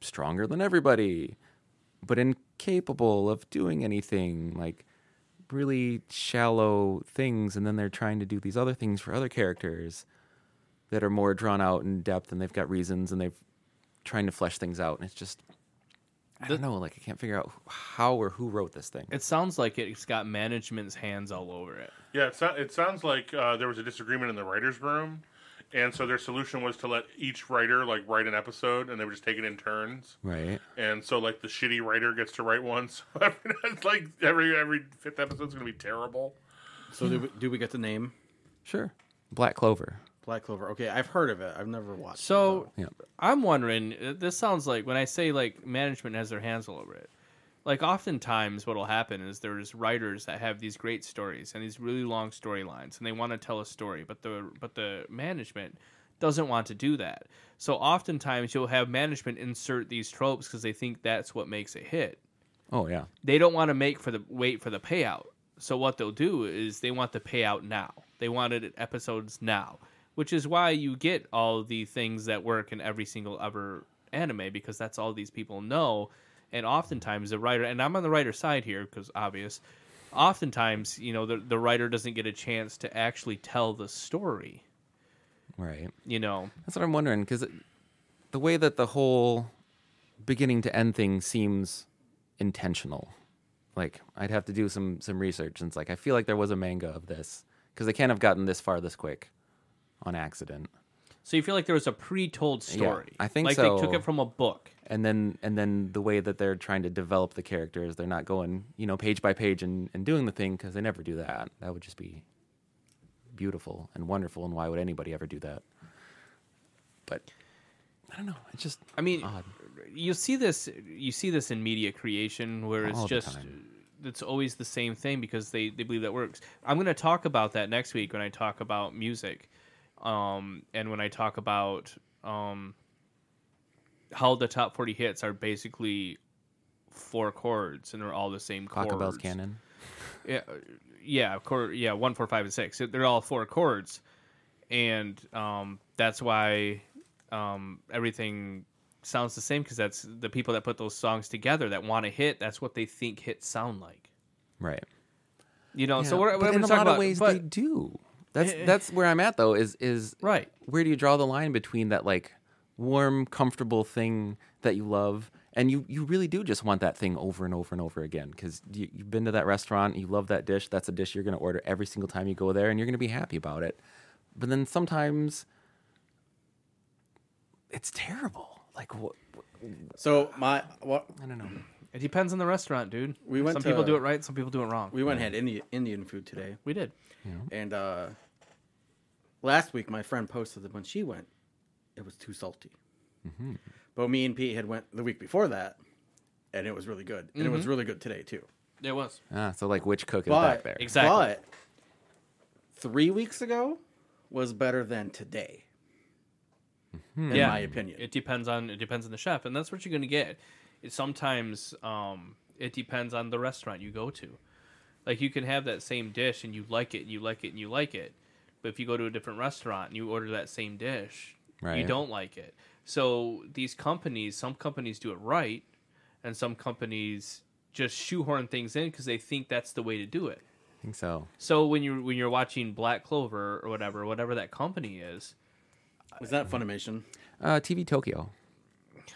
Speaker 2: stronger than everybody but incapable of doing anything like really shallow things and then they're trying to do these other things for other characters that are more drawn out in depth and they've got reasons and they've trying to flesh things out and it's just I don't know like I can't figure out how or who wrote this thing
Speaker 3: It sounds like it's got management's hands all over it.
Speaker 4: Yeah, it, so- it sounds like uh, there was a disagreement in the writers' room, and so their solution was to let each writer like write an episode, and they were just taking in turns.
Speaker 2: right
Speaker 4: And so like the shitty writer gets to write one, so every, it's like every every fifth episode's gonna be terrible.
Speaker 1: So do we, do we get the name
Speaker 2: sure black clover
Speaker 1: Black Clover? Okay, I've heard of it. I've never watched. it,
Speaker 3: So
Speaker 2: Yeah.
Speaker 3: I'm wondering. uh, This sounds like when I say like management has their hands all over it. Like oftentimes, what will happen is there's writers that have these great stories and these really long storylines, and they want to tell a story, but the but the management doesn't want to do that. So oftentimes, you'll have management insert these tropes because they think that's what makes it hit.
Speaker 2: oh yeah
Speaker 3: they don't want to make for the wait for the payout. So what they'll do is they want the payout now. They wanted it episodes now, which is why you get all the things that work in every single ever anime because that's all these people know. And oftentimes the writer, and I'm on the writer's side here because obvious. Oftentimes, you know, the the writer doesn't get a chance to actually tell the story.
Speaker 2: right
Speaker 3: You know,
Speaker 2: That's what I'm wondering because the way that the whole beginning to end thing seems intentional. Like I'd have to do some some research, and it's like I feel like there was a manga of this because they can't have gotten this far this quick on accident.
Speaker 3: so you feel like there was a pre-told story.
Speaker 2: I think
Speaker 3: like
Speaker 2: so.
Speaker 3: they took it from a book.
Speaker 2: And then and then the way that they're trying to develop the characters, they're not going you know page by page and, and doing the thing because they never do that. That would just be beautiful and wonderful, and why would anybody ever do that? But I don't know. It just
Speaker 3: I mean,
Speaker 2: odd.
Speaker 3: you see this you see this in media creation where it's
Speaker 2: All the
Speaker 3: just
Speaker 2: time.
Speaker 3: it's always the same thing because they they believe that works. I'm going to talk about that next week when I talk about music, um, and when I talk about um, how the top 40 hits are basically four chords and they're all the same chords.
Speaker 2: Cocklebell's canon.
Speaker 3: Yeah, yeah, chord, yeah, one, four, five, and six. They're all four chords, and um, that's why um, everything sounds the same because that's the people that put those songs together that want to hit. That's what they think hits sound like.
Speaker 2: Right.
Speaker 3: You know,
Speaker 2: Yeah,
Speaker 3: Oh, so we're,
Speaker 2: but
Speaker 3: we're
Speaker 2: in
Speaker 3: gonna
Speaker 2: a
Speaker 3: talk
Speaker 2: lot
Speaker 3: about
Speaker 2: of ways
Speaker 3: but,
Speaker 2: they
Speaker 3: Eh,
Speaker 2: do. That's that's where I'm at though. Is is
Speaker 3: Right.
Speaker 2: Where do you draw the line between that like warm, comfortable thing that you love, and you you really do just want that thing over and over and over again because you, you've been to that restaurant, you love that dish. That's a dish you're gonna order every single time you go there, and you're gonna be happy about it. But then sometimes it's terrible. Like what?
Speaker 1: So my what
Speaker 2: I don't know.
Speaker 3: It depends on the restaurant, dude.
Speaker 1: We went
Speaker 3: some
Speaker 1: to-
Speaker 3: people do it right, some people do it wrong. We,
Speaker 1: we went and had Indian Indian food today,
Speaker 3: did.
Speaker 1: and uh last week my friend posted that when she went, it was too salty.
Speaker 2: Mm-hmm.
Speaker 1: But me and Pete had went the week before that, and it was really good, and it was really good today too.
Speaker 3: It was.
Speaker 2: Ah, so like which cook is
Speaker 1: But
Speaker 2: Mm-hmm. back there?
Speaker 3: Exactly.
Speaker 1: But three weeks ago was better than today,
Speaker 2: Mm-hmm.
Speaker 1: in
Speaker 3: Yeah.
Speaker 1: my opinion.
Speaker 3: It depends on it depends on the chef, and that's what you're gonna get. It, sometimes um, it depends on the restaurant you go to. Like you can have that same dish and you like it and you like it and you like it, but if you go to a different restaurant and you order that same dish, you
Speaker 2: Right.
Speaker 3: don't like it. So these companies, some companies do it right, and some companies just shoehorn things in because they think that's the way to do it.
Speaker 2: I think so.
Speaker 3: So when you're when you're watching Black Clover or whatever, whatever that company is,
Speaker 1: was that Funimation?
Speaker 2: Uh, TV Tokyo.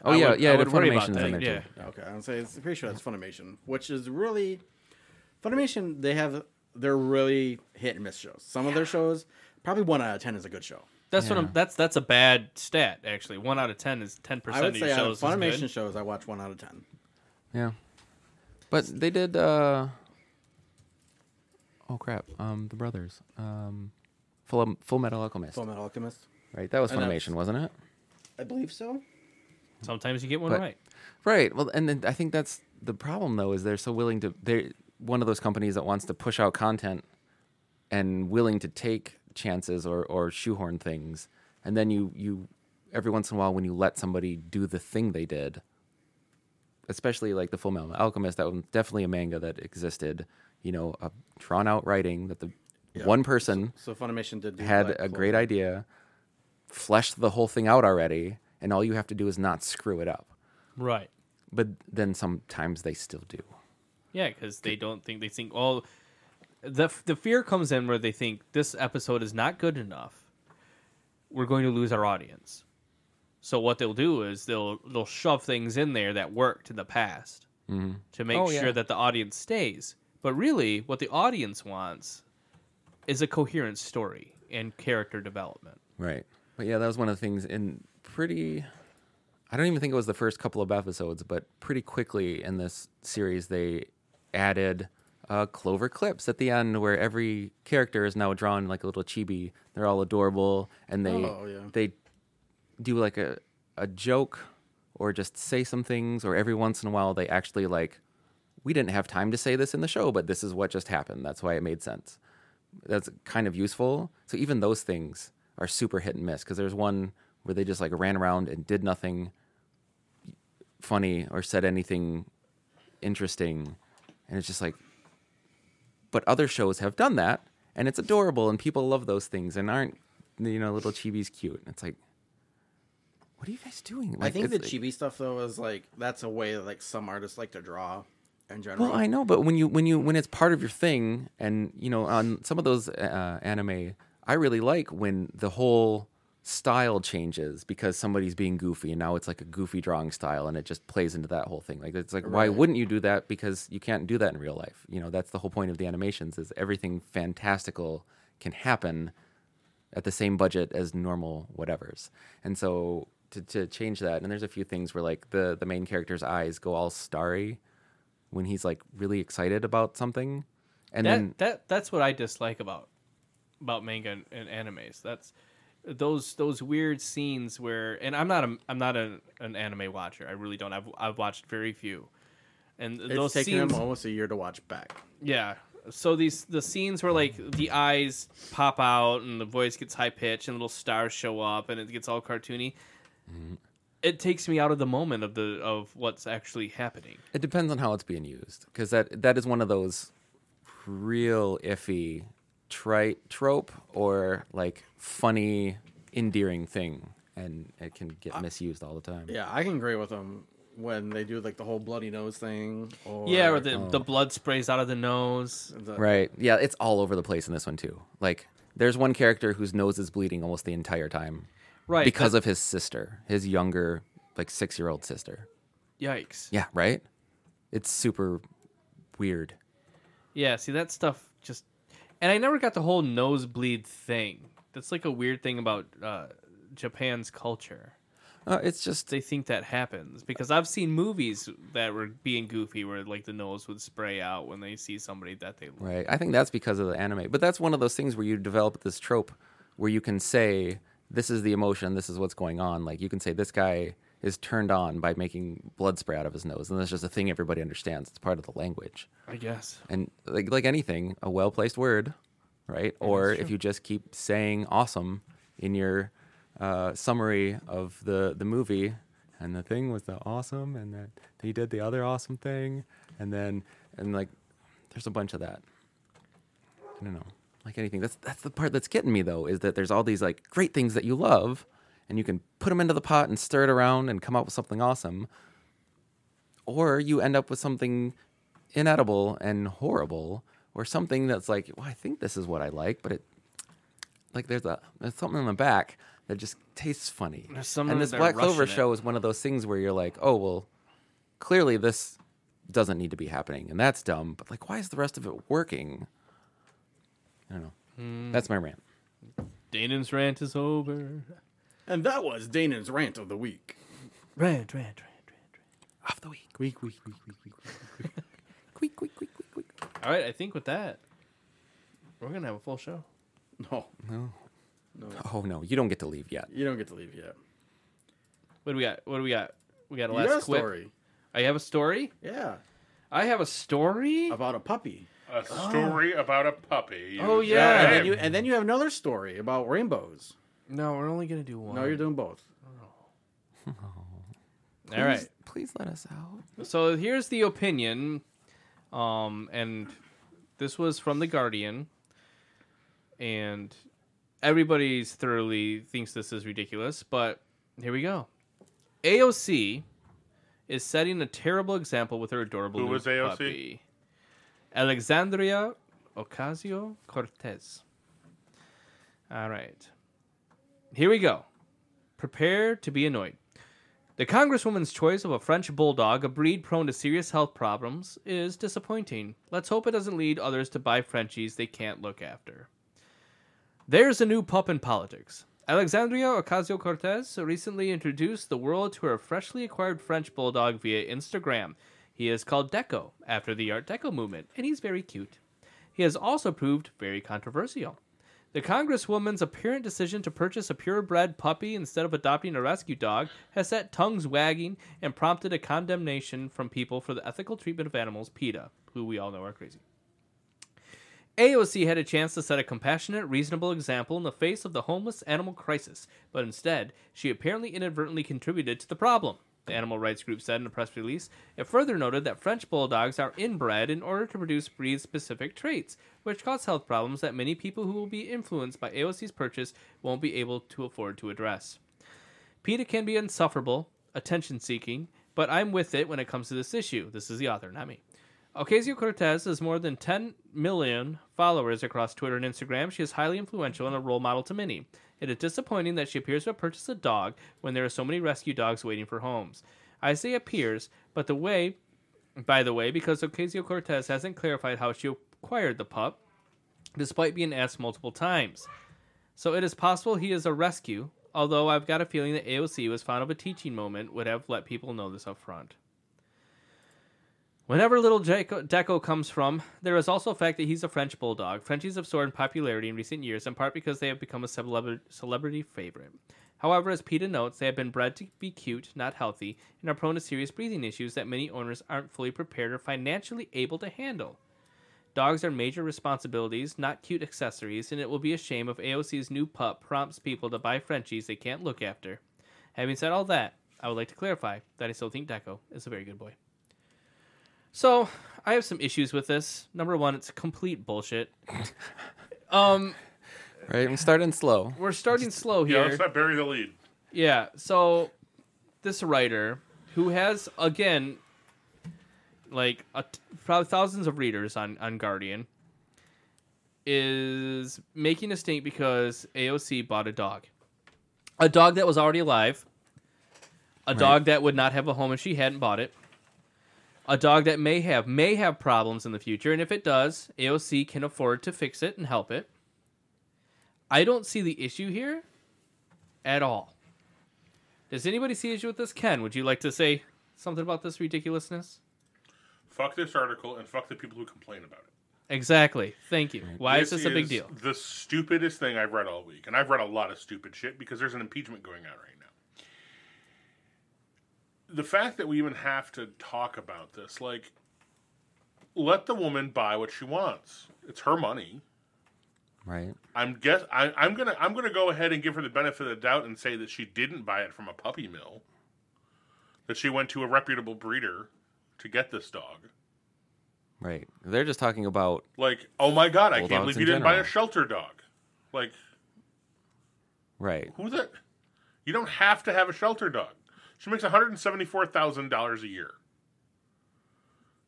Speaker 2: Oh
Speaker 3: I
Speaker 2: yeah,
Speaker 3: would-
Speaker 2: yeah.
Speaker 3: I
Speaker 2: the
Speaker 3: would worry about
Speaker 2: Funimation's in
Speaker 3: that,
Speaker 2: there, too.
Speaker 3: yeah.
Speaker 1: Okay, I'm saying it's pretty sure that's Funimation, which is really Funimation. They have they're really hit and miss shows. Some of their shows, probably one out of ten is a good show.
Speaker 3: That's what I'm. That's that's a bad stat actually. One out of ten is ten
Speaker 1: I
Speaker 3: percent
Speaker 1: would
Speaker 3: of your
Speaker 1: say out of
Speaker 3: shows. is
Speaker 1: Funimation
Speaker 3: good.
Speaker 1: shows, I watch one out of ten.
Speaker 2: Yeah. But they did uh Oh crap. Um the brothers. Um Full, Full Metal Alchemist.
Speaker 1: Full Metal Alchemist,
Speaker 2: Right. That was
Speaker 1: and that's-
Speaker 2: Funimation, wasn't it?
Speaker 1: I believe so.
Speaker 3: Sometimes you get one
Speaker 2: But-
Speaker 3: right.
Speaker 2: Right. Well, and then I think that's the problem though is they're so willing to they're one of those companies that wants to push out content and willing to take chances or or shoehorn things. And then you you every once in a while when you let somebody do the thing they did, especially like the Full Metal Alchemist, that was definitely a manga that existed, you know, a drawn out writing that the one person
Speaker 1: So Funimation did do
Speaker 2: had
Speaker 1: Black
Speaker 2: a
Speaker 1: Clover.
Speaker 2: great idea, fleshed the whole thing out already, and all you have to do is not screw it up
Speaker 3: Right.
Speaker 2: but then sometimes they still do.
Speaker 3: Yeah, because they don't think they think all. The the fear comes in where they think this episode is not good enough. We're going to lose our audience. So what they'll do is they'll they'll shove things in there that worked in the past to make
Speaker 2: Oh, yeah.
Speaker 3: sure that the audience stays. But really, what the audience wants is a coherent story and character development.
Speaker 2: Right. But yeah, that was one of the things in pretty I don't even think it was the first couple of episodes, but pretty quickly in this series they added uh, clover clips at the end where every character is now drawn like a little chibi. They're all adorable and they
Speaker 1: Oh, yeah.
Speaker 2: they do like a, a joke or just say some things or every once in a while they actually like we didn't have time to say this in the show, but this is what just happened. That's why it made sense. that's kind of useful. So even those things are super hit and miss because there's one where they just like ran around and did nothing funny or said anything interesting, and it's just like. But other shows have done that, and it's adorable, and people love those things, and aren't you know little chibis cute? And it's like, what are you guys doing? Like,
Speaker 1: I think the
Speaker 2: it's-
Speaker 1: chibi stuff though is like that's a way that like some artists like to draw in general.
Speaker 2: Well, I know, but when you when you when it's part of your thing, and you know, on some of those uh, anime, I really like when the whole style changes because somebody's being goofy, and now it's like a goofy drawing style, and it just plays into that whole thing. Like it's like, why wouldn't you do that? Because you can't do that in real life. You know, that's the whole point of the animations is everything fantastical can happen at the same budget as normal whatevers. And so to, to change that, and there's a few things where like the, the main character's eyes go all starry when he's like really excited about something. And
Speaker 3: that,
Speaker 2: then
Speaker 3: that that's what I dislike about about manga and, and animes. That's those those weird scenes where and I'm not a I'm not an, an anime watcher. I really don't. I've I've watched very few. And
Speaker 1: it's
Speaker 3: those
Speaker 1: taken
Speaker 3: scenes,
Speaker 1: them almost a year to watch back.
Speaker 3: yeah. So these the scenes where like the eyes pop out and the voice gets high pitched and little stars show up and it gets all cartoony.
Speaker 1: Mm-hmm.
Speaker 3: It takes me out of the moment of the of what's actually happening.
Speaker 2: it depends on how it's being used because that that is one of those real iffy trite trope or like funny endearing thing and it can get misused all the time.
Speaker 1: Yeah, I can agree with him when they do like the whole bloody nose thing. Or,
Speaker 3: yeah, or the,
Speaker 1: uh.
Speaker 3: the blood sprays out of the nose.
Speaker 1: the-
Speaker 2: Right. Yeah, it's all over the place in this one too. Like there's one character whose nose is bleeding almost the entire time.
Speaker 3: Right.
Speaker 2: Because
Speaker 3: that-
Speaker 2: of his sister, his younger, like six year old sister.
Speaker 3: yikes.
Speaker 2: Yeah, right? It's super weird.
Speaker 3: Yeah, see that stuff just and I never got the whole nosebleed thing. That's like a weird thing about uh, Japan's culture.
Speaker 2: Uh, it's just
Speaker 3: They think that happens because I've seen movies that were being goofy where like the nose would spray out when they see somebody that they like.
Speaker 2: Right. I think that's because of the anime. But that's one of those things where you develop this trope where you can say, this is the emotion, this is what's going on. Like, you can say, this guy is turned on by making blood spray out of his nose. And that's just a thing everybody understands. It's part of the language.
Speaker 3: I guess.
Speaker 2: And like, like anything, a well placed word, right? or if you just keep saying awesome in your uh, summary of the, the movie, and the thing was the awesome, and that he did the other awesome thing, and then, and like, there's a bunch of that. I don't know, like anything. That's that's the part that's getting me though, is that there's all these like great things that you love, and you can put them into the pot and stir it around and come up with something awesome, or you end up with something inedible and horrible, or something that's like, well, I think this is what I like, but it like there's a there's something in the back that just tastes funny.
Speaker 3: There's something
Speaker 2: and this
Speaker 3: that
Speaker 2: Black Clover
Speaker 3: rushing it.
Speaker 2: show is one of those things where you're like, oh well, clearly this doesn't need to be happening, and that's dumb. But like, why is the rest of it working? I don't know. That's my rant.
Speaker 3: Danon's rant is over.
Speaker 1: And that was Danon's rant of the week.
Speaker 3: Rant, rant, rant, rant,
Speaker 2: Off the week. Week, week, week, week, week, week, week, week, week, week.
Speaker 3: rant. All right, I think with that, we're gonna have a full show.
Speaker 1: No,
Speaker 2: Oh no, you don't get to leave yet.
Speaker 1: you don't get to leave yet.
Speaker 3: What do we got? What do we got? We got a
Speaker 1: You
Speaker 3: last
Speaker 1: got a
Speaker 3: quip.
Speaker 1: story.
Speaker 3: I have a story.
Speaker 1: Yeah,
Speaker 3: I have a story.
Speaker 1: about a puppy.
Speaker 4: A story about a puppy.
Speaker 3: Oh, yeah.
Speaker 1: And
Speaker 4: Yeah.
Speaker 1: then you and then you have another story about rainbows.
Speaker 3: No, we're only gonna do one.
Speaker 1: No, you're doing both.
Speaker 3: All right.
Speaker 2: Please let us out.
Speaker 3: So here's the opinion, um, and this was from the Guardian, and everybody's thoroughly thinks this is ridiculous, but here we go. AOC is setting a terrible example with her adorable
Speaker 4: Who
Speaker 3: new
Speaker 4: was AOC?
Speaker 3: puppy, Alexandria Ocasio Cortez. All right, here we go. Prepare to be annoyed. The Congresswoman's choice of a French bulldog, a breed prone to serious health problems, is disappointing. Let's hope it doesn't lead others to buy Frenchies they can't look after. There's a new pup in politics. Alexandria Ocasio Cortez recently introduced the world to her freshly acquired French bulldog via Instagram. He is called Deco, after the Art Deco movement, and he's very cute. He has also proved very controversial. The Congresswoman's apparent decision to purchase a purebred puppy instead of adopting a rescue dog has set tongues wagging and prompted a condemnation from people for the ethical treatment of animals, PETA, who we all know are crazy. AOC had a chance to set a compassionate, reasonable example in the face of the homeless animal crisis, but instead, she apparently inadvertently contributed to the problem. The animal rights group said in a press release. It further noted that French bulldogs are inbred in order to produce breed specific traits, which cause health problems that many people who will be influenced by AOC's purchase won't be able to afford to address. PETA can be insufferable, attention seeking, but I'm with it when it comes to this issue. This is the author, not me. Ocasio Cortez has more than 10 million followers across Twitter and Instagram. She is highly influential and a role model to many. It is disappointing that she appears to have purchased a dog when there are so many rescue dogs waiting for homes. I say appears, but the way, by the way, because Ocasio Cortez hasn't clarified how she acquired the pup, despite being asked multiple times. So it is possible he is a rescue, although I've got a feeling that AOC was fond of a teaching moment, would have let people know this up front. Whenever little Jaco- Deco comes from, there is also a fact that he's a French bulldog. Frenchies have soared in popularity in recent years, in part because they have become a celebra- celebrity favorite. However, as PETA notes, they have been bred to be cute, not healthy, and are prone to serious breathing issues that many owners aren't fully prepared or financially able to handle. Dogs are major responsibilities, not cute accessories, and it will be a shame if AOC's new pup prompts people to buy Frenchies they can't look after. Having said all that, I would like to clarify that I still think Deco is a very good boy. So, I have some issues with this. Number one, it's complete bullshit. um,
Speaker 2: Right? I'm starting slow.
Speaker 3: we're starting slow
Speaker 4: Yeah,
Speaker 3: here.
Speaker 4: let's not bury the lead.
Speaker 3: Yeah, so this writer who has again like a t- probably thousands of readers on on Guardian is making a stink because AOC bought a dog. A dog that was already alive. A dog that would not have a home if she hadn't bought it. A dog that may have may have problems in the future and if it does, AOC can afford to fix it and help it. I don't see the issue here at all. Does anybody see issue with this? Ken, would you like to say something about this ridiculousness?
Speaker 4: Fuck this article and fuck the people who complain about it.
Speaker 3: Exactly. Thank you. Why is
Speaker 4: This
Speaker 3: this a big
Speaker 4: is
Speaker 3: deal?
Speaker 4: The stupidest thing I've read all week, and I've read a lot of stupid shit because there's an impeachment going on right now. The fact that we even have to talk about this, like, let the woman buy what she wants. It's her money.
Speaker 2: Right.
Speaker 4: I'm guess I, I'm gonna I'm gonna go ahead and give her the benefit of the doubt and say that she didn't buy it from a puppy mill. That she went to a reputable breeder to get this dog.
Speaker 2: Right. They're just talking about
Speaker 4: Like, oh my god, I can't
Speaker 2: Bulldogs
Speaker 4: believe
Speaker 2: in
Speaker 4: you didn't buy a
Speaker 2: general.
Speaker 4: shelter dog. Like,
Speaker 2: right.
Speaker 4: who the? You don't have to have a shelter dog. She makes one hundred and seventy four thousand dollars a year.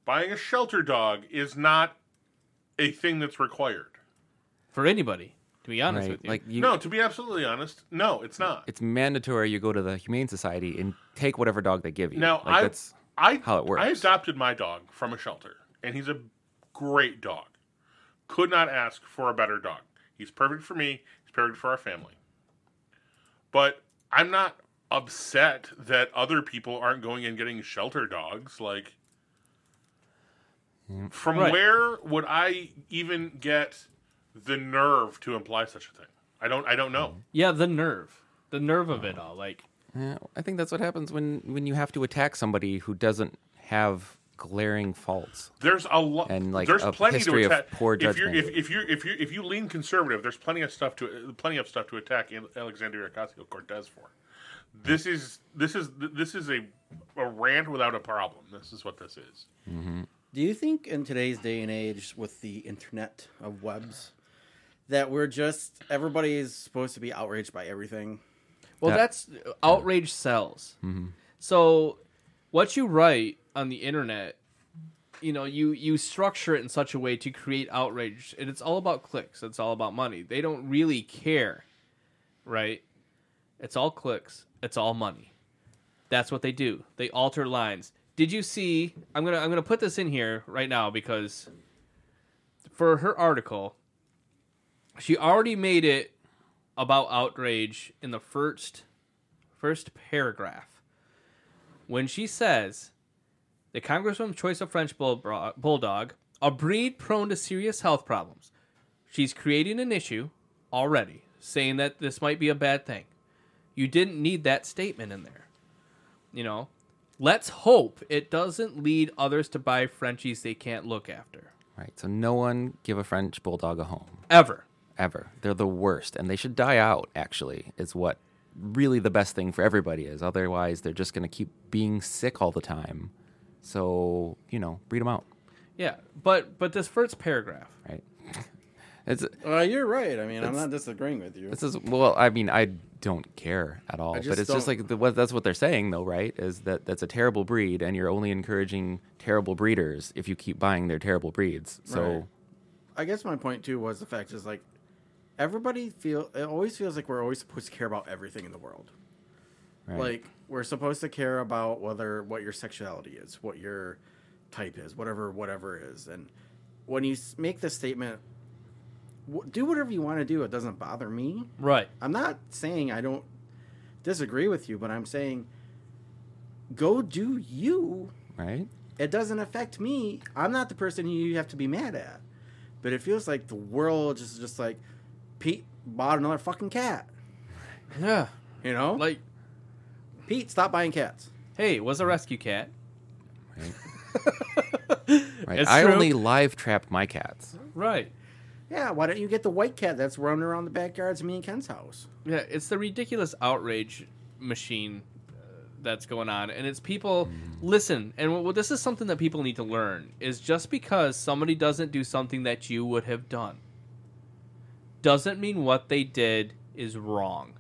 Speaker 4: Buying a shelter dog is not a thing that's required.
Speaker 3: For anybody, to be honest
Speaker 2: Right.
Speaker 3: with you.
Speaker 2: Like you
Speaker 4: no, to be absolutely honest, no, it's not.
Speaker 2: it's mandatory you go to the humane society and take whatever dog they give you.
Speaker 4: Now
Speaker 2: like,
Speaker 4: I,
Speaker 2: that's
Speaker 4: I,
Speaker 2: how it works.
Speaker 4: I adopted my dog from a shelter, and he's a great dog. Could not ask for a better dog. He's perfect for me. He's perfect for our family. But I'm not upset that other people aren't going and getting shelter dogs. Like,
Speaker 2: Mm,
Speaker 4: from
Speaker 3: Right.
Speaker 4: where would I even get the nerve to imply such a thing? I don't. I don't
Speaker 2: Mm.
Speaker 4: know.
Speaker 3: yeah, the nerve. The nerve of
Speaker 2: Oh.
Speaker 3: it all. Like
Speaker 2: Yeah, I think that's what happens when when you have to attack somebody who doesn't have glaring faults.
Speaker 4: There's a lot.
Speaker 2: And, like,
Speaker 4: there's
Speaker 2: a
Speaker 4: plenty
Speaker 2: history
Speaker 4: to
Speaker 2: of
Speaker 4: attack.
Speaker 2: poor
Speaker 4: if you if,
Speaker 2: judgment.
Speaker 4: if you if you if you lean conservative, there's plenty of stuff to plenty of stuff to attack Ale- Alexandria Ocasio Cortez for. This is this is this is a a rant without a problem. This is what this is.
Speaker 1: Do you think in today's day and age, with the internet of webs, that we're just everybody is supposed to be outraged by everything?
Speaker 3: Well,
Speaker 2: Yeah.
Speaker 3: that's outrage sells. So, what you write on the internet, you know, you you structure it in such a way to create outrage, and it's all about clicks. It's all about money. They don't really care, right? It's all clicks. It's all money. That's what they do. They alter lines. Did you see? I'm gonna I'm gonna put this in here right now because for her article, she already made it about outrage in the first first paragraph when she says the congresswoman's choice of french bullbro- bulldog a breed prone to serious health problems she's creating an issue already saying that this might be a bad thing you didn't need that statement in there you know let's hope it doesn't lead others to buy frenchies they can't look after
Speaker 2: Right. So no one give a French bulldog a home
Speaker 3: ever
Speaker 2: ever. They're the worst, and they should die out. Actually, is what really the best thing for everybody is. Otherwise, they're just going to keep being sick all the time. So you know, breed them out.
Speaker 3: yeah but but this first paragraph
Speaker 2: Right. It's
Speaker 1: Uh, you're right. I mean, I'm not disagreeing with you.
Speaker 2: This is well. I mean, I don't care at all. But
Speaker 1: just
Speaker 2: it's just
Speaker 1: don't-
Speaker 2: like the, what, that's what they're saying, though, right? Is that that's a terrible breed, and you're only encouraging terrible breeders if you keep buying their terrible breeds. So
Speaker 1: Right. I guess my point too was the fact is like everybody feel it always feels like we're always supposed to care about everything in the world.
Speaker 2: Right.
Speaker 1: Like we're supposed to care about whether what your sexuality is, what your type is, whatever whatever is. And when you s- make this statement, w- do whatever you want to do. It doesn't bother me.
Speaker 3: right
Speaker 1: I'm not saying I don't disagree with you, but I'm saying go do you
Speaker 2: right,
Speaker 1: it doesn't affect me. I'm not the person who you have to be mad at. But it feels like the world is just like Pete bought another fucking cat.
Speaker 3: yeah
Speaker 1: You know,
Speaker 3: like
Speaker 1: Pete, stop buying cats.
Speaker 3: Hey, was a rescue cat.
Speaker 2: right.
Speaker 3: It's
Speaker 2: I
Speaker 3: true.
Speaker 2: only live trap my cats.
Speaker 3: Right.
Speaker 1: Yeah, why don't you get the white cat that's running around the backyards of me and Ken's house?
Speaker 3: Yeah, it's the ridiculous outrage machine uh, that's going on and it's people listen and w- this is something that people need to learn is just because somebody doesn't do something that you would have done doesn't mean what they did is wrong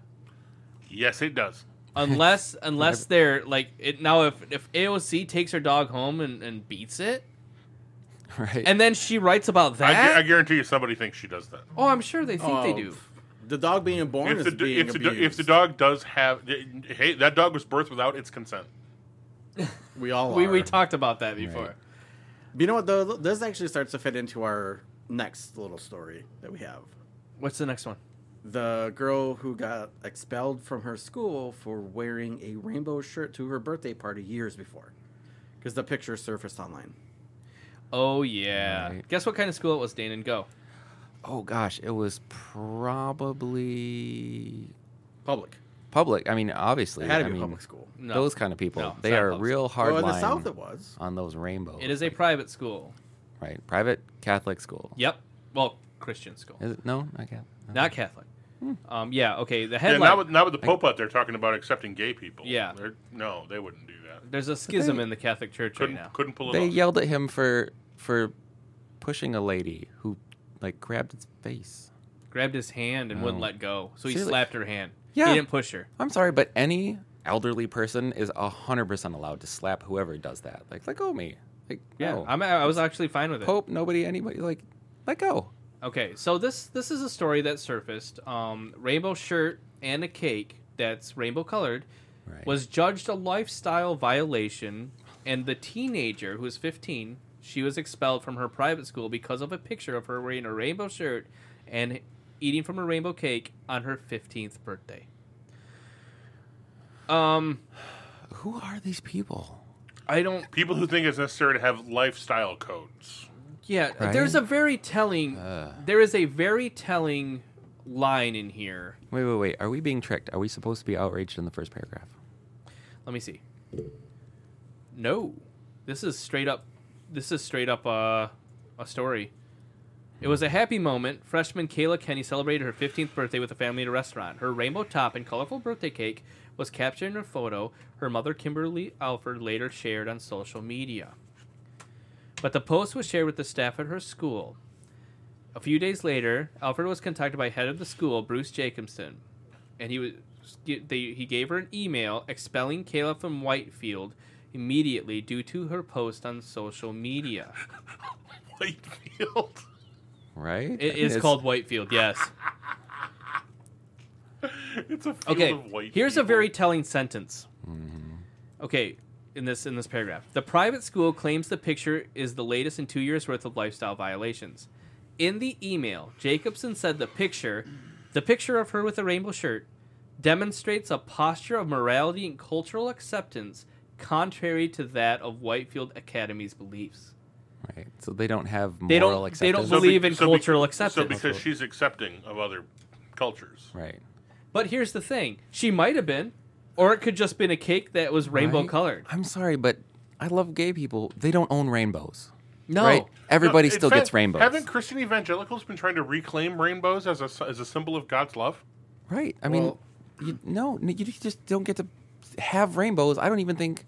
Speaker 4: Yes, it does.
Speaker 3: unless unless they're like it now if if AOC takes her dog home and, and beats it
Speaker 2: right?
Speaker 3: and then she writes about
Speaker 4: I, gu-
Speaker 3: that
Speaker 4: I guarantee you somebody thinks she does that.
Speaker 3: oh I'm sure they think they
Speaker 1: Oh,
Speaker 3: do
Speaker 1: The dog being born
Speaker 4: If
Speaker 1: is
Speaker 4: the, do-
Speaker 1: being
Speaker 4: if, the, do-
Speaker 1: abused.
Speaker 4: if the dog does have, eh, hey, that dog was birthed without its consent.
Speaker 1: we all
Speaker 3: we, we
Speaker 1: are.
Speaker 3: talked about that before
Speaker 2: Right.
Speaker 1: You know what though? This actually starts to fit into our next little story that we have.
Speaker 3: what's the next one
Speaker 1: The girl who got expelled from her school for wearing a rainbow shirt to her birthday party years before, because the picture surfaced online.
Speaker 3: oh yeah
Speaker 2: Right.
Speaker 3: guess what kind of school it was Dane and go
Speaker 2: oh gosh, it was probably
Speaker 1: Public.
Speaker 2: public. I mean, obviously,
Speaker 1: It had to
Speaker 2: I
Speaker 1: be a
Speaker 2: mean,
Speaker 1: public school.
Speaker 3: no
Speaker 2: those kind of people.
Speaker 3: No, it's
Speaker 2: they
Speaker 3: not
Speaker 2: are
Speaker 3: public.
Speaker 2: real hard
Speaker 1: well, in the
Speaker 2: line
Speaker 1: south it was.
Speaker 2: on those rainbows.
Speaker 3: it is a private school
Speaker 2: right private Catholic school.
Speaker 3: yep well Christian school
Speaker 2: Is it? No, not Catholic.
Speaker 3: not Catholic
Speaker 2: Hmm.
Speaker 3: um yeah okay the
Speaker 4: Yeah,
Speaker 3: headline
Speaker 4: not with, not with the Pope out there talking about accepting gay people.
Speaker 3: Yeah.
Speaker 4: They're, no, they wouldn't do that.
Speaker 3: there's a schism in the Catholic Church right
Speaker 4: Couldn't,
Speaker 3: now
Speaker 4: couldn't pull it
Speaker 2: They
Speaker 4: off.
Speaker 2: yelled at him for for pushing a lady who like grabbed his face.
Speaker 3: grabbed his hand and wouldn't let go so
Speaker 2: Oh.
Speaker 3: he
Speaker 2: Seriously.
Speaker 3: slapped her hand
Speaker 2: Yeah.
Speaker 3: he didn't push her
Speaker 2: I'm sorry, but any elderly person is hundred percent allowed to slap whoever does that. Like, let go me. Like,
Speaker 3: yeah
Speaker 2: no.
Speaker 3: I'm, I was actually fine with it
Speaker 2: Pope, nobody, anybody. Like, let go.
Speaker 3: Okay, so this this is a story that surfaced. Um, rainbow shirt and a cake that's rainbow colored
Speaker 2: Right.
Speaker 3: was judged a lifestyle violation, and the teenager who was 15, she was expelled from her private school because of a picture of her wearing a rainbow shirt and eating from a rainbow cake on her 15th birthday. Um,
Speaker 2: Who are these people?
Speaker 3: I don't.
Speaker 4: People who think it's necessary to have lifestyle codes.
Speaker 3: Yeah,
Speaker 2: Right? Uh.
Speaker 3: there's a very telling. there is a very telling line in here.
Speaker 2: Wait, wait, wait. Are we being tricked? Are we supposed to be outraged in the first paragraph?
Speaker 3: Let me see. No, this is straight up. This is straight up uh, a story. It was a happy moment. Freshman Kayla Kenny celebrated her 15th birthday with the family at a restaurant. Her rainbow top and colorful birthday cake was captured in a photo her mother Kimberly Alford later shared on social media. But the post was shared with the staff at her school. A few days later, Alfred was contacted by head of the school, Bruce Jacobson, and he was they, he gave her an email expelling Kayla from Whitefield immediately due to her post on social media.
Speaker 4: Whitefield.
Speaker 2: Right?
Speaker 3: It is
Speaker 2: It's-
Speaker 3: called Whitefield, yes.
Speaker 4: It's a field
Speaker 3: Okay,
Speaker 4: of white.
Speaker 3: here's a
Speaker 4: people.
Speaker 3: very telling sentence. Okay, in this in this paragraph, the private school claims the picture is the latest in two years' worth of lifestyle violations. In the email, Jacobson said the picture, the picture of her with a rainbow shirt, demonstrates a posture of morality and cultural acceptance contrary to that of Whitefield Academy's beliefs.
Speaker 2: Right. So they don't have moral
Speaker 3: They don't- they don't
Speaker 2: acceptance.
Speaker 4: be-
Speaker 3: believe in
Speaker 4: be-
Speaker 3: cultural
Speaker 4: So
Speaker 3: acceptance.
Speaker 4: because she's accepting of other cultures.
Speaker 2: Right.
Speaker 3: But here's the thing: she might have been, or it could just been a cake that was rainbow
Speaker 2: Right?
Speaker 3: colored.
Speaker 2: I'm sorry, but I love gay people. They don't own rainbows.
Speaker 3: No,
Speaker 2: Right? Everybody
Speaker 4: No, Uh, in
Speaker 2: still
Speaker 4: fact,
Speaker 2: gets rainbows.
Speaker 4: Haven't Christian evangelicals been trying to reclaim rainbows as a as a symbol of God's love?
Speaker 2: Right. I mean,
Speaker 1: Well-
Speaker 2: you, no, n- you just don't get to have rainbows. I don't even think,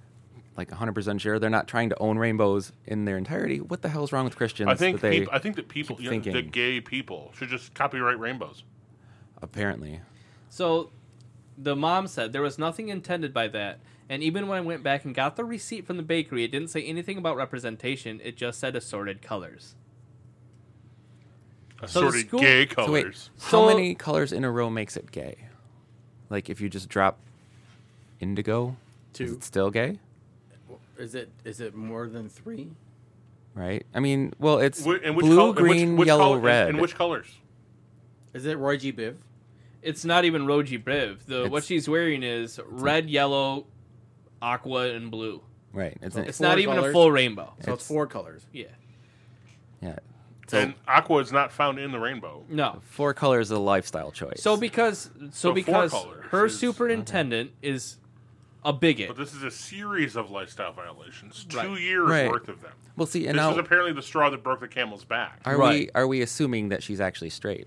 Speaker 2: like 100% sure, they're not trying to own rainbows in their entirety. What the hell's wrong with Christians?
Speaker 4: I think
Speaker 2: that they
Speaker 4: peop- I think that people,
Speaker 2: keep
Speaker 4: you know, the
Speaker 2: thinking.
Speaker 4: gay people, should just copyright rainbows.
Speaker 2: apparently.
Speaker 3: So the mom said there was nothing intended by that. And even when I went back and got the receipt from the bakery, it didn't say anything about representation. It just said assorted colors. the
Speaker 4: Assorted
Speaker 3: school-
Speaker 4: gay
Speaker 2: So wait,
Speaker 4: colors.
Speaker 2: how
Speaker 3: So-
Speaker 2: many colors in a row makes it gay? Like if you just drop indigo, is
Speaker 1: Two.
Speaker 2: it still gay?
Speaker 1: Is it is it more than three?
Speaker 2: Right? I mean, well, it's
Speaker 4: Wh- and which
Speaker 2: blue,
Speaker 4: col- and which-
Speaker 2: green,
Speaker 4: which
Speaker 2: yellow,
Speaker 4: col- and-
Speaker 2: red.
Speaker 4: And, which colors?
Speaker 1: Is it Roy G. Biv?
Speaker 3: It's not even Roji Biv. The what
Speaker 2: It's-
Speaker 3: she's wearing is red, yellow, aqua, and blue.
Speaker 2: right. It's,
Speaker 3: It's
Speaker 1: Four
Speaker 3: not even a
Speaker 1: colors.
Speaker 3: full rainbow.
Speaker 1: So it's,
Speaker 2: It's-
Speaker 1: four colors.
Speaker 3: Yeah.
Speaker 2: yeah. So
Speaker 4: and aqua is not found in the rainbow.
Speaker 3: No.
Speaker 2: four colors is a lifestyle choice.
Speaker 3: So because so,
Speaker 4: four
Speaker 3: because
Speaker 4: colors
Speaker 3: her
Speaker 4: is-
Speaker 3: superintendent is a bigot.
Speaker 4: But this is a series of lifestyle violations. Two
Speaker 3: Right.
Speaker 4: years
Speaker 2: Right.
Speaker 4: worth of them.
Speaker 2: we'll see. And
Speaker 4: This
Speaker 2: now,
Speaker 4: was apparently the straw that broke the camel's back.
Speaker 2: Are
Speaker 3: Right.
Speaker 2: we are we assuming that she's actually straight?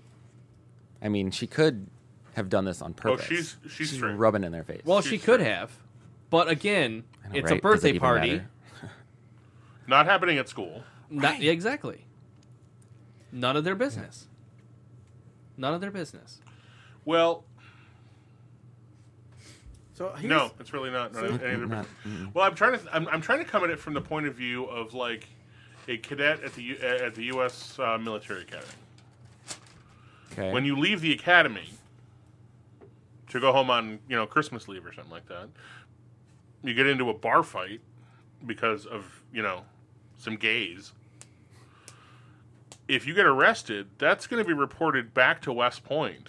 Speaker 2: I mean, she could have done this on purpose.
Speaker 4: Oh, she's- she's straight.
Speaker 2: rubbing in their face.
Speaker 3: well, she
Speaker 4: she's
Speaker 3: could
Speaker 4: straight.
Speaker 3: have. But again,
Speaker 2: I know, right?
Speaker 3: it's a
Speaker 2: Does it
Speaker 3: birthday
Speaker 2: even
Speaker 3: party.
Speaker 2: matter?
Speaker 4: Not happening at school.
Speaker 3: Not, Exactly. None of their business. None of their business.
Speaker 4: Well,
Speaker 1: So here's,
Speaker 4: No, it's really not. not any of the-
Speaker 2: Not-
Speaker 4: well, I'm trying to. I'm, I'm trying to come at it from the point of view of like a cadet at the U- at the U.S. Uh, military academy.
Speaker 2: Okay.
Speaker 4: When you leave the academy to go home on you know Christmas leave or something like that, you get into a bar fight because of you know some gays. If you get arrested, that's going to be reported back to West Point,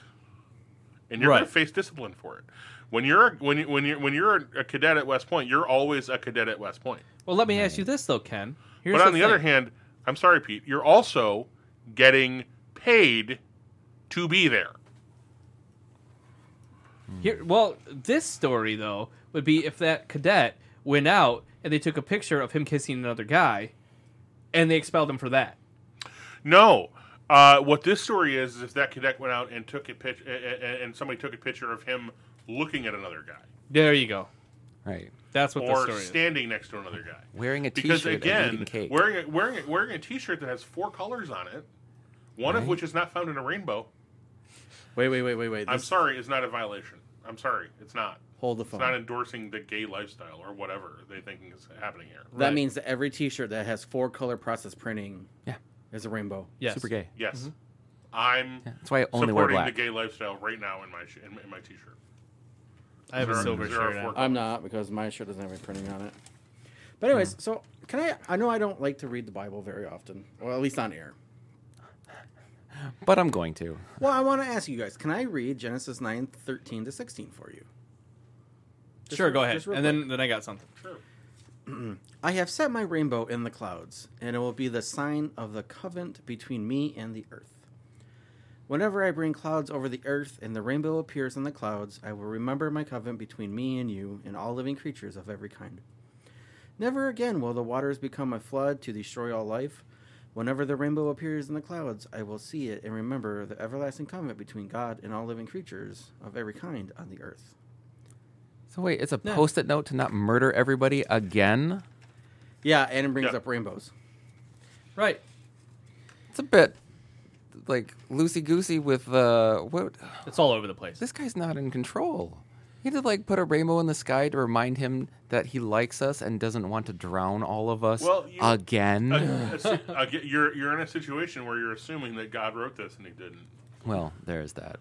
Speaker 4: and you're going
Speaker 3: Right.
Speaker 4: to face discipline for it. When you're a- when you when you when you're a cadet at West Point, you're always a cadet at West Point.
Speaker 3: Well, let me ask you this though, Ken. Here's
Speaker 4: but on the
Speaker 3: thing.
Speaker 4: other hand, I'm sorry, Pete, you're also getting paid to be there.
Speaker 3: Here, well, this story though would be if that cadet went out and they took a picture of him kissing another guy, and they expelled him for that.
Speaker 4: No. Uh, what this story is is if that cadet went out and took a pitch, and somebody took a picture of him looking at another guy
Speaker 3: There you go.
Speaker 2: right.
Speaker 3: That's what the
Speaker 4: or
Speaker 3: story is.
Speaker 4: standing next to another guy.
Speaker 2: Wearing a
Speaker 4: Because
Speaker 2: t-shirt and
Speaker 4: again,
Speaker 2: eating cake.
Speaker 4: wearing a, wearing a, wearing a T-shirt that has four colors on it, one of which is not found in a rainbow.
Speaker 1: wait, wait, wait, wait, wait.
Speaker 4: I'm
Speaker 1: This-
Speaker 4: sorry, is not a violation. I'm sorry, it's not.
Speaker 1: Hold the
Speaker 4: It's
Speaker 1: phone.
Speaker 4: not endorsing the gay lifestyle or whatever they think is happening here.
Speaker 1: that
Speaker 3: Right.
Speaker 1: means that every T-shirt that has four color process printing
Speaker 2: Yeah.
Speaker 1: is a rainbow.
Speaker 3: Yes.
Speaker 2: Super gay.
Speaker 4: Yes, I'm
Speaker 2: Mm-hmm. Yeah, that's why I only wear
Speaker 4: supporting
Speaker 2: black.
Speaker 4: the gay lifestyle right now in my sh- in, my- in my T-shirt.
Speaker 3: I have a
Speaker 4: Zero-
Speaker 3: silver
Speaker 4: zero
Speaker 3: shirt.
Speaker 4: four
Speaker 3: on.
Speaker 4: colors.
Speaker 1: I'm not because my shirt doesn't have any printing on it. But anyways, so can I? I know I don't like to read the Bible very often, well, at least on air.
Speaker 2: But I'm going to.
Speaker 1: Well, I want to ask you guys: Can I read Genesis nine thirteen to sixteen for you? Just
Speaker 3: Sure,
Speaker 1: real-
Speaker 3: go ahead.
Speaker 1: just real
Speaker 3: And then then I got something.
Speaker 4: Sure.
Speaker 1: I have set my rainbow in the clouds, and it will be the sign of the covenant between me and the earth. Whenever I bring clouds over the earth and the rainbow appears in the clouds, I will remember my covenant between me and you and all living creatures of every kind. Never again will the waters become a flood to destroy all life. Whenever the rainbow appears in the clouds, I will see it and remember the everlasting covenant between God and all living creatures of every kind on the earth.
Speaker 2: So wait, it's a post-it note to not murder everybody again.
Speaker 1: Yeah, and it brings
Speaker 4: Yeah.
Speaker 1: up rainbows.
Speaker 3: Right.
Speaker 2: It's a bit like loosey goosey with uh, what?
Speaker 3: It's all over the place.
Speaker 2: This guy's not in control. He had to like put a rainbow in the sky to remind him that he likes us and doesn't want to drown all of us
Speaker 4: Well, you-
Speaker 2: again.
Speaker 4: Uh, assu- uh, get- you're you're in a situation where you're assuming that God wrote this and He didn't.
Speaker 2: well, there is that.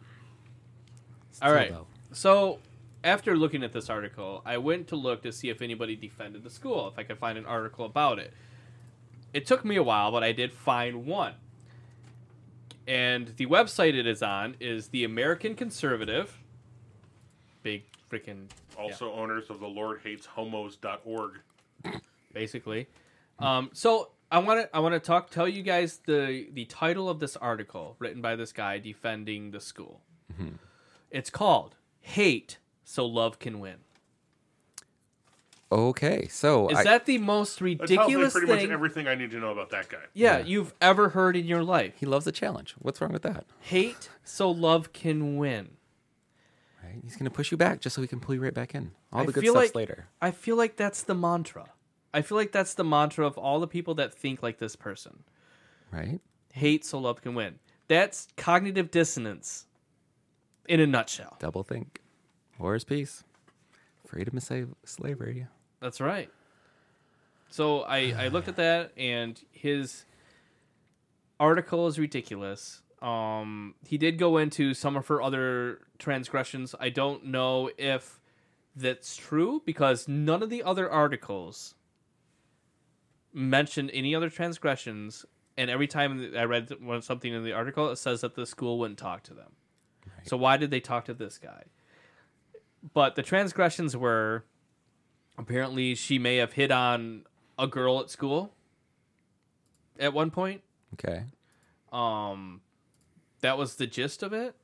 Speaker 3: All right.
Speaker 2: though.
Speaker 3: So, after looking at this article, I went to look to see if anybody defended the school, if I could find an article about it. It took me a while, but I did find one. And the website it is on is the American Conservative. Big freaking
Speaker 4: Also, owners of the Lord Hates Homos.org.
Speaker 3: basically. Um, so I want to I want to talk tell you guys the the title of this article written by this guy defending the school. It's called "Hate So Love Can Win."
Speaker 2: Okay, so
Speaker 3: Is
Speaker 2: I,
Speaker 3: that the most
Speaker 4: That tells me
Speaker 3: ridiculous
Speaker 4: pretty
Speaker 3: thing?
Speaker 4: much everything I need to know about that guy.
Speaker 3: yeah, you've ever heard in your life.
Speaker 2: he loves a challenge. What's wrong with that?
Speaker 3: Hate so love can win.
Speaker 2: Right? He's gonna push you back just so he can pull you right back in. All
Speaker 3: I
Speaker 2: the good
Speaker 3: feel
Speaker 2: stuff's
Speaker 3: like-
Speaker 2: later.
Speaker 3: I feel like that's the mantra. I feel like that's the mantra of all the people that think like this person.
Speaker 2: Right?
Speaker 3: Hate so love can win. That's cognitive dissonance in a nutshell.
Speaker 2: Double think. War is peace. Freedom is save slavery.
Speaker 3: That's right. So I, I looked at that and his article is ridiculous. Um, he did go into some of her other transgressions. I don't know if that's true because none of the other articles mentioned any other transgressions. And every time that I read one- something in the article, it says that the school wouldn't talk to them. So why did they talk to this guy? But the transgressions were apparently she may have hit on a girl at school at one point
Speaker 2: Okay.
Speaker 3: um that was the gist of it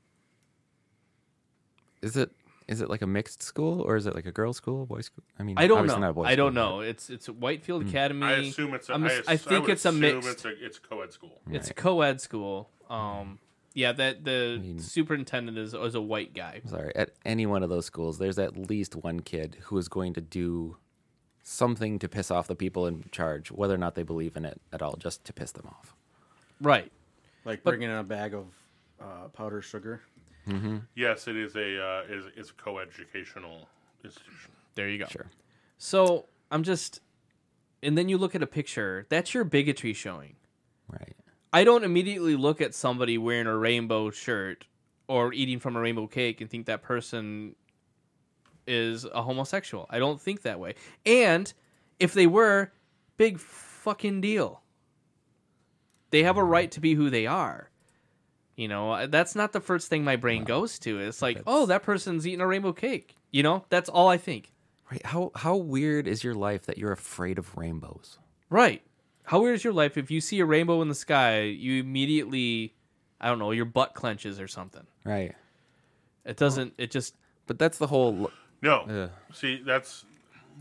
Speaker 2: Is it is it like a mixed school or is it like a girls' school, boys' school? I mean,
Speaker 3: i don't
Speaker 2: obviously
Speaker 3: know
Speaker 2: Not a boys
Speaker 3: i don't
Speaker 2: school, Hmm.
Speaker 3: know it's it's whitefield academy
Speaker 4: I assume it's. A,
Speaker 3: I'm
Speaker 4: I
Speaker 3: ass-
Speaker 4: ass-
Speaker 3: I
Speaker 4: I
Speaker 3: think
Speaker 4: would
Speaker 3: it's a
Speaker 4: assume
Speaker 3: mixed
Speaker 4: It's, a, it's co-ed school.
Speaker 3: it's a co-ed school um yeah that the
Speaker 2: mean-
Speaker 3: superintendent is, is a white guy
Speaker 2: but- Sorry. At any one of those schools, there's at least one kid who is going to do something to piss off the people in charge, whether or not they believe in it at all, just to piss them off.
Speaker 3: right
Speaker 1: Like bringing in a bag of uh, powdered sugar.
Speaker 4: Yes, it is a uh, is it's a co-educational institution.
Speaker 3: There you go.
Speaker 2: Sure.
Speaker 3: So I'm just, and then you look at a picture. That's your bigotry showing.
Speaker 2: Right.
Speaker 3: I don't immediately look at somebody wearing a rainbow shirt or eating from a rainbow cake and think that person is a homosexual. I don't think that way. And if they were, big fucking deal. They have a right to be who they are. You know, that's not the first thing my brain goes to. It's like, oh, that person's eating a rainbow cake. You know, that's all I think.
Speaker 2: Right. How how weird is your life that you're afraid of rainbows?
Speaker 3: Right. How weird is your life if you see a rainbow in the sky, you immediately, I don't know, your butt clenches or something.
Speaker 2: Right.
Speaker 3: It doesn't. It just
Speaker 2: But that's the whole. l-
Speaker 4: No,
Speaker 2: Yeah.
Speaker 4: see that's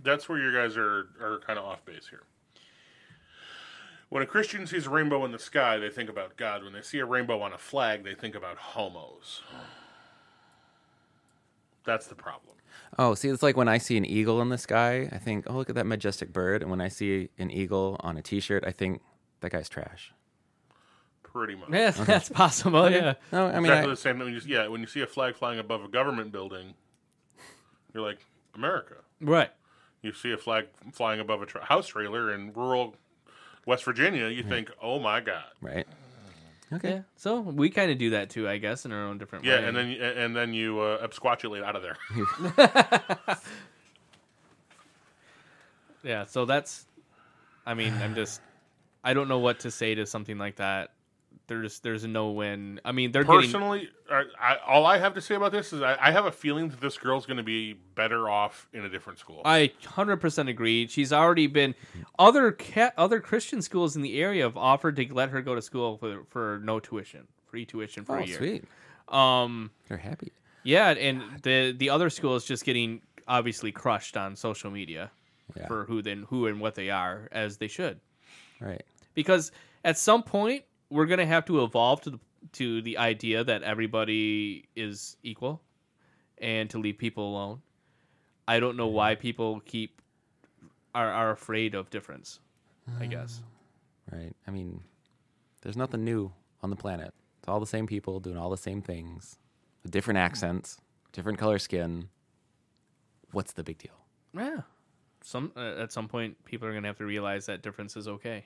Speaker 4: that's where you guys are are kind of off base here. When a Christian sees a rainbow in the sky, they think about God. When they see a rainbow on a flag, they think about homos. That's the problem.
Speaker 2: Oh, see, it's like when I see an eagle in the sky, I think, oh, look at that majestic bird. And when I see an eagle on a T-shirt, I think that guy's trash.
Speaker 4: Pretty much.
Speaker 3: yeah, that's possible. Yeah.
Speaker 2: No, I mean,
Speaker 4: exactly
Speaker 2: I,
Speaker 4: the same. When you, yeah, when you see a flag flying above a government building, you're like America.
Speaker 3: Right.
Speaker 4: You see a flag flying above a tra- house trailer in rural West Virginia, you think, "Oh my God!"
Speaker 2: right.
Speaker 3: Yeah. So we kind of do that too, I guess, in our own different
Speaker 4: Yeah,
Speaker 3: way.
Speaker 4: and then and then you uh, absquatulate out of there.
Speaker 3: yeah. So that's. I mean, I'm just. I don't know what to say to something like that. There's there's no win. I mean, they're getting.
Speaker 4: Personally, I, I, all I have to say about this is I, I have a feeling that this girl's going to be better off in a different school.
Speaker 3: I 100% agree. She's already been other ca- other Christian schools in the area have offered to let her go to school for for no tuition, free tuition for
Speaker 2: Oh,
Speaker 3: a year.
Speaker 2: sweet.
Speaker 3: Um
Speaker 2: You're happy.
Speaker 3: Yeah, and the the other school is just getting obviously crushed on social media
Speaker 2: Yeah.
Speaker 3: for who then who and what they are, as they should.
Speaker 2: Right.
Speaker 3: Because at some point we're gonna have to evolve to the to the idea that everybody is equal and to leave people alone. I don't know why people keep are are afraid of difference, I guess.
Speaker 2: Right. I mean, there's nothing new on the planet. It's all the same people doing all the same things, with different accents, different color skin. What's the big deal?
Speaker 3: Yeah. Some uh, at some point people are gonna have to realize that difference is okay.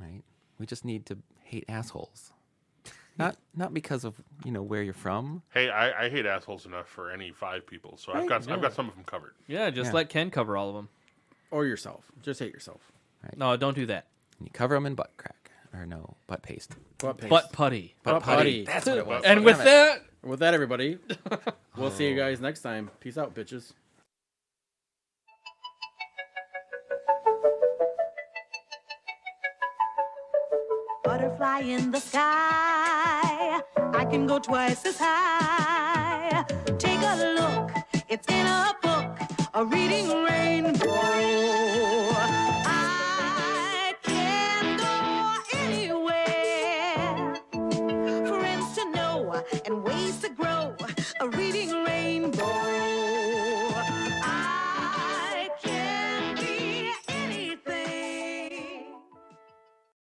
Speaker 2: right? We just need to hate assholes. Not not because of you know where you're from.
Speaker 4: hey, I, I hate assholes enough for any five people, so I've got I've got some of them covered.
Speaker 3: Yeah, just
Speaker 2: Yeah.
Speaker 3: let Ken cover all of them.
Speaker 1: or yourself. Just hate yourself.
Speaker 3: No, don't do that.
Speaker 2: And you cover them in butt crack or no butt paste.
Speaker 1: Butt paste.
Speaker 3: Butt putty.
Speaker 1: Butt putty.
Speaker 2: That's what it was.
Speaker 3: And with that,
Speaker 1: With that, everybody, we'll see you guys next time. Peace out, bitches.
Speaker 6: butterfly in the sky. I can go twice as high. Take a look, it's in a book, a reading rainbow.